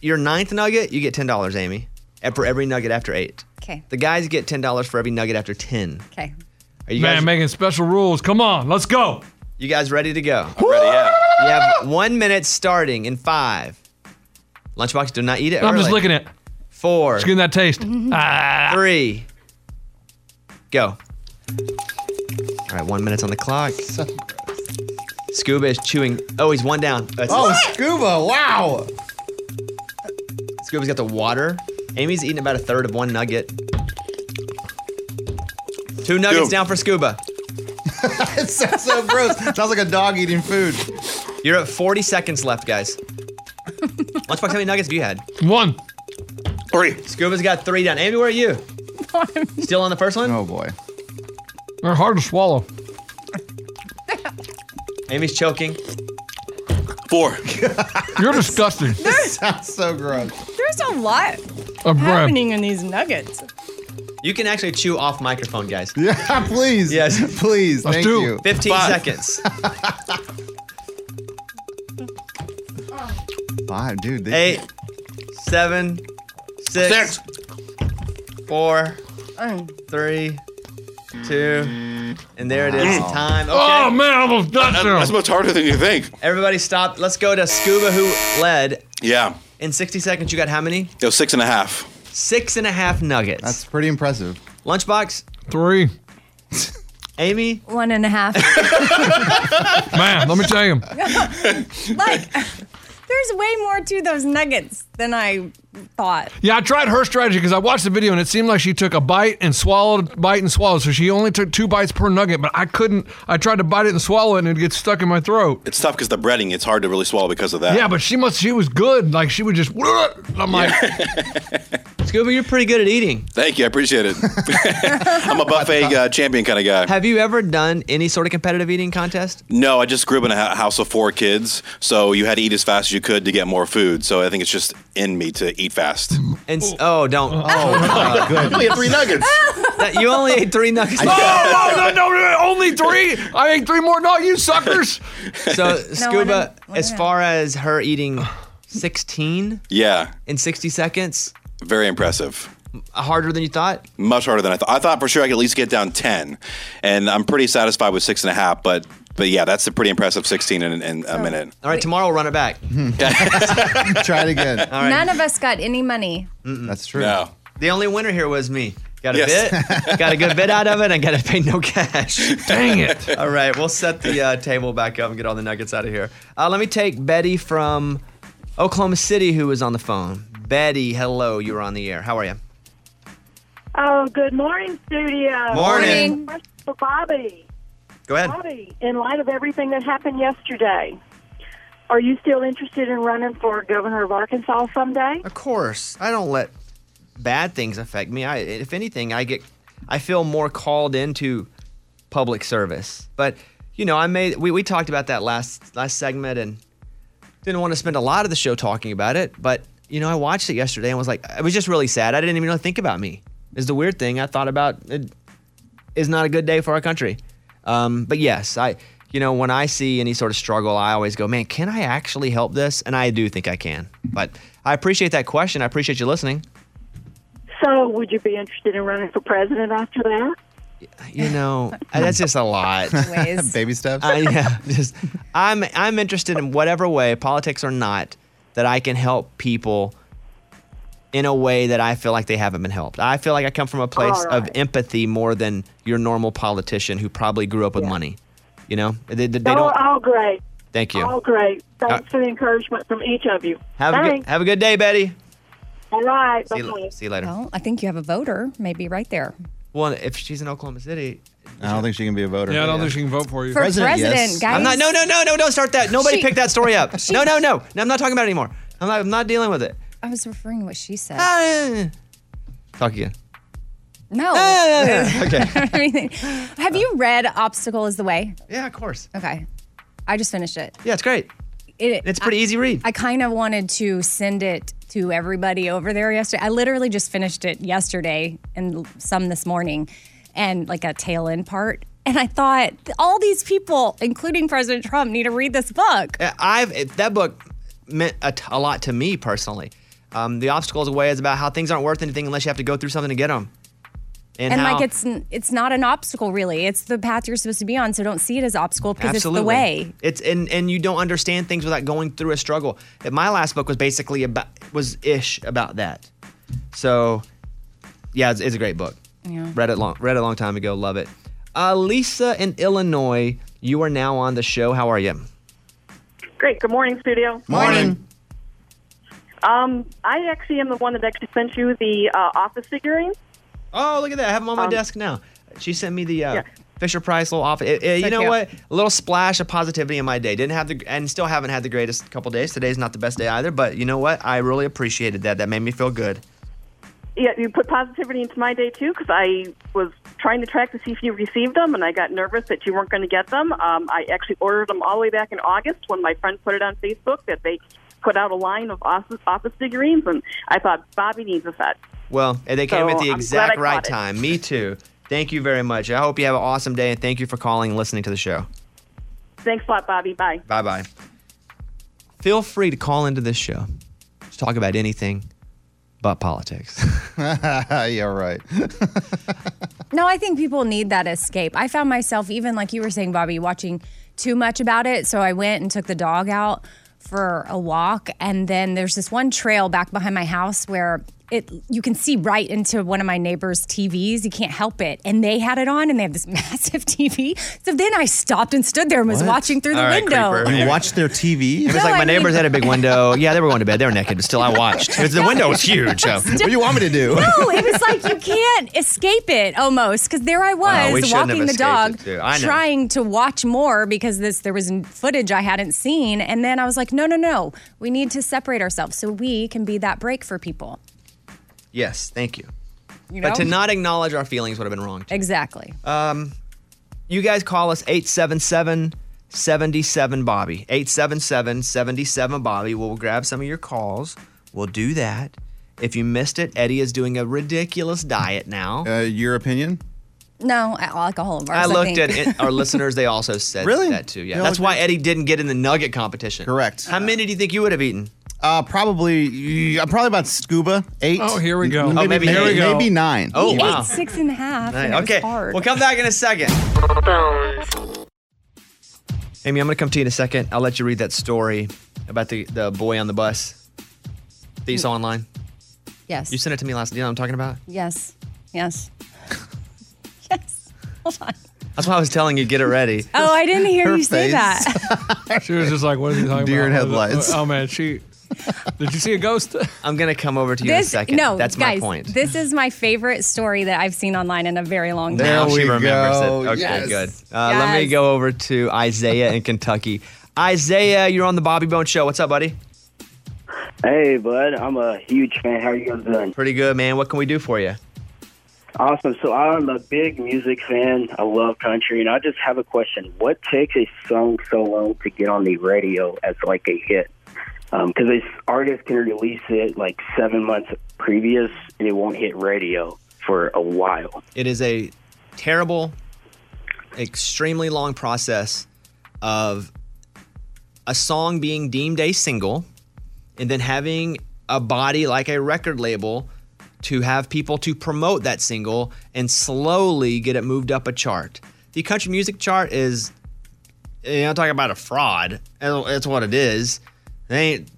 [SPEAKER 3] your ninth nugget, you get ten dollars, Amy, and for every nugget after eight.
[SPEAKER 4] Okay.
[SPEAKER 3] The guys get ten dollars for every nugget after ten.
[SPEAKER 4] Okay.
[SPEAKER 3] Are you
[SPEAKER 5] Man,
[SPEAKER 3] guys
[SPEAKER 5] making special rules. Come on, let's go.
[SPEAKER 3] You guys ready to go?
[SPEAKER 10] ready. Yeah.
[SPEAKER 3] You have one minute starting in five. Lunchbox, do not eat it.
[SPEAKER 5] I'm just
[SPEAKER 3] early.
[SPEAKER 5] licking it.
[SPEAKER 3] Four.
[SPEAKER 5] Just getting that taste. Ah.
[SPEAKER 3] Three. Go. All right, one minute's on the clock. Scuba is chewing. Oh, he's one down. That's
[SPEAKER 1] Oh, scuba! Wow.
[SPEAKER 3] Scuba's got the water. Amy's eating about a third of one nugget. Two nuggets down for Scuba.
[SPEAKER 1] it sounds so gross. Sounds like a dog eating food.
[SPEAKER 3] You're at 40 seconds left, guys. Lunchbox, how many nuggets have you had?
[SPEAKER 5] One.
[SPEAKER 10] Three.
[SPEAKER 3] Scuba's got three down. Amy, where are you? Still on the first one?
[SPEAKER 1] Oh, boy.
[SPEAKER 5] They're hard to swallow.
[SPEAKER 3] Amy's choking.
[SPEAKER 10] Four.
[SPEAKER 5] You're disgusting.
[SPEAKER 1] this sounds so gross.
[SPEAKER 4] There's a lot
[SPEAKER 5] A breath.
[SPEAKER 4] happening in these nuggets.
[SPEAKER 3] You can actually chew off microphone, guys.
[SPEAKER 1] Yeah, please.
[SPEAKER 3] Yes.
[SPEAKER 1] Please.
[SPEAKER 3] Let's
[SPEAKER 1] thank
[SPEAKER 3] do it.
[SPEAKER 1] you.
[SPEAKER 3] 15 seconds.
[SPEAKER 1] Five, dude. They,
[SPEAKER 3] Eight, seven, six, four, three, two, and there it is.
[SPEAKER 10] Mm.
[SPEAKER 3] Time. Okay.
[SPEAKER 10] Oh, man, I almost done That- there. that's much harder than you think.
[SPEAKER 3] Everybody stop. Let's go to Scuba, who led.
[SPEAKER 10] Yeah.
[SPEAKER 3] In 60 seconds, you got how many?
[SPEAKER 10] It was six and a half.
[SPEAKER 3] Six and a half nuggets. That's
[SPEAKER 1] pretty impressive.
[SPEAKER 3] Lunchbox?
[SPEAKER 5] Three.
[SPEAKER 3] Amy?
[SPEAKER 4] One and a half.
[SPEAKER 5] Man, let me tell you.
[SPEAKER 4] like, there's way more to those nuggets than I thought.
[SPEAKER 5] Yeah, I tried her strategy because I watched the video and it seemed like she took a bite and swallowed, bite and swallowed. So she only took two bites per nugget, but I couldn't. I tried to bite it and swallow it and it gets stuck in my throat.
[SPEAKER 10] It's tough because the breading, it's hard to really swallow because of that.
[SPEAKER 5] Yeah, but she must. She was good. Like she would just. I'm like,
[SPEAKER 3] Scuba, you're pretty good at eating.
[SPEAKER 10] Thank you. I appreciate it. I'm a buffet uh, champion kind of guy.
[SPEAKER 3] Have you ever done any sort of competitive eating contest?
[SPEAKER 10] No, I just grew up in a hou- house of four kids, so you had to eat as fast as you could to get more food. So I think it's just in me to eat fast.
[SPEAKER 3] And s- oh, don't. Oh,
[SPEAKER 10] I only had three nuggets.
[SPEAKER 3] you only ate three nuggets.
[SPEAKER 5] oh, no, no, no, only three. I ate three more. No, you suckers.
[SPEAKER 3] So, Scuba,
[SPEAKER 5] didn't-
[SPEAKER 3] as far as her eating 16
[SPEAKER 10] Yeah,
[SPEAKER 3] in 60 seconds,
[SPEAKER 10] very impressive.
[SPEAKER 3] harder than you thought?
[SPEAKER 10] much harder than I thought. I thought for sure I could at least get down ten, and I'm pretty satisfied with six and a half. But but yeah, that's a pretty impressive sixteen in, in a minute.
[SPEAKER 3] All right, tomorrow we'll run it back.
[SPEAKER 10] Try
[SPEAKER 1] it again.
[SPEAKER 10] All
[SPEAKER 4] None of us got any money.
[SPEAKER 1] That's true.
[SPEAKER 10] No.
[SPEAKER 3] The only winner here was me. Got a
[SPEAKER 1] Yes.
[SPEAKER 3] bit, got a good bit out of it, and got to pay no cash.
[SPEAKER 1] Dang it.
[SPEAKER 3] All right, we'll set the uh, table back up and get all the nuggets out of here. Uh, let me take Betty from Oklahoma City, who was on the phone. Betty, hello, you were on the air. How are you?
[SPEAKER 7] Oh, good morning, studio.
[SPEAKER 3] Morning.
[SPEAKER 7] Question For Bobby.
[SPEAKER 3] Go ahead.
[SPEAKER 7] Bobby, in light of everything that happened yesterday, are you still interested in running for governor of Arkansas someday?
[SPEAKER 3] Of course, I don't let bad things affect me. I, if anything, I get, I feel more called into public service. But you know, I made we, we talked about that last last segment and didn't want to spend a lot of the show talking about it. But you know, I watched it yesterday and was like, I was just really sad. I didn't even really think about me. Is the weird thing I thought about it is not a good day for our country. Um, but yes, I. You know, when I see any sort of struggle, I always go, man, can I actually help this? And I do think I can. But I appreciate that question. I appreciate you listening.
[SPEAKER 7] So, would you be interested in running for president after that?
[SPEAKER 3] you know, that's just a lot.
[SPEAKER 4] Ways.
[SPEAKER 3] Baby steps. yeah, just, I'm I'm interested in whatever way, politics or not, that I can help people in a way that I feel like they haven't been helped. I feel like I come from a place of empathy more than your normal politician who probably grew up with money. You know, they, they
[SPEAKER 7] oh,
[SPEAKER 3] don't.
[SPEAKER 7] all great.
[SPEAKER 3] Thank you.
[SPEAKER 7] All great. Thanks
[SPEAKER 3] Uh,
[SPEAKER 7] for the encouragement from each of you.
[SPEAKER 3] Have a good,
[SPEAKER 7] Thanks.
[SPEAKER 3] have a good day, Betty.
[SPEAKER 7] All right.
[SPEAKER 3] See you,
[SPEAKER 7] Bye-bye.
[SPEAKER 3] la- see you later.
[SPEAKER 4] Well, I think you have a voter maybe right there.
[SPEAKER 3] Well, if she's in Oklahoma City,
[SPEAKER 1] I don't think she can be a voter.
[SPEAKER 3] Yeah, I don't think
[SPEAKER 1] she
[SPEAKER 5] can vote for you.
[SPEAKER 4] For president, guys.
[SPEAKER 3] I'm not. No, no, no, no. Don't start that. Nobody
[SPEAKER 4] She-
[SPEAKER 3] pick that story up. no, no, no. No, I'm not talking about it anymore. I'm not, I'm not dealing with it.
[SPEAKER 4] I was referring to what she said.
[SPEAKER 3] Ah. Talk again.
[SPEAKER 4] no.
[SPEAKER 3] Okay.
[SPEAKER 4] Everything. have you read Obstacle is the Way?
[SPEAKER 3] Yeah, of course.
[SPEAKER 4] Okay. I just finished it.
[SPEAKER 3] Yeah, it's great.
[SPEAKER 4] it
[SPEAKER 3] It's a pretty
[SPEAKER 4] I-
[SPEAKER 3] easy read.
[SPEAKER 4] I kind of wanted to send it to everybody over there yesterday. I literally just finished it yesterday and l- some this morning and like a tail end part. And I thought all these people, including President Trump, need to read this book.
[SPEAKER 3] Uh, I've it- that book meant a, t- a lot to me personally. Um, the obstacles away is about how things aren't worth anything unless you have to go through something to get them.
[SPEAKER 4] And,
[SPEAKER 3] how,
[SPEAKER 4] like it's n- it's not an obstacle really. It's the path you're supposed to be on. So don't see it as obstacle because it's the way.
[SPEAKER 3] It's and and you don't understand things without going through a struggle. And my last book was basically about was ish about that. So, yeah, it's, it's a great book.
[SPEAKER 4] Yeah.
[SPEAKER 3] Read it long read it a long time ago. Love it. Uh, Lisa in Illinois, you are now on the show. How are you?
[SPEAKER 9] Great. Good morning, studio. Morning. Um, I actually am the one that actually sent you the uh, office figurines.
[SPEAKER 3] Oh, look at that! I have them on my
[SPEAKER 9] Um,
[SPEAKER 3] desk now. She sent me the uh,
[SPEAKER 9] Yeah.
[SPEAKER 3] Fisher Price little office. eh, eh, you
[SPEAKER 9] So
[SPEAKER 3] know
[SPEAKER 9] cute.
[SPEAKER 3] what? A little splash of positivity in my day. Didn't have the and still haven't had the greatest couple days. Today's not the best day either, but you know what? I really appreciated that. That made me feel good.
[SPEAKER 9] Yeah, you put positivity into my day too because I was trying to track to see if you received them, and I got nervous that you weren't going to get them. Um, I actually ordered them all the way back in August when my friend put it on Facebook that they put out a line of office, office figurines, and I thought Bobby needs a set.
[SPEAKER 3] Well, and they came
[SPEAKER 9] So
[SPEAKER 3] at
[SPEAKER 9] I'm
[SPEAKER 3] the
[SPEAKER 9] glad I
[SPEAKER 3] exact
[SPEAKER 9] caught
[SPEAKER 3] right
[SPEAKER 9] it.
[SPEAKER 3] time. Me too. Thank you very much. I hope you have an awesome day, and thank you for calling and listening to the show.
[SPEAKER 9] Thanks a lot, Bobby. Bye.
[SPEAKER 3] Bye bye. Feel free to call into this show. Let's talk about anything but politics.
[SPEAKER 1] yeah, right.
[SPEAKER 4] No, I think people need that escape. I found myself, even like you were saying, Bobby, watching too much about it. So I went and took the dog out for a walk. And then there's this one trail back behind my house where it you can see right into one of my neighbors' TVs. You can't help it. And they had it on and they have this massive TV. So then I stopped and stood there and was watching through the window.
[SPEAKER 1] You watched their TV?
[SPEAKER 3] It was
[SPEAKER 4] No,
[SPEAKER 3] like my
[SPEAKER 4] I mean-
[SPEAKER 3] neighbors had a big window. Yeah, they were going to bed. They were naked, but still I watched. Because the window was huge. So.
[SPEAKER 4] What do you
[SPEAKER 1] want me to do?
[SPEAKER 4] No, it was like you can't escape it almost because there I
[SPEAKER 3] Wow, Oh, we
[SPEAKER 4] was
[SPEAKER 3] shouldn't have
[SPEAKER 4] walking the
[SPEAKER 3] escaped
[SPEAKER 4] dog,
[SPEAKER 3] it, too. I know.
[SPEAKER 4] trying to watch more because this there was footage I hadn't seen, and then I was like, no, no, no, we need to separate ourselves so we can be that break for people.
[SPEAKER 3] Yes, thank you.
[SPEAKER 4] You know,
[SPEAKER 3] But to not acknowledge our feelings would have been wrong.
[SPEAKER 4] exactly.
[SPEAKER 3] Um, you guys call us 877 77 Bobby. 877 77 Bobby. We'll grab some of your calls. We'll do that. If you missed it, Eddie is doing a ridiculous diet now.
[SPEAKER 1] Uh, your opinion?
[SPEAKER 4] No alcohol. Bars,
[SPEAKER 3] I looked
[SPEAKER 4] think.
[SPEAKER 3] at it, our listeners. They also said
[SPEAKER 1] Really?
[SPEAKER 3] that too. Yeah,
[SPEAKER 1] They all
[SPEAKER 3] that's why Eddie didn't get in the nugget competition. Correct. How many do you think you would have eaten?
[SPEAKER 1] Uh, probably, uh, probably about scuba eight.
[SPEAKER 5] Oh, here we go.
[SPEAKER 1] Maybe,
[SPEAKER 5] Oh,
[SPEAKER 1] maybe,
[SPEAKER 5] maybe here we go.
[SPEAKER 1] maybe nine.
[SPEAKER 5] Oh,
[SPEAKER 4] He ate six and a half. and it was hard.
[SPEAKER 13] We'll come back in a second.
[SPEAKER 3] Amy, I'm going to come to you in a second. I'll let you read that story about the, the boy on the bus that you saw online.
[SPEAKER 4] Yes.
[SPEAKER 3] You sent it to me last. You know what I'm talking about?
[SPEAKER 4] Yes. Yes. yes. Hold on.
[SPEAKER 3] That's why I was telling you get it ready.
[SPEAKER 4] Oh, I didn't hear you say that.
[SPEAKER 5] she was just like, "What are you talking
[SPEAKER 3] Deer in
[SPEAKER 5] about?"
[SPEAKER 3] headlights.
[SPEAKER 5] Oh man, she. Did you see a ghost?
[SPEAKER 3] I'm gonna come over to you in a
[SPEAKER 4] This
[SPEAKER 3] second.
[SPEAKER 4] no,
[SPEAKER 3] that's
[SPEAKER 4] guys,
[SPEAKER 3] my point.
[SPEAKER 4] This is my favorite story that I've seen online in a very long time.
[SPEAKER 3] now she remembers it. Okay,
[SPEAKER 4] Yes.
[SPEAKER 3] good. Uh, Let me
[SPEAKER 4] Yes.
[SPEAKER 3] go over to Isaiah in Kentucky. Isaiah, you're on the Bobby Bone Show. What's up, buddy?
[SPEAKER 12] Hey, bud. I'm a huge fan. How are you guys doing?
[SPEAKER 3] Pretty good, man. What can we do for you?
[SPEAKER 12] Awesome. So I'm a big music fan. I love country, and I just have a question. What takes a song so long to get on the radio as like a hit? Because this artist can release it like seven months previous, and it won't hit radio for a while.
[SPEAKER 3] It is a terrible, extremely long process of a song being deemed a single and then having a body like a record label to have people to promote that single and slowly get it moved up a chart. The country music chart is, you know, talking about a fraud. That's what it is. They ain't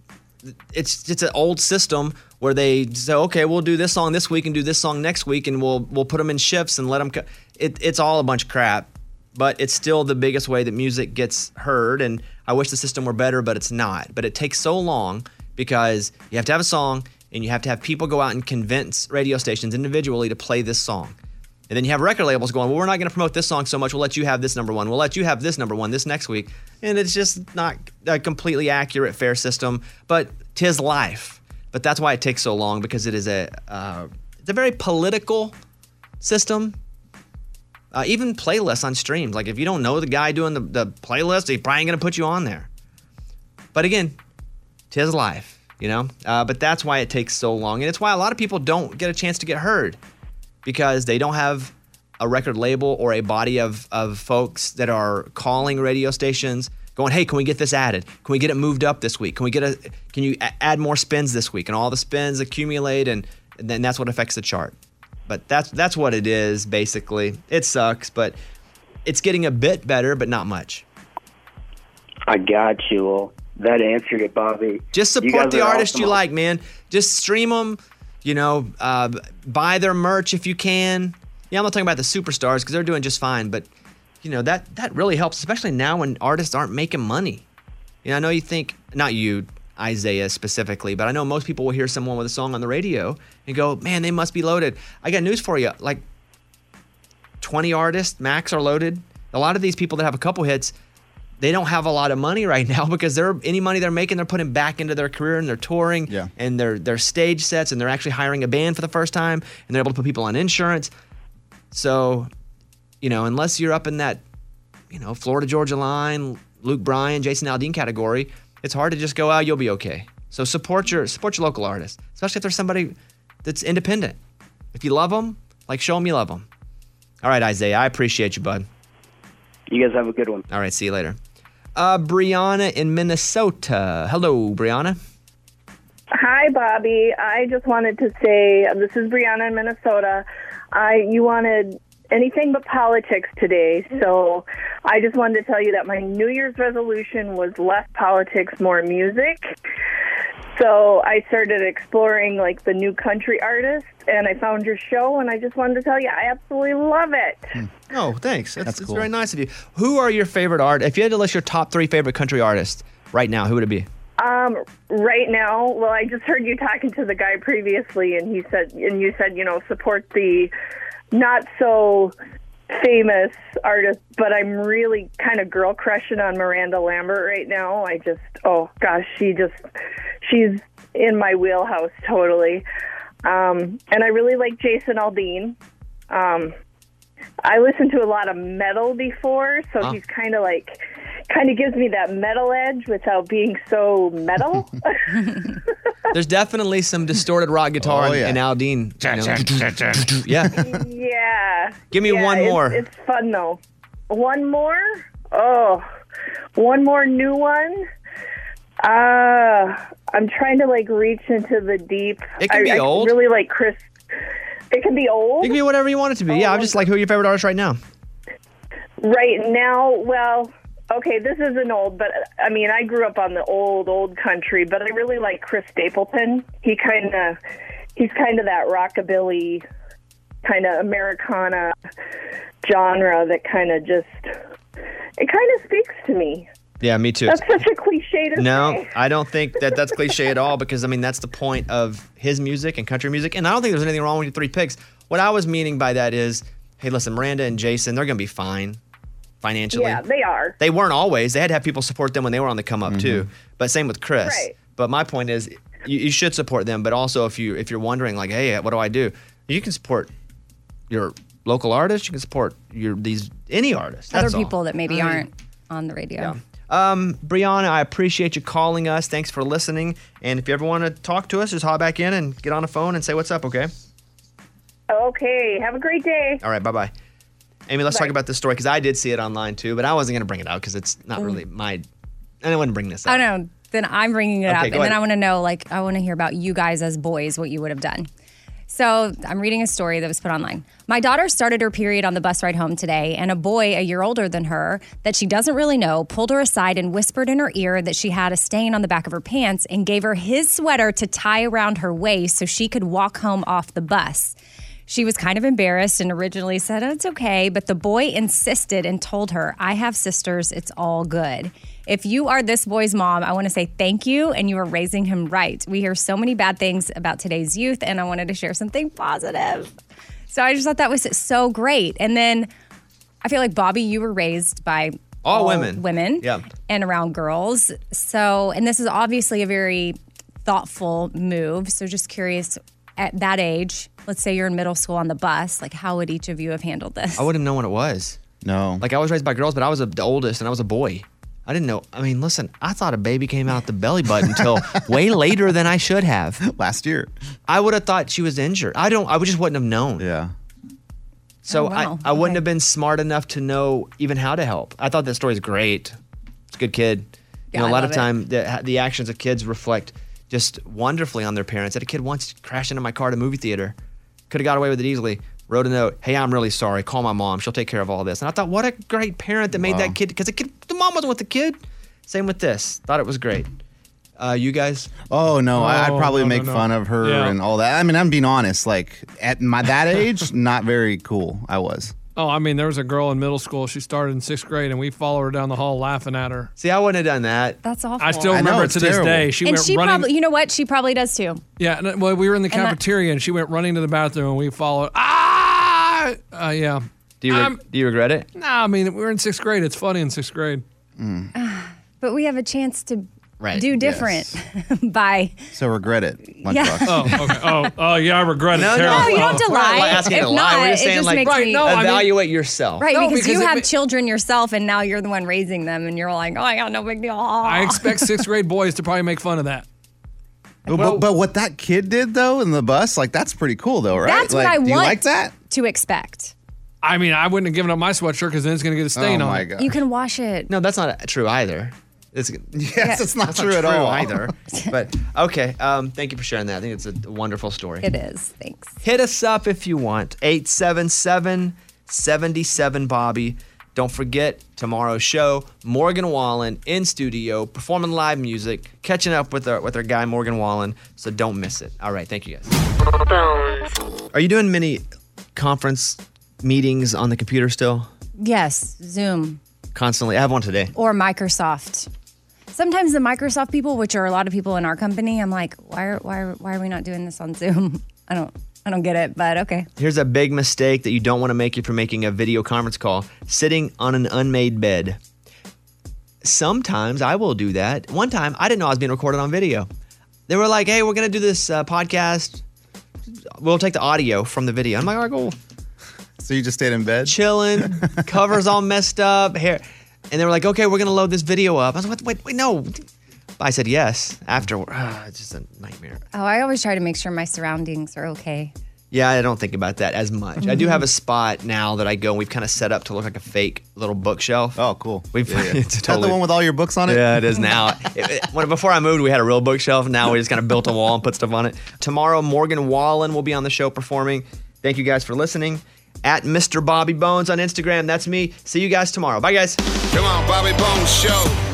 [SPEAKER 3] it's it's an old system where they say, okay, we'll do this song this week and do this song next week, and we'll we'll put them in shifts and let them. Co- it, it's all a bunch of crap, but it's still the biggest way that music gets heard. And I wish the system were better, but it's not. But it takes so long because you have to have a song and you have to have people go out and convince radio stations individually to play this song. And then you have record labels going, well, we're not going to promote this song so much. We'll let you have this number one. We'll let you have this number one this next week. And it's just not a completely accurate, fair system. But tis life. But that's why it takes so long because it is a uh, it's a very political system. Uh, even playlists on streams. Like if you don't know the guy doing the, the playlist, he's probably going to put you on there. But again, tis life, you know. Uh, but that's why it takes so long, and it's why a lot of people don't get a chance to get heard because they don't have a record label or a body of, of folks that are calling radio stations going hey can we get this added can we get it moved up this week can we get a can you a- add more spins this week and all the spins accumulate and, and then that's what affects the chart but that's that's what it is basically it sucks but it's getting a bit better but not much
[SPEAKER 12] I got you. Well, that answered it, Bobby.
[SPEAKER 3] Just support the artist you like, man. Just stream them. You know, uh, b- buy their merch if you can. Yeah, I'm not talking about the superstars because they're doing just fine, but you know that that really helps, especially now when artists aren't making money. You know, I know you think not you, Isaiah specifically, but I know most people will hear someone with a song on the radio and go, "Man, they must be loaded." I got news for you. Like 20 artists max are loaded. A lot of these people that have a couple hits, they don't have a lot of money right now because they're any money they're making, they're putting back into their career and they're touring and their their stage sets and they're actually hiring a band for the first time and they're able to put people on insurance. So, you know, unless you're up in that, you know, Florida Georgia line, Luke Bryan, Jason Aldean category, it's hard to just go, oh, you'll be okay. So support your support your local artists, especially if there's somebody that's independent. If you love them, like show them you love them. All right, Isaiah, I appreciate you, bud.
[SPEAKER 12] You guys have a good one.
[SPEAKER 3] All right, see you later. Uh, Brianna in Minnesota. Hello, Brianna.
[SPEAKER 31] Hi, Bobby. I just wanted to say this is Brianna in Minnesota. I you wanted anything but politics today, so I just wanted to tell you that my New Year's resolution was less politics, more music. So I started exploring like the new country artists, and I found your show, and I just wanted to tell you I absolutely love it.
[SPEAKER 3] Oh, thanks. That's, that's very nice of you. Who are your favorite art? If you had to list your top three favorite country artists right now, who would it be?
[SPEAKER 31] Um, right now, well, I just heard you talking to the guy previously, and he said, and you said, you know, support the not so famous artist, but I'm really kind of girl crushing on Miranda Lambert right now. I just, oh gosh, she just, she's in my wheelhouse totally. Um, and I really like Jason Aldean. Um, I listened to a lot of metal before, so
[SPEAKER 32] Huh.
[SPEAKER 31] he's kind of like, kind of gives me that metal edge without being so metal.
[SPEAKER 3] There's definitely some distorted rock guitar
[SPEAKER 31] Oh,
[SPEAKER 3] in-
[SPEAKER 31] yeah.
[SPEAKER 3] in Al Dean. you know. yeah.
[SPEAKER 31] yeah.
[SPEAKER 3] Give me
[SPEAKER 31] Yeah,
[SPEAKER 3] one
[SPEAKER 31] it's-
[SPEAKER 3] more.
[SPEAKER 31] It's, fun though. One more? Oh, one more new one. Uh, I'm trying to like reach into the deep.
[SPEAKER 3] It can
[SPEAKER 31] I-
[SPEAKER 3] be
[SPEAKER 31] I
[SPEAKER 3] old.
[SPEAKER 31] Really like Chris. It can be old. Oh,
[SPEAKER 3] It can be whatever you want it to be. Yeah, I'm just like, who are your favorite artists right now?
[SPEAKER 31] Right now, well, okay, this isn't old, but uh, I mean, I grew up on the old, old country, but I really like Chris Stapleton. He kind of, he's kind of that rockabilly, kind of Americana genre that kind of just, it kind of speaks to me.
[SPEAKER 3] Yeah, me too.
[SPEAKER 31] That's such a cliche to
[SPEAKER 3] No,
[SPEAKER 31] say.
[SPEAKER 3] I don't think that that's cliche at all because I mean that's the point of his music and country music, and I don't think there's anything wrong with your three picks. What I was meaning by that is, hey, listen, Miranda and Jason, they're gonna be fine financially.
[SPEAKER 31] Yeah, they are.
[SPEAKER 3] They weren't always. They had to have people support them when they were on the come up too. But same with Chris.
[SPEAKER 31] Right.
[SPEAKER 3] But my point is, you, you should support them. But also, if you if you're wondering like, hey, what do I do? You can support your local artist. You can support your these any artist.
[SPEAKER 4] Other
[SPEAKER 3] That's all.
[SPEAKER 4] people that maybe aren't on the radio.
[SPEAKER 3] Um, Brianna, I appreciate you calling us. Thanks for listening. And if you ever want to talk to us, just hop back in and get on the phone and say what's up, okay?
[SPEAKER 31] Okay, have a great day.
[SPEAKER 3] All right, bye bye. Amy, let's talk about this story because I did see it online too, but I wasn't going to bring it out because it's not
[SPEAKER 4] Mm.
[SPEAKER 3] really my. I wouldn't bring this up.
[SPEAKER 4] I know. Then I'm bringing it
[SPEAKER 3] Okay,
[SPEAKER 4] up,
[SPEAKER 3] go
[SPEAKER 4] and then
[SPEAKER 3] ahead.
[SPEAKER 4] I want to know, like, I want to hear about you guys as boys, what you would have done. So I'm reading a story that was put online. My daughter started her period on the bus ride home today, and a boy a year older than her that she doesn't really know pulled her aside and whispered in her ear that she had a stain on the back of her pants and gave her his sweater to tie around her waist so she could walk home off the bus. She was kind of embarrassed and originally said, oh, It's okay. But the boy insisted and told her, I have sisters. It's all good. If you are this boy's mom, I want to say thank you and you are raising him right. We hear so many bad things about today's youth, and I wanted to share something positive. So I just thought that was so great. And then I feel like, Bobby, you were raised by
[SPEAKER 3] All women.
[SPEAKER 4] Women
[SPEAKER 3] Yeah.
[SPEAKER 4] and around girls. So, and this is obviously a very thoughtful move. So, just curious at that age, let's say you're in middle school on the bus, like how would each of you have handled this?
[SPEAKER 5] Oh,
[SPEAKER 3] I wouldn't know what it was.
[SPEAKER 1] No.
[SPEAKER 3] Like I was raised by girls, but I was a, the oldest and I was a boy. I didn't know. I mean, listen, I thought a baby came out the belly button until way later than I should have.
[SPEAKER 1] Last year.
[SPEAKER 3] I would have thought she was injured. I don't, I just wouldn't have known.
[SPEAKER 1] Yeah.
[SPEAKER 3] So
[SPEAKER 4] Oh, wow.
[SPEAKER 3] I, I wouldn't have been smart enough to know even how to help. I thought that story's great. It's a good kid. you
[SPEAKER 4] Yeah,
[SPEAKER 3] know, a
[SPEAKER 4] I
[SPEAKER 3] lot
[SPEAKER 4] love
[SPEAKER 3] of
[SPEAKER 4] it.
[SPEAKER 3] time the, the actions of kids reflect just wonderfully on their parents. I had a kid once crash into my car at a movie theater. Could have got away with it easily. Wrote a note, hey, I'm really sorry. Call my mom. She'll take care of all this. And I thought, what a great parent that made that kid, because the kid, the mom wasn't with the kid. Same with this. Thought it was great. Uh, you guys?
[SPEAKER 1] Oh no, I, I'd
[SPEAKER 3] No,
[SPEAKER 1] probably
[SPEAKER 3] no, no,
[SPEAKER 1] make
[SPEAKER 3] no.
[SPEAKER 1] fun of her
[SPEAKER 3] Yeah.
[SPEAKER 1] and all that. I mean, I'm being honest. Like at my that age, not very cool. I was.
[SPEAKER 5] Oh, I mean, there was a girl in middle school. She started in sixth grade, and we followed her down the hall laughing at her.
[SPEAKER 3] See, I wouldn't have done that.
[SPEAKER 4] That's awful.
[SPEAKER 5] I still remember it to this day. She
[SPEAKER 4] and
[SPEAKER 5] went
[SPEAKER 4] she
[SPEAKER 5] running.
[SPEAKER 4] probably, you know what? She probably does too.
[SPEAKER 5] yeah, and, uh, well, we were in the
[SPEAKER 4] And that-
[SPEAKER 5] cafeteria, and she went running to the bathroom, and we followed. Ah, uh, yeah.
[SPEAKER 3] Do you,
[SPEAKER 5] Um,
[SPEAKER 3] do you regret it?
[SPEAKER 5] Nah, I mean, we were in sixth grade. It's funny in sixth grade.
[SPEAKER 3] Mm.
[SPEAKER 4] But we have a chance to
[SPEAKER 5] Right,
[SPEAKER 4] do different by.
[SPEAKER 1] So regret it. Lunchbox.
[SPEAKER 4] Yeah.
[SPEAKER 5] Oh, okay. Oh, oh, yeah. I regret it. Oh.
[SPEAKER 3] No, no,
[SPEAKER 5] terribly.
[SPEAKER 4] No, you don't have to
[SPEAKER 3] We're not
[SPEAKER 4] lie.
[SPEAKER 3] asking you to
[SPEAKER 4] If
[SPEAKER 3] lie.
[SPEAKER 4] not,
[SPEAKER 3] We're just
[SPEAKER 4] it
[SPEAKER 3] saying,
[SPEAKER 4] just
[SPEAKER 3] like,
[SPEAKER 4] makes
[SPEAKER 3] right,
[SPEAKER 4] me-
[SPEAKER 3] no,
[SPEAKER 4] I mean-
[SPEAKER 3] evaluate yourself.
[SPEAKER 4] Right,
[SPEAKER 5] No,
[SPEAKER 4] because,
[SPEAKER 5] because
[SPEAKER 4] you
[SPEAKER 5] it
[SPEAKER 4] have
[SPEAKER 5] ma-
[SPEAKER 4] children yourself, and now you're the one raising them, and you're like, oh, I got no big deal.
[SPEAKER 5] I expect sixth grade boys to probably make fun of that.
[SPEAKER 1] But- but, but what that kid did though in the bus, like that's pretty cool though, right?
[SPEAKER 4] That's
[SPEAKER 1] like,
[SPEAKER 4] what I
[SPEAKER 1] do
[SPEAKER 4] want
[SPEAKER 1] You like that?
[SPEAKER 4] to expect.
[SPEAKER 5] I mean, I wouldn't have given up my sweatshirt because then it's going to get a stain
[SPEAKER 3] Oh,
[SPEAKER 5] on
[SPEAKER 3] my
[SPEAKER 5] it.
[SPEAKER 3] God.
[SPEAKER 4] You can wash it.
[SPEAKER 3] No, that's not true either. It's, yes,
[SPEAKER 4] Yeah. it's not true at all.
[SPEAKER 3] either. but okay, um, thank you for sharing that. I think it's a wonderful story.
[SPEAKER 4] It is. Thanks.
[SPEAKER 3] Hit us up if you want. 877 77 Bobby. Don't forget tomorrow's show. Morgan Wallen in studio performing live music, catching up with our with our guy Morgan Wallen. So don't miss it. All right, thank you guys. Are you doing many conference meetings on the computer still?
[SPEAKER 4] Yes, Zoom.
[SPEAKER 3] Constantly. I have one today.
[SPEAKER 4] or Microsoft. Sometimes the Microsoft people, which are a lot of people in our company, I'm like, why are why are, why are we not doing this on Zoom? I don't I don't get it, but okay.
[SPEAKER 3] Here's a big mistake that you don't want to make if you're making a video conference call sitting on an unmade bed. Sometimes I will do that. One time, I didn't know I was being recorded on video. They were like, hey, we're going to do this uh, podcast. We'll take the audio from the video. I'm like, all right, cool.
[SPEAKER 1] So you just stayed in bed?
[SPEAKER 3] Chilling, covers all messed up, hair. And they were like, okay, we're going to load this video up. I was like, wait, wait, wait no. I said yes afterward. Ah, it's just a nightmare.
[SPEAKER 4] Oh, I always try to make sure my surroundings are okay.
[SPEAKER 3] Yeah, I don't think about that as much. I do have a spot now that I go and we've kind of set up to look like a fake little bookshelf. Oh, cool. We've
[SPEAKER 1] Yeah, yeah.
[SPEAKER 3] it's
[SPEAKER 1] Is that
[SPEAKER 3] totally
[SPEAKER 1] the one with all your books on it?
[SPEAKER 3] Yeah, it is now. It- it- when, before I moved, we had a real bookshelf. Now we just kind of built a wall and put stuff on it. Tomorrow, Morgan Wallen will be on the show performing. Thank you guys for listening. At Mr. Bobby Bones on Instagram. That's me. See you guys tomorrow. Bye, guys.
[SPEAKER 14] Come on, Bobby Bones Show.